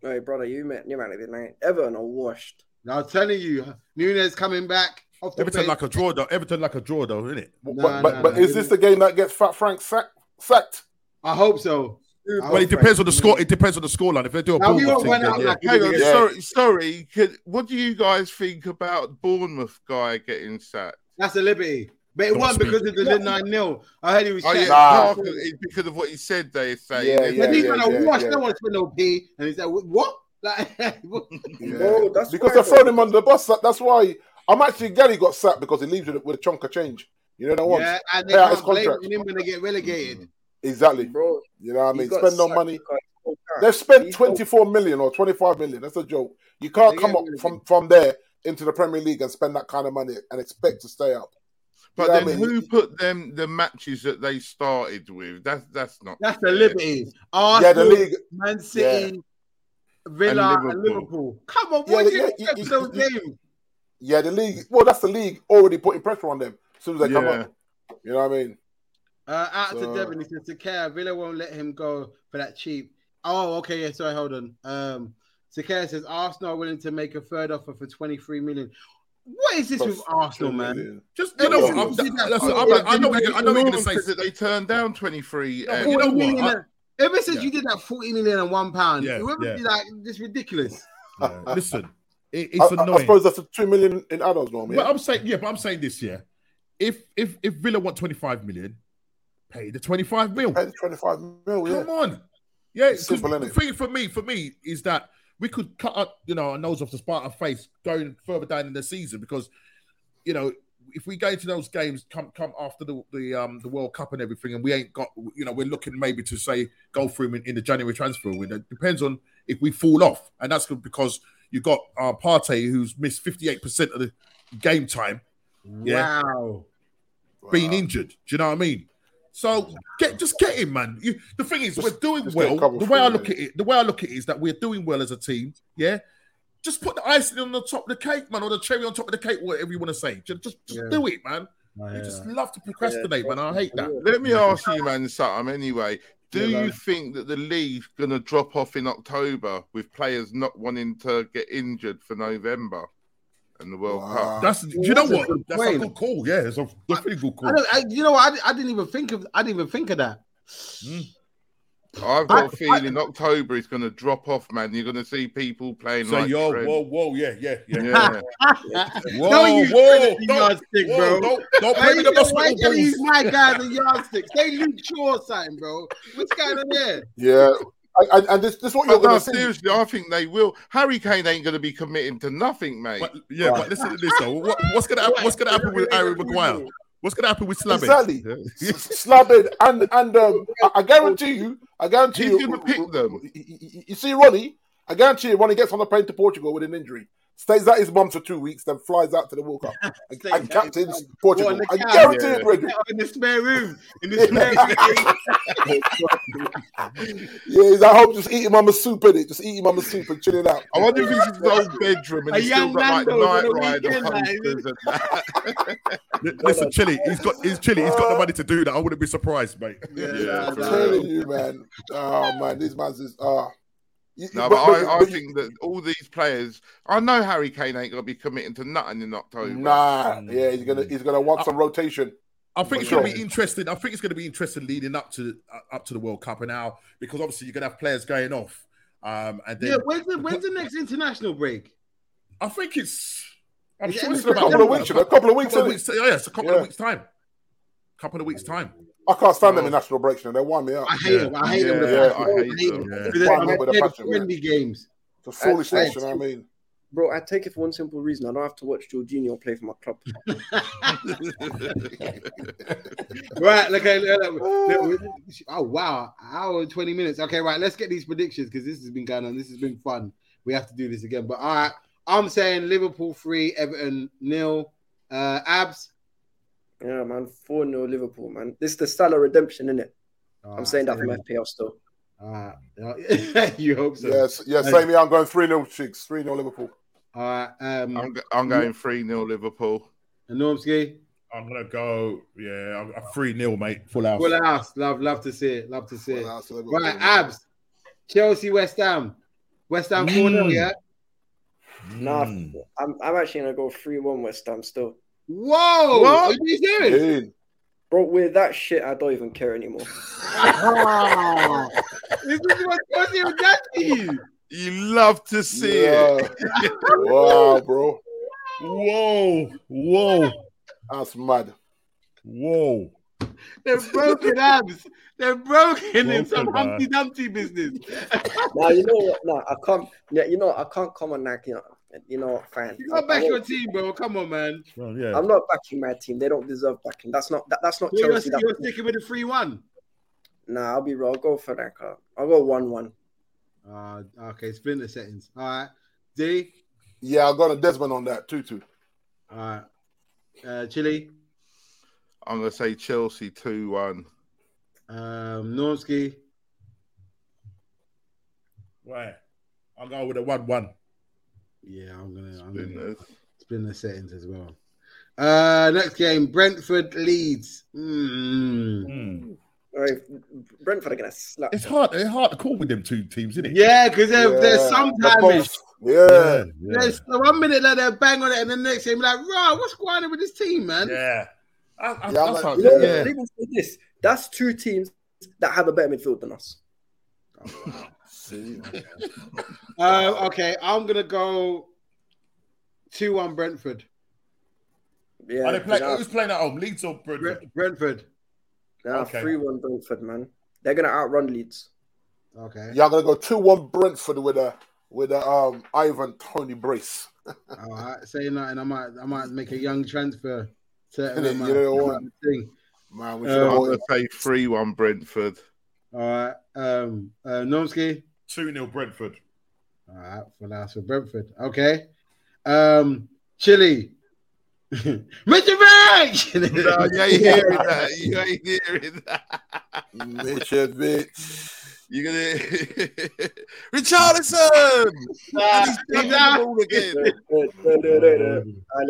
I: Hey, brother, you man, you man, man. Everton are washed.
H: Now, I'm telling you, Nunes coming back off the
J: Everton
H: bench.
J: like a draw, though. Everton like a draw, though, isn't it?
H: Nah,
B: but but,
H: nah,
B: but
H: nah,
B: is this the game that gets Fat Frank sacked? sacked?
H: I hope so.
J: Well, it depends on the score. It depends on the scoreline. If they do a
H: Now, we
J: ball
H: all
J: thing,
H: went
J: then,
H: out
J: yeah.
H: like
C: Hang on,
H: yeah.
C: sorry, sorry. Could, what do you guys think about Bournemouth guy getting sacked?
H: That's a liberty. But it
J: Don't
H: won
J: speak.
H: because of the 9 0. I heard he was
C: Oh yeah,
H: shit.
B: Nah.
C: Parker, it's because of what he said. They say.
B: Yeah, yeah.
H: But these men are
B: yeah,
H: washed.
B: yeah.
H: They don't want to spend no pee. And he's like, what? Like,
I: No, that's
B: because
I: why,
B: they
I: though.
B: thrown him under the bus. that- That's why I'm actually glad he got sacked because he leaves with, a- with a chunk of change. You know what I want?
H: yeah, and they
B: Pay out his
H: can't blame
B: contract.
H: him when they get relegated.
B: Exactly.
I: bro.
B: You know what I
I: Mm. he
B: mean?
I: got
B: Spend no
I: sacked
B: money.
I: because he got
B: They've spent
I: He's
B: 24 million or 25 million. That's a joke. You can't
H: They
B: come
H: get
B: up
H: rid of
B: from,
H: him.
B: from there into the Premier League and spend that kind of money and expect to stay up.
C: But
B: You know
C: then
B: what I mean?
C: who put them the matches that they started with? That's that's not
H: That's the
C: fair.
H: Liberty.
B: yeah,
H: Arsenal,
B: the league.
H: Man City, Villa,
C: And
H: and
C: Liverpool.
H: Liverpool. Come on,
B: Yeah,
H: boy,
B: yeah,
H: you
B: yeah,
H: expect
B: yeah,
H: those
B: yeah.
H: names.
B: Yeah, the league. Well, that's the league already putting pressure on them as soon as they come
C: Yeah.
B: up. You know what I mean?
H: Uh, out
B: So-
H: to Devin, he says Sakara, Villa won't let him go for that cheap. Oh, okay, yeah, sorry, hold on. Um, Sakara says Arsenal are willing to make a third offer for 23 million. What is this with
B: That's
H: Arsenal, man?
J: Just you know,
B: Yeah.
J: what, I'm,
H: Yeah.
J: that's- I'm- I know what you're, I know what you're
C: Norm
J: gonna say.
C: said that they turned down 23.
J: No,
C: uh,
J: you know
H: 40
J: what?
H: million
J: I-
H: and- Ever since
J: Yeah.
H: you did that 14 million and one pound,
J: Yeah,
H: whoever
J: yeah.
H: did like this ridiculous.
J: Yeah, Listen, it,
B: I,
J: it's
B: I- I
J: annoying.
B: suppose that's a two million in adults, normally.
J: But um, I'm saying, yeah, but I'm saying this, yeah. If if if Villa want 25 million, pay the 25 mil.
B: Pay the twenty-five mil. Yeah.
J: Come on. Yeah,
B: It's simple,
J: 'cause
B: innit?
J: The thing for me, for me, is that we could cut up, you know, our nose off the Spartan face going further down in the season because, you know, if we go to those games come come after the the um the World Cup and everything, and we ain't got, you know, we're looking maybe to say go through him in, in the January transfer window. It depends on if we fall off, and that's good because you got uh, Partey who's missed 58 percent of the game time, Yeah.
H: Wow.
J: being injured. Do you know what I mean? So get just get him, man. You, the thing is,
B: Just-
J: we're doing
B: just get
J: well.
B: a couple
J: The way I
B: through,
J: look at it, the way I look at it is that we're doing well as a team. Yeah, just put the icing on the top of the cake, man, or the cherry on top of the cake, whatever you want to say. Just just, just
H: Yeah.
J: do it, man. You just love to procrastinate, man. I hate that.
C: Let me ask you, man, something anyway. Do
H: Yeah,
C: you
H: man.
C: think that the league's going to drop off in October with players not wanting to get injured for November and the World
B: Wow.
J: That's do you know
H: that's a
J: what?
H: good
J: That's a
H: point.
J: good call. Yeah, it's a definitely good
H: I
J: call.
H: don't, I, you know what? I, di- I didn't even think of. I didn't even think of that.
C: Cup? I've got
H: I-
C: a feeling October is going to drop off, man. You're going to see people playing
J: So
C: like
J: you're
C: Fred.
J: whoa, whoa, yeah, yeah, yeah.
C: Yeah.
J: Whoa,
H: Don't use
J: whoa,
H: Trinity
J: Oh, don't,
H: yardstick,
J: whoa,
H: bro.
J: don't, don't
H: Why
J: play with the
H: you- why
J: hospital
H: you use
J: balls.
H: my guys and yardsticks? They Luke Shaw or something, bro. What's going on there?
B: Yeah. And- And, and this, this is what you're
C: But no,
B: going to see.
C: seriously, I think they will. Harry Kane ain't going to be committing to nothing, mate.
J: But, yeah, but listen to this though. What, what's gonna happen? What's gonna happen with Aaron Maguire? What's gonna happen with Slavic?
B: Exactly. Slabbing and and um, I, I guarantee you, I guarantee
C: He's
B: you,
C: gonna pick them.
B: You, you- you see Ronnie, I guarantee you, Ronnie gets on the plane to Portugal with an injury, stays at his mum for two weeks, then flies out to the World Cup and,
H: Stays
B: and
H: at his
B: captains
H: mum.
B: Portugal.
H: What,
B: I
H: on the
B: guarantee
C: couch?
B: it, Brendan.
H: Yeah, in the spare room. In the spare room.
B: yeah, he's at home just eating mama soup in it, just eating mama soup and chilling out.
C: I wonder if it's his old bedroom and
H: A
C: he's still
H: young
C: got like
H: Nando's on
C: Night
H: the
C: Rider
H: weekend, like,
C: posters and that.
J: Listen, Chili, he's got he's Chili, he's got the money to do that. I wouldn't be surprised, mate.
H: Yeah,
C: Yeah,
H: nah,
B: I'm
C: for
H: nah.
C: real.
B: telling you, man. Oh man, these man's is ah. You-
C: No, but, I, I
B: but-
C: think that all these players, I know Harry Kane ain't gonna be committing to nothing in October.
B: Nah, yeah, he's gonna he's gonna want some rotation.
J: I think it's
B: Sure.
J: going to be interesting. I think it's going to be interesting leading up to uh, up to the World Cup and now because obviously you're going to have players going off. Um, and then
H: Yeah, when's the when's the next international break?
J: I think it's I'm
H: Yeah,
J: sure
H: it's
J: it's
B: A
J: about
B: couple of weeks, you know, a couple of weeks.
J: Couple of
B: innit?
J: weeks, yeah, it's a couple
B: Yeah.
J: of weeks time. Couple of weeks time.
B: I can't stand them in national breaks, you know. They wind me up.
H: I hate him. I hate him.
C: Yeah,
B: yeah, I
C: hate them.
J: Yeah.
H: Because
B: Why not with a
H: they're
B: passion, man?
H: friendly games.
B: It's a foolishness,
I: Thanks.
B: you know what I mean?
I: Bro, I take it for one simple reason. I don't have to watch Jorginho play for my club.
H: Right. Okay. look, look, look, look. Oh wow, hour and twenty minutes. Okay. Right. Let's get these predictions because this has been going on. This has been fun. We have to do this again. But all right, I'm saying Liverpool three, Everton nil. Uh, abs.
I: Yeah, man. 4 0 Liverpool, man. This is the Salah redemption, innit? it? I'm saying that from FPL still.
H: All right. you hope so.
B: Yes, yeah, same here. I'm going 3 0 chicks, 3 0 Liverpool.
H: All right. Um,
C: I'm, go- I'm going 3 0 Liverpool.
H: Normski.
J: I'm gonna go. Yeah, I'm, three 0 mate. Full out.
H: Full house. Love, love to see it. Love to see it.
B: Well, that's Liverpool.
H: Right, abs. Chelsea, West Ham. West Ham 4 0,
J: Mm.
H: yeah?
B: Hmm.
I: Nah, I'm, I'm actually going to go 3 1 West Ham still.
H: Whoa!
C: What?
H: Are you serious?
B: In.
I: Bro, with that shit, I don't even care anymore.
H: this is what Chelsea have done to you.
C: You love to see it.
B: Yeah. wow, bro.
J: Whoa, whoa,
B: That's mad.
J: whoa.
H: They're broken abs. They're broken, in
J: Broken,
H: some
J: man.
H: Humpty Dumpty business.
I: Now, you know what? Nah, I can't. Yeah, you know, I can't come on that. You know, you know what, fine.
H: You
I: I-
H: got
I: I
H: back your
I: won't-
H: team, bro. Come on, man.
J: Well, yeah.
I: I'm not backing my team. They don't deserve backing. That's not that, that's not
H: You're,
I: Chelsea.
H: you're
I: That,
H: sticking with the 3 1.
I: nah, I'll be real. I'll go for that car. I'll go one one.
H: Uh, okay, splinter settings. All right. D.
B: Yeah, I got a Desmond on that, 2 2.
H: All right. Uh, Chile.
B: I'm gonna say Chelsea two one.
H: Um, Normski.
J: Right. I'll go with a one-one.
H: Yeah, I'm gonna. I'm gonna spin the settings as well. Uh, next game, Brentford Leeds. Mm.
I: All right, Brentford are gonna slap.
J: Hmm. It's hard. It's hard to call with them two teams, isn't it?
H: Yeah, because they're, they're sometimes.
J: Yeah.
H: There's the one minute that they're bang on it, and the next they're like, "Raw, what's going on with this team, man?"
J: Yeah, I,
H: Yeah,
J: I,
H: I'm
J: that's
H: like-
J: how-
I: You know,
J: yeah.
I: I'll even say this. That's two teams that have a better midfield than us.
H: Um, okay, I'm gonna go two one Brentford.
I: Yeah,
J: Are they play, who's playing at home? Leeds or Brentford?
H: Brentford.
J: Okay.
I: three one Brentford, man. They're gonna outrun Leeds.
H: Okay.
C: Y'all gonna go two one Brentford with a with a um Ivan Tony brace.
H: All right, say nothing. I might, I might make a young transfer. To,
C: You
H: my-
C: know
B: what?
H: my thing.
C: Man,
H: we should
J: Uh,
H: have
B: I'm
H: bought
B: gonna say three one Brentford.
H: All right, um, uh, Nomsky.
J: Two 0 Brentford.
H: All right, for last for Brentford. Okay, um, Chile. Mitrovic.
B: No, you ain't hearing that. You ain't hearing that.
C: Mitrovic.
B: You're gonna Richarlison. And he's juggling the ball again.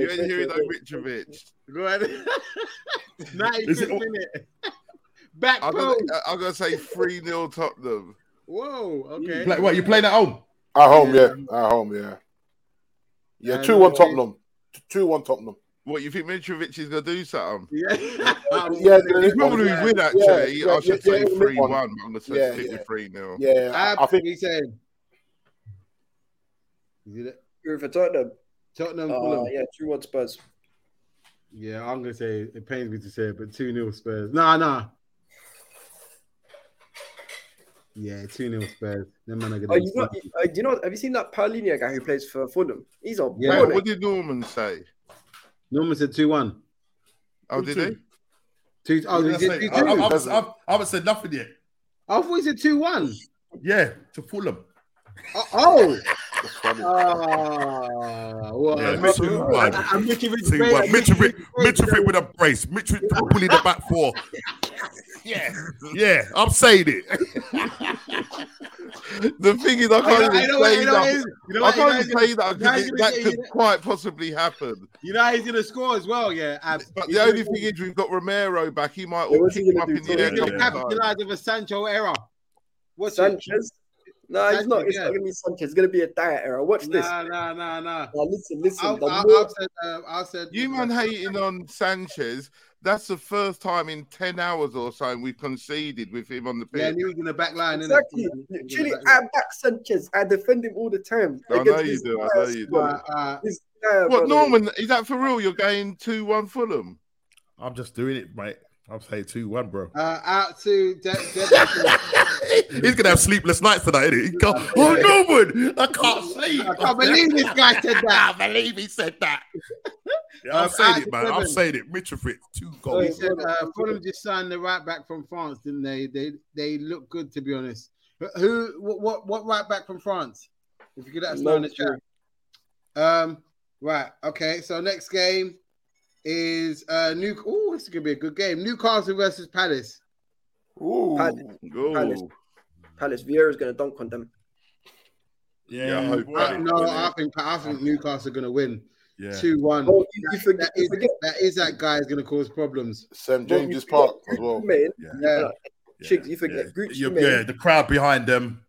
B: You ain't hearing that Mitrovic.
H: Go ahead. 95th
B: Is it-
H: minute. Back
B: I'm
H: post.
B: gonna, I'm gonna say three 0 Tottenham.
H: Whoa. Okay.
J: Play, what you playing at home?
C: At home, yeah. At home, yeah. Yeah,
B: Yeah,
C: two one
B: no,
C: Tottenham. Two one Tottenham.
B: What you think Mitrovic is gonna do something?
H: Yeah.
C: Yeah,
B: he probably
C: yeah.
B: will actually.
C: Yeah, yeah,
B: I should
C: yeah,
B: say
C: yeah,
B: three one.
C: one.
B: I'm gonna say
C: Yeah,
B: yeah,
C: yeah.
B: with three 0
C: Yeah, I, I think
H: He said.
I: Who for Tottenham?
H: Tottenham.
I: Uh,
H: Fulham.
I: yeah, two one Spurs.
H: Yeah, I'm gonna say it pains me to say it, but two 0 Spurs. Nah, nah. Yeah, two 0 Spurs. Them man are
I: Oh,
H: gonna.
I: you know, uh, you know, have you seen that Paulinho guy who plays for Fulham? He's a
H: Yeah.
I: yeah.
B: What did Norman say?
H: Norman said two one.
B: Oh, did he?
H: Two. Oh,
J: Yeah,
H: he
J: I
H: did
J: say-
H: two
J: I, I- I
H: two.
J: haven't- I haven't- I haven't said nothing yet.
H: I thought he said two one.
J: Yeah, to Fulham.
H: Oh.
C: funny.
H: Ah, well,
J: Yeah,
H: I'm-
J: Mitrovic.
H: I- I'm Mitrovic
J: Two
H: great
J: one.
H: again.
J: Mitrovic, Mitrovic with a brace. Mitrovic pulling the back four. Yeah, yeah, I'm saying it.
B: The thing is, I
H: I know-
B: can't
H: I
B: even
H: know what-
B: say
H: you know what it
B: that.
H: is. You know
B: I
H: what- you know
B: can't
H: what
B: even
H: it is.
B: say that
H: You know what
B: because
H: it is.
B: that
H: You know-
B: could quite possibly happen.
H: You know how he's gonna score as well, yeah. Ab.
B: But
H: He's
B: the
H: gonna-
B: only thing is, we've got Romero back. He might
I: Yeah,
B: all
I: what's he
B: pick him
I: gonna
B: up
I: do,
B: in the
I: Tottenham?
B: air.
H: he's gonna
B: a couple times.
H: capitalize of a Sancho error. What's
I: Sanchez. No, he's
H: Sanchez,
I: not. It's
H: yeah.
I: not gonna be Sanchez. It's gonna be a diet error. Watch
H: It?
I: this.
H: Nah, nah, nah, nah.
I: Now, listen, listen.
H: I,
I: the
H: I,
I: more-
H: I've said, uh, I said,
B: You man hating on Sanchez. That's the first time in ten hours or so we've conceded with him on the
H: yeah,
B: pitch.
H: and he was in the back line, innit?
I: Exactly.
H: He was in the
I: Chile,
H: back line.
I: I back Sanchez. I defend him all the time.
B: I know
I: Against
B: you
I: this
B: do. I
I: guy,
B: know you do.
I: squad.
H: Uh, uh,
I: This guy, brother.
B: What Norman? Is that for real? You're going two one Fulham.
J: I'm just doing it, mate. I'm saying two one, bro.
H: uh, out to De- Deborah.
J: He's gonna have sleepless nights tonight, isn't he? Go, oh Norman, I can't sleep.
H: I can't believe this guy said that.
J: I believe he said that. Yeah,
H: Um,
J: I'm saying it,
H: Alex
J: man. I'm
H: Evans.
J: saying it. Mitrovic, two
H: He
J: goals.
H: said, uh, Fulham just signed the right back from France, didn't they? They they look good, to be honest. Who- Who? What? What, what right back from France? If you could let us know in the chat. Um. Right. Okay. So next game is uh New. Oh, this is gonna be a good game. Newcastle versus Palace.
C: Ooh.
I: Palace, Palace,
B: Go.
I: Palace. Vieira's gonna dunk on them.
B: Yeah, I hope
H: I,
B: Palace
H: no,
B: win
H: I
B: it.
H: think I think Newcastle are gonna win
J: Yeah.
H: two one.
I: Oh, you, you forget.
H: That
I: You
H: is
I: forget.
H: that is that guy is gonna cause problems.
C: St
I: Well,
C: James's
I: you-
C: Park as
B: Oh,
C: well.
I: Man,
J: Yeah.
H: Yeah.
J: yeah,
I: Chicks, you forget
J: yeah.
I: Gucci
J: You-
I: Mane.
J: yeah, the crowd behind them.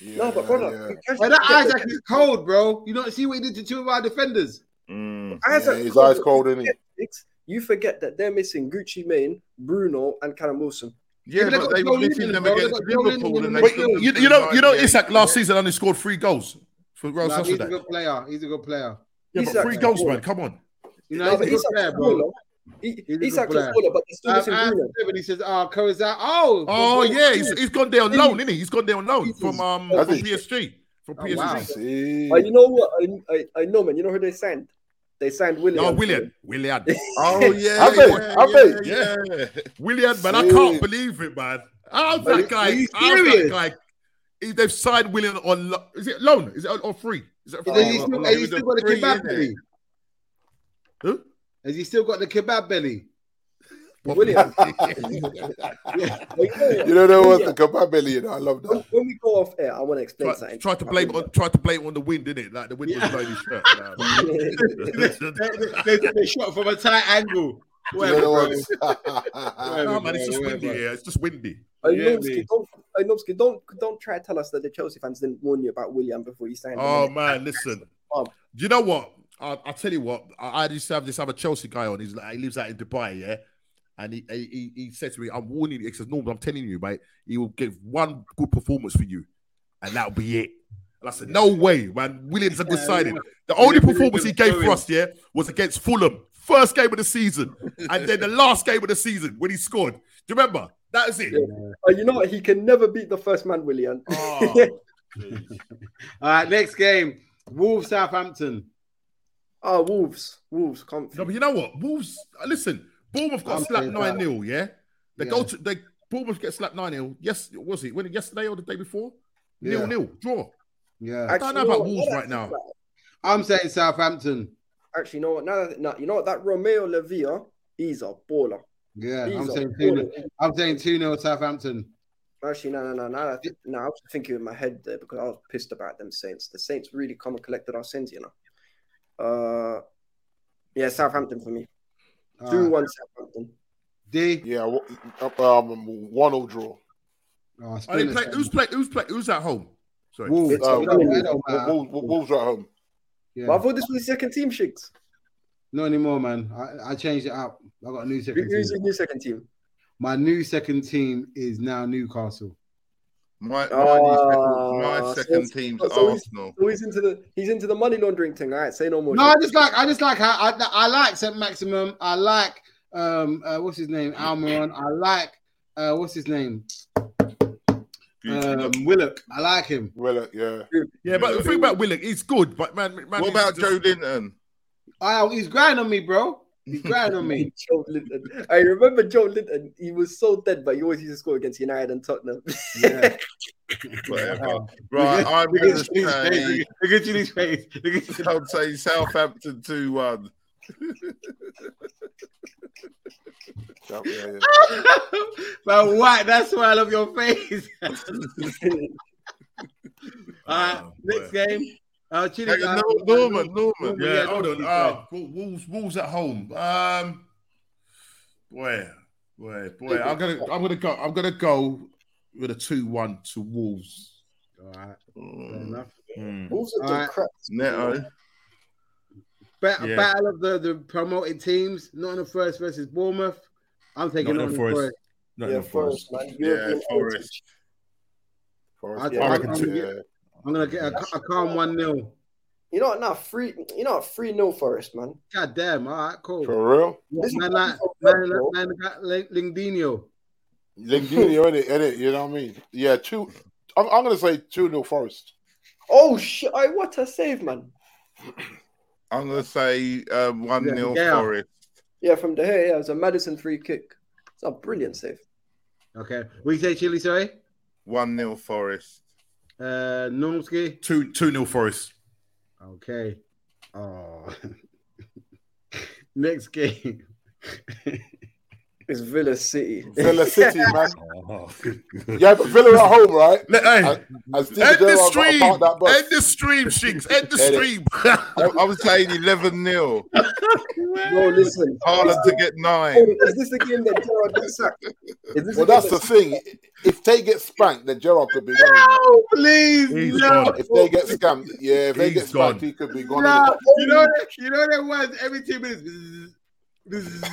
I: no, but brother, you can't
H: But that
I: forget
H: Isaac is cold, bro. You don't see what he did to two of our defenders.
B: Mm.
I: Isaac
C: Yeah, his
I: Cole,
C: eyes cold,
I: you
C: isn't he?
I: forget- You forget that they're missing Gucci Mane, Bruno, and Callum Wilson.
B: Yeah,
H: Yeah, but
B: but
H: they
B: they
H: got
B: were
H: Joe
B: missing
H: Linton,
B: them
H: bro. They
B: against
H: got Joe Linton
B: Liverpool,
H: in
B: and
H: the
B: they
J: But
B: took them
J: you,
B: to
J: you know, you know,
B: 98.
J: Isak last season only scored three goals for Real
H: Nah, he's a
J: Sociedad.
H: good player. He's a good player.
J: Yeah, but
I: Isak-
J: three goals, man. Come on.
H: You know,
I: No,
H: he's a
I: but
H: good
I: Isak's
H: player,
I: a
H: bro.
I: baller. He-
H: He's a good
I: Isak's a
H: player.
I: baller, but they're still
H: Um,
I: missing Bruno.
H: and he says, "Oh, Corazao. Oh,
J: Oh
H: Corazao.
J: yeah, he's, he's gone there on loan, isn't he? He's gone there on loan
I: Jesus.
J: from um
C: Has
J: from
C: he?
J: PSG. From
H: Oh, wow.
J: PSG.
C: See.
I: Uh, you know what? I, I, I know, man. You know who they signed? They signed William.
J: Oh, William. William.
B: Oh yeah,
C: Have they?
B: yeah,
C: Have they?
B: yeah, yeah.
J: William, man. I can't believe it, man. How's
I: Are you-
J: that guy?
I: are you
J: How's that
I: serious?
J: guy? If they've signed William on lo- is it loan? Is it on- on free? Is it
H: Is
J: free?
H: he
B: Oh,
H: still,
B: well,
H: has he
B: he
H: still
B: was
H: got the
B: a free,
H: kebab
B: innit?
H: belly?
J: Huh?
H: Has he still got the kebab belly?
I: William.
B: you know that was the Kababeli, you know. I love that.
I: When we go off air, I want to explain
J: Tried,
I: something.
J: tried to blame it on tried to blame it on the wind, didn't it? Like the wind was blowing his shirt.
C: they, they, they shot from a tight angle. Whatever,
J: know
C: bro.
J: what?
C: Whatever,
J: no, man, it's
C: bro,
J: just windy
C: whatever.
J: here. It's just windy.
I: Onomsky, don't, Onomsky, don't don't try to tell us that the Chelsea fans didn't warn you about William before you signed. him,
J: Oh
I: innit?
J: man, listen. Do you know what? I, I'll tell you what. I, I used to have this other Chelsea guy on. He's like, he lives out in Dubai, yeah. And he, he he- he said to me, "I'm warning you." He says, "Norman, I'm telling you, mate. He will give one good performance for you, and that'll be it." And I said, "No way, man. Williams a good
C: Yeah,
J: signing.
C: yeah.
J: The only
C: Yeah, Williams
J: performance he
C: was
J: gave
C: going.
J: for us, yeah, was against Fulham, first game of the season, and then the last game of the season when he scored. Do you remember? That is it.
I: Oh, you know what? He can never beat the first man, William.
J: Oh.
C: All right, next game. Wolves Southampton.
I: Oh, Wolves. Wolves can't.
J: No, but you know what? Wolves. uh, Listen, Bournemouth got
C: I'm
J: slapped
C: saying
J: nine
C: that.
J: 0 Yeah, they
C: Yeah.
J: go to they Bournemouth get slapped nine 0 Yes, was it when yesterday or the day before?
C: Yeah.
J: Nil nil draw.
C: Yeah.
J: I don't know
I: you
J: about
I: what?
J: Wolves
I: Now that I
J: right now.
I: think about
C: I'm saying Southampton.
I: it- Actually, you know what? Now that, no, you know what? That Romeo Lavia, he's a baller.
C: Yeah,
I: He's
C: I'm
I: a
C: saying two.
I: baller.
C: I'm saying two 0 Southampton.
I: Actually, no, no, no, no. I, th- no, I was thinking in my head there because I was pissed about them Saints. The Saints really come and collected our sins, you know. Uh, yeah, Southampton for me.
C: All
I: Two
H: Ah,
C: right.
I: one Southampton.
C: D.
B: Yeah, w- um, one all draw.
H: Ah,
C: Oh, it's
J: Are they
C: been a
J: play,
C: second.
J: who's play? Who's play? Who's at home? Sorry.
C: Wolves.
I: It's
B: Oh,
I: a
C: no,
I: winning.
C: I don't,
B: Wolves,
C: man.
B: Wolves, Wolves are at home.
C: Yeah.
I: But I thought this was the second team, Shiggs.
C: Not anymore, man. I, I changed it up. I got a new
I: Who-
C: second
I: Who's your
C: team.
I: new second team?
C: My new second team is now Newcastle.
H: My, my,
I: Oh,
H: my
I: so
H: second
I: it's-
H: team's
I: so it's-
H: Arsenal.
I: So Oh, he's into the he's into the money laundering thing. All right, say no more.
C: No, I just like I just like how I, I like St Maximum. I like um uh, what's his name Almiron. I like uh what's his name um, Willock. I like him.
B: Well, uh, yeah.
J: Yeah, but the thing about Willock, he's good. But man, man
H: what
J: he's
H: about
J: just-
H: Joe Linton?
C: Oh, he's grinding on me, bro. He's grinding on me.
I: Joe Linton. I remember Joe Linton. He was so dead, but he always used to score against United and Tottenham.
C: Yeah.
H: Whatever. Right, I'm
C: Look
H: going
C: at
H: to
C: Julie's face.
H: say,
C: Look at Julie's face. Look at Julie's face.
H: I'd say Southampton 2 1.
B: Yeah, yeah, yeah.
C: But why? That's why I love your face. All right,
J: Oh,
C: next
J: boy.
C: game. Uh, Chile,
H: Norman, Norman,
C: Norman.
H: Norman.
J: Yeah,
C: Yeah,
J: hold on.
C: Wolves,
J: Uh, Wol- Wolves, Wolves at home. Um, boy, boy, boy. I'm gonna, I'm gonna go. I'm gonna go with a two-one to Wolves.
C: All right, fair
H: Mm.
C: enough.
J: Hmm.
I: Wolves are doing
C: Alright.
I: crap.
J: eh?
H: Neto.
C: Ba-
J: Yeah.
C: Battle of the, the promoted teams. Nottingham Forest versus Bournemouth. I'm taking Nottingham
J: Nottingham Forest.
C: Forest.
J: Not
I: yeah,
J: enough for us.
I: Forest, man.
H: Yeah,
I: European
H: Forest.
B: Forest,
C: I-
B: yeah.
C: I
B: yeah.
J: reckon two.
C: I'm gonna get a, a calm one 0
I: You know what? Now three. You know what? Three nil Forest, man.
C: God damn. All right, cool.
B: For real?
I: This
C: Man,
I: is-
C: like,
I: this
C: man,
I: is-
C: like- man, like Ling- Lingdino.
B: Linguini, innit, innit, you know what I mean? Yeah, two. I'm, I'm going to say 2 nil Forest.
I: Oh shit! I what a save, man.
H: I'm going to say um, 1
C: Yeah,
H: 0
C: yeah.
H: Forest.
I: Yeah, from the hair. Yeah, it was a Madison free kick. It's a brilliant save.
C: Okay, we say Chile. Sorry,
H: 1 0 Forest.
C: uh, Normski.
J: Two, two nil Forest.
C: Okay. Oh. Next game.
I: It's Villa City.
B: Villa City, man.
J: Oh.
B: Yeah, but Villa at home, right?
J: Let- hey,
B: And Steve
J: end the
B: Gerrard
J: stream.
B: can't that bus.
J: End the stream, Shiggs. End the
B: Edit.
J: stream.
H: I, I was saying 11 0.
I: no, listen. Oh,
H: Haaland to get 9.
I: Is this the game that Gerard got sacked? Is this
B: Well,
I: the
B: that's
I: game
B: the thing. If they get spanked, then Gerrard could be gone.
C: No, please,
J: He's
C: no.
J: gone.
B: If they get scammed, yeah, if they
J: He's
B: get spanked,
J: gone.
B: he could be gone.
C: No, you know, that- you know that was every two minutes. bzzz, bzzz.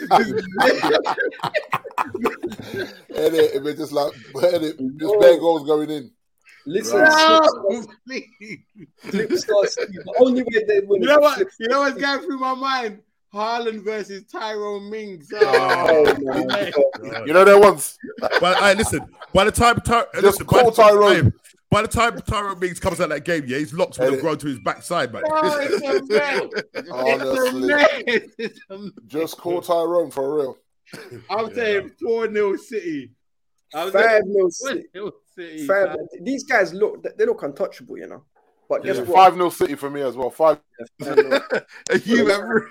B: And it, it was just like, and it, just bare goals going in.
I: Listen,
C: no, please.
I: Slip Star City. The only way they win
C: You
I: is
C: know
I: if
C: what?
I: Slip-
C: You know what's going through my mind? Haaland versus Tyrone Mings.
J: Oh,
C: Oh,
I: my
C: man.
B: You know, there once.
J: But hey, listen. By the time Ty-
B: Just
J: listen, by
B: call
J: the time-
B: Tyrone.
J: By the time Tyrone Mings comes out that game, yeah, he's locked with
B: Edit.
J: a grown to his backside, man.
C: No, it's a mess. It's a
B: Honestly.
C: mess. It's a mess.
B: Just call Tyrone for real.
C: I'm saying 4 0 City. I'm
I: Five
C: saying 4
I: nil City.
C: 0 City.
I: Five. These guys look. They look untouchable, you know. But guess
B: Yeah,
I: what?
B: 5 0 City for me as well. 5
I: Five nil.
H: Are you ever?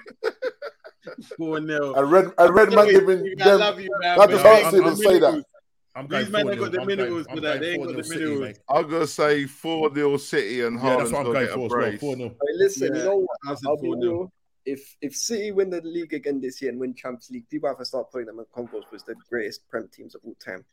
C: Four 0
B: A red, a red man giving
C: I
B: them-
C: love you, man.
B: that just
C: but
B: hurts even say that.
J: I'm
C: going These men ain't got the minerals for that. They ain't got the minerals.
H: I'm gonna say four 0 City and
J: Yeah,
H: Haaland's
J: that's what I'm
H: gonna
J: going
H: get
J: for
H: a
J: as well,
H: brace.
J: 4-0.
I: Hey, listen,
C: Yeah,
I: you know what?
C: I said
I: I'll be
C: 4-0.
I: real. If if City win the league again this year and win Champions League, people have to start putting them in convos because the greatest Prem teams of all time.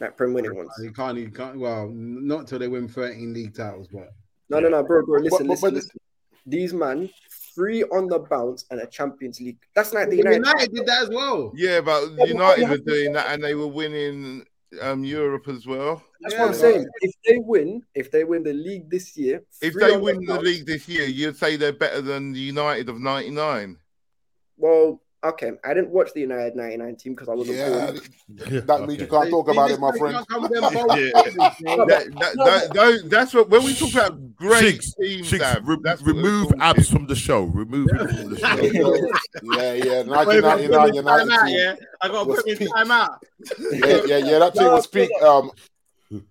I: Like Prem winning ones.
C: You can't, you can't. Well, not till they win 13 league titles, but
I: No, no, no, bro, bro.
B: But-
I: Listen,
B: but-
I: listen,
B: but-
I: listen. These man three on the bounce and a Champions League. That's not the
C: United,
I: United.
C: did that as well.
H: Yeah, but United were doing that and they were winning um, Europe as well.
I: That's
C: Yeah,
I: what I'm saying. If they win, if they win the league this year,
H: If
I: three
H: they
I: on
H: win the
I: bounce-
H: league this year, you'd say they're better than the United of '99.
I: well, okay. I didn't watch the United '99 team because I wasn't
B: Yeah,
I: born.
B: that means you can't talk about it, my friend.
H: That, that, that, those- that's what when we talk about great
J: Six,
H: teams.
J: Six,
H: Ab,
J: re-
H: that's what
J: remove
H: we're talking.
J: abs from the show. Remove him from the show.
B: yeah, yeah, 1999 United team.
G: yeah? I got to
B: was
G: put him in
B: peak.
G: timeout.
B: yeah, yeah, yeah. That team
I: No,
B: was
I: I feel
B: peak. Um,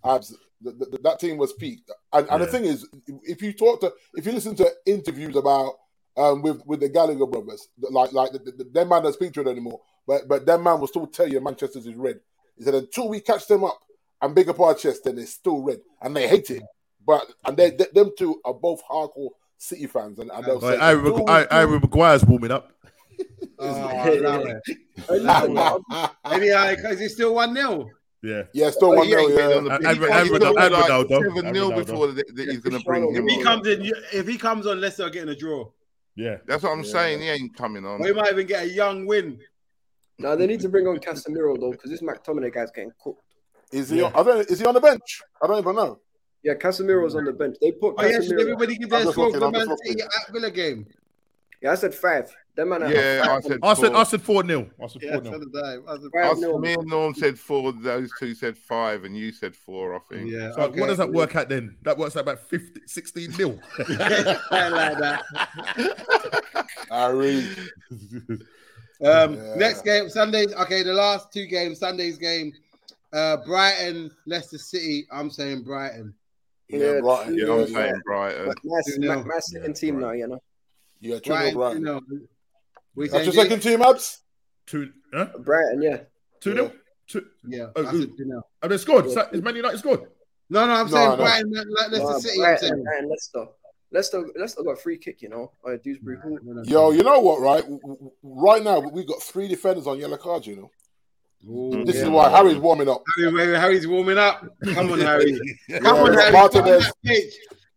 B: abs. Th- th- th- That team was peak. And, and the
J: Yeah.
B: thing is, if you talk to, if you listen to interviews about um with with the Gallagher brothers, like like the, the, them man doesn't speak to it anymore, but but that man will still tell you Manchester's is red. He said until we catch them up and big up our chest, then they're still red and they hate it. But and they, they- them two are both hardcore City fans, and, and they'll
J: Like,
B: say,
J: Aaron,
B: "Until
J: Mc-
B: we
J: I-
B: do-"
J: Aaron McGuire's warming up.
C: Oh, Anyhow, because it's still 1 0.
J: Yeah.
B: yeah, still one uh,
H: He ain't
B: nil.
H: been on
B: Yeah.
H: the
J: And-
H: pitch.
J: and-
H: He's
J: and
H: gonna
J: Ronaldo-
H: be like
J: and Ronaldo.
H: 7-0 before that that he's going to bring
C: If
H: him
B: Oh,
C: he
H: on.
C: comes in, you- if he comes on, Leicester are getting a draw.
J: Yeah.
H: That's what I'm saying. He ain't coming
B: Um,
H: on.
C: Or he might even get a young win.
I: Now they need to bring on Casemiro though because this McTominay guy's getting cooked.
B: Is he?
J: Yeah.
B: On, I don't. Is he on the bench? I don't even know.
I: Yeah, Casemiro's on the bench. They put
C: Oh, yeah, should
I: Casemiro.
C: everybody give their
B: I'm just
C: score for
B: looking,
C: the
B: I'm just
C: Man City
B: looking.
C: at Villa game?
I: Yeah, I said five. Them man. are-
H: Yeah, I said.
J: I said,
H: four.
J: I said 4 0. I said 4
C: Yeah,
J: 0.
C: so did I. I was-
I: Five
H: Us-
I: nil.
H: me and Norm said four. Those two said five, and you said four. I think.
C: Yeah,
J: So what does that work at then? That works at about 50, 16 nil.
C: I like that.
B: I really.
C: Um,
B: Yeah.
C: Next game, Sundays. Okay, the last two games, Sunday's game, uh, Brighton, Leicester City. I'm saying Brighton.
B: Yeah, right.
I: two
H: Yeah,
I: nil,
H: I'm saying Brighton.
I: But my,
C: Two
I: my,
C: nil.
I: my second team now, you know.
B: Yeah, two nil
C: Brighton,
B: Brighton.
C: you know, we
B: That's
C: saying
B: your second team, Abs.
J: Two, huh?
I: Brighton, yeah.
J: Two nil. Two.
C: Yeah,
J: Oh,
C: I
J: who?
C: said two nil.
J: And they scored. So is Man United scored?
C: no, no, I'm
B: No,
C: saying
B: no.
C: Brighton, Le- Le- Leicester
I: Nah,
C: City. I'm
I: Brighton,
C: saying.
I: Brighton, Leicester. Leicester, Leicester got a free kick, you know, by Dewsbury Hall.
B: Yo, you know what, right? W- w- Right now, we got three defenders on yellow cards, you know.
C: Ooh,
B: This
C: yeah.
B: is why Harry's warming up.
C: Harry, wait, Harry's warming up. Come on, Harry. Come
B: Yeah,
C: on,
B: we got
C: Harry.
B: Martinez.
C: Come on, Harry.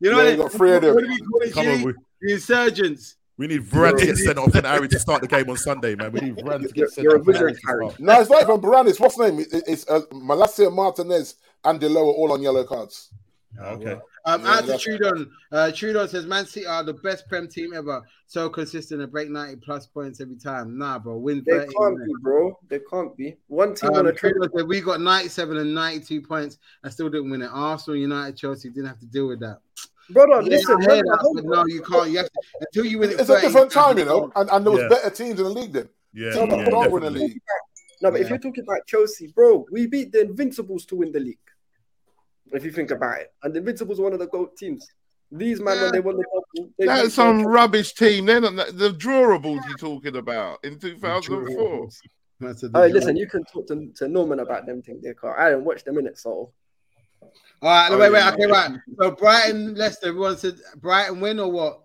C: You know
B: Yeah, we
C: that-
B: got three of them.
C: What do we call it,
J: Come
C: G?
J: on, we,
C: The insurgents.
J: we need Varane to get sent off and Harry to start the game on Sunday, man. We need Varane to
I: You're-
J: get sent
I: you're
J: off.
I: a
J: and
I: wizard,
J: Harry to
I: Harry.
J: start.
B: No, it's not even Baranis. What's his name? It- it- It's uh, Malasia, Martinez, and Delo are all on yellow cards.
J: Okay.
C: Um,
B: Yeah,
C: out to
B: that's-
C: Trudon. Uh, Trudon says Man City are the best Prem team ever. So consistent and break 90 plus points every time. Nah, bro. Win
I: They
C: 30.
I: can't be, bro. They can't be. One team
C: Um,
I: on a trip.
C: Trudon said we got 97 and 92 points and still didn't win it. Arsenal, United, Chelsea didn't have to deal with that.
I: Brother,
C: Yeah,
I: Oh, listen,
C: I hear
I: remember-
C: that, but no, you can't. You have to, until you win it.
B: It's a
C: 30,
B: different
C: you have
B: time,
C: to
B: you know, and, and there was
J: Yeah.
B: better teams in the league then.
J: Yeah.
B: Teams that
J: yeah,
B: don't win the
J: definitely.
B: league.
I: no, but
C: Yeah.
I: if you're talking about Chelsea, bro, we beat the Invincibles to win the league. If you think about it, and the Invincibles are one of the goat teams. These man, when they won the double, they beat
H: That's some
I: Chelsea.
H: rubbish team. Then the drawables you're talking about in 2004.
C: That's a
I: All
C: different-
I: right, Oh, listen, you can talk to, to Norman about them things. They can't. I didn't watch them in it, so
C: All right,
H: Oh,
C: wait, wait.
H: yeah.
C: Okay, right. So Brighton, Leicester, everyone said Brighton win or what?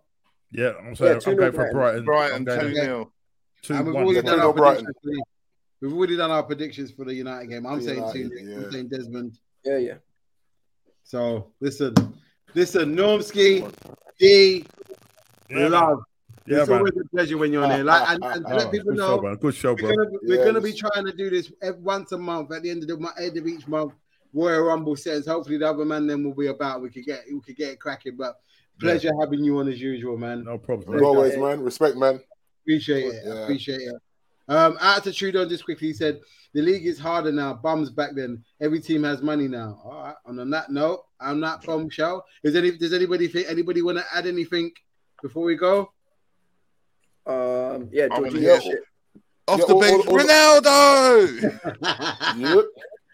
J: Yeah, I'm saying
I: two
J: I'm
I: nil
J: going for Brighton.
H: Brighton
J: I'm
H: two
J: going
H: 0
J: two
C: And we've
J: one.
C: already
B: Yeah,
C: done
B: two-nil
C: our
B: Brighton.
C: predictions. For the, we've already done our predictions for the United game. I'm saying two.
B: United,
C: I'm
B: yeah.
C: saying Desmond.
I: yeah, yeah.
C: So listen, listen, Normski, D,
J: Yeah, man.
C: love.
J: Yeah,
C: it's
J: man.
C: always a pleasure when you're on here. Like, and, and to
J: Ah,
C: let people
J: good
C: know,
J: show, man. Good show,
C: we're
J: bro.
C: gonna, we're
B: Yeah,
C: gonna be
B: it's-
C: trying to do this ev- once a month at the end of the mo- end of each month. Royal Rumble says hopefully the other man then will be about. We could get we could get it cracking, but pleasure having you on as usual, man.
J: No problem.
B: As
J: man.
B: always, man. Respect, man.
C: Appreciate it.
B: Yeah.
C: Appreciate it. Um, out to Trudeau just quickly he said the league is harder now. Bums back then. Every team has money now. All right. And on that note, I'm not from show. Is any does anybody think anybody want to add anything before we go?
I: Um, yeah,
H: I'm gonna
I: Jorginho.
H: hear
I: shit.
H: off
B: Yeah,
H: the
B: all-
H: bench.
B: all- all-
H: Ronaldo.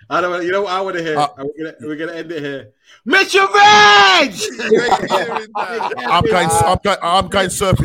C: I
B: Yep.
C: don't want you know what I want to hear.
J: Uh,
C: And we're, gonna, we're gonna end it here. Mitchell Reg!
H: Great hearing that.
J: I'm going. I'm going. I'm going surfing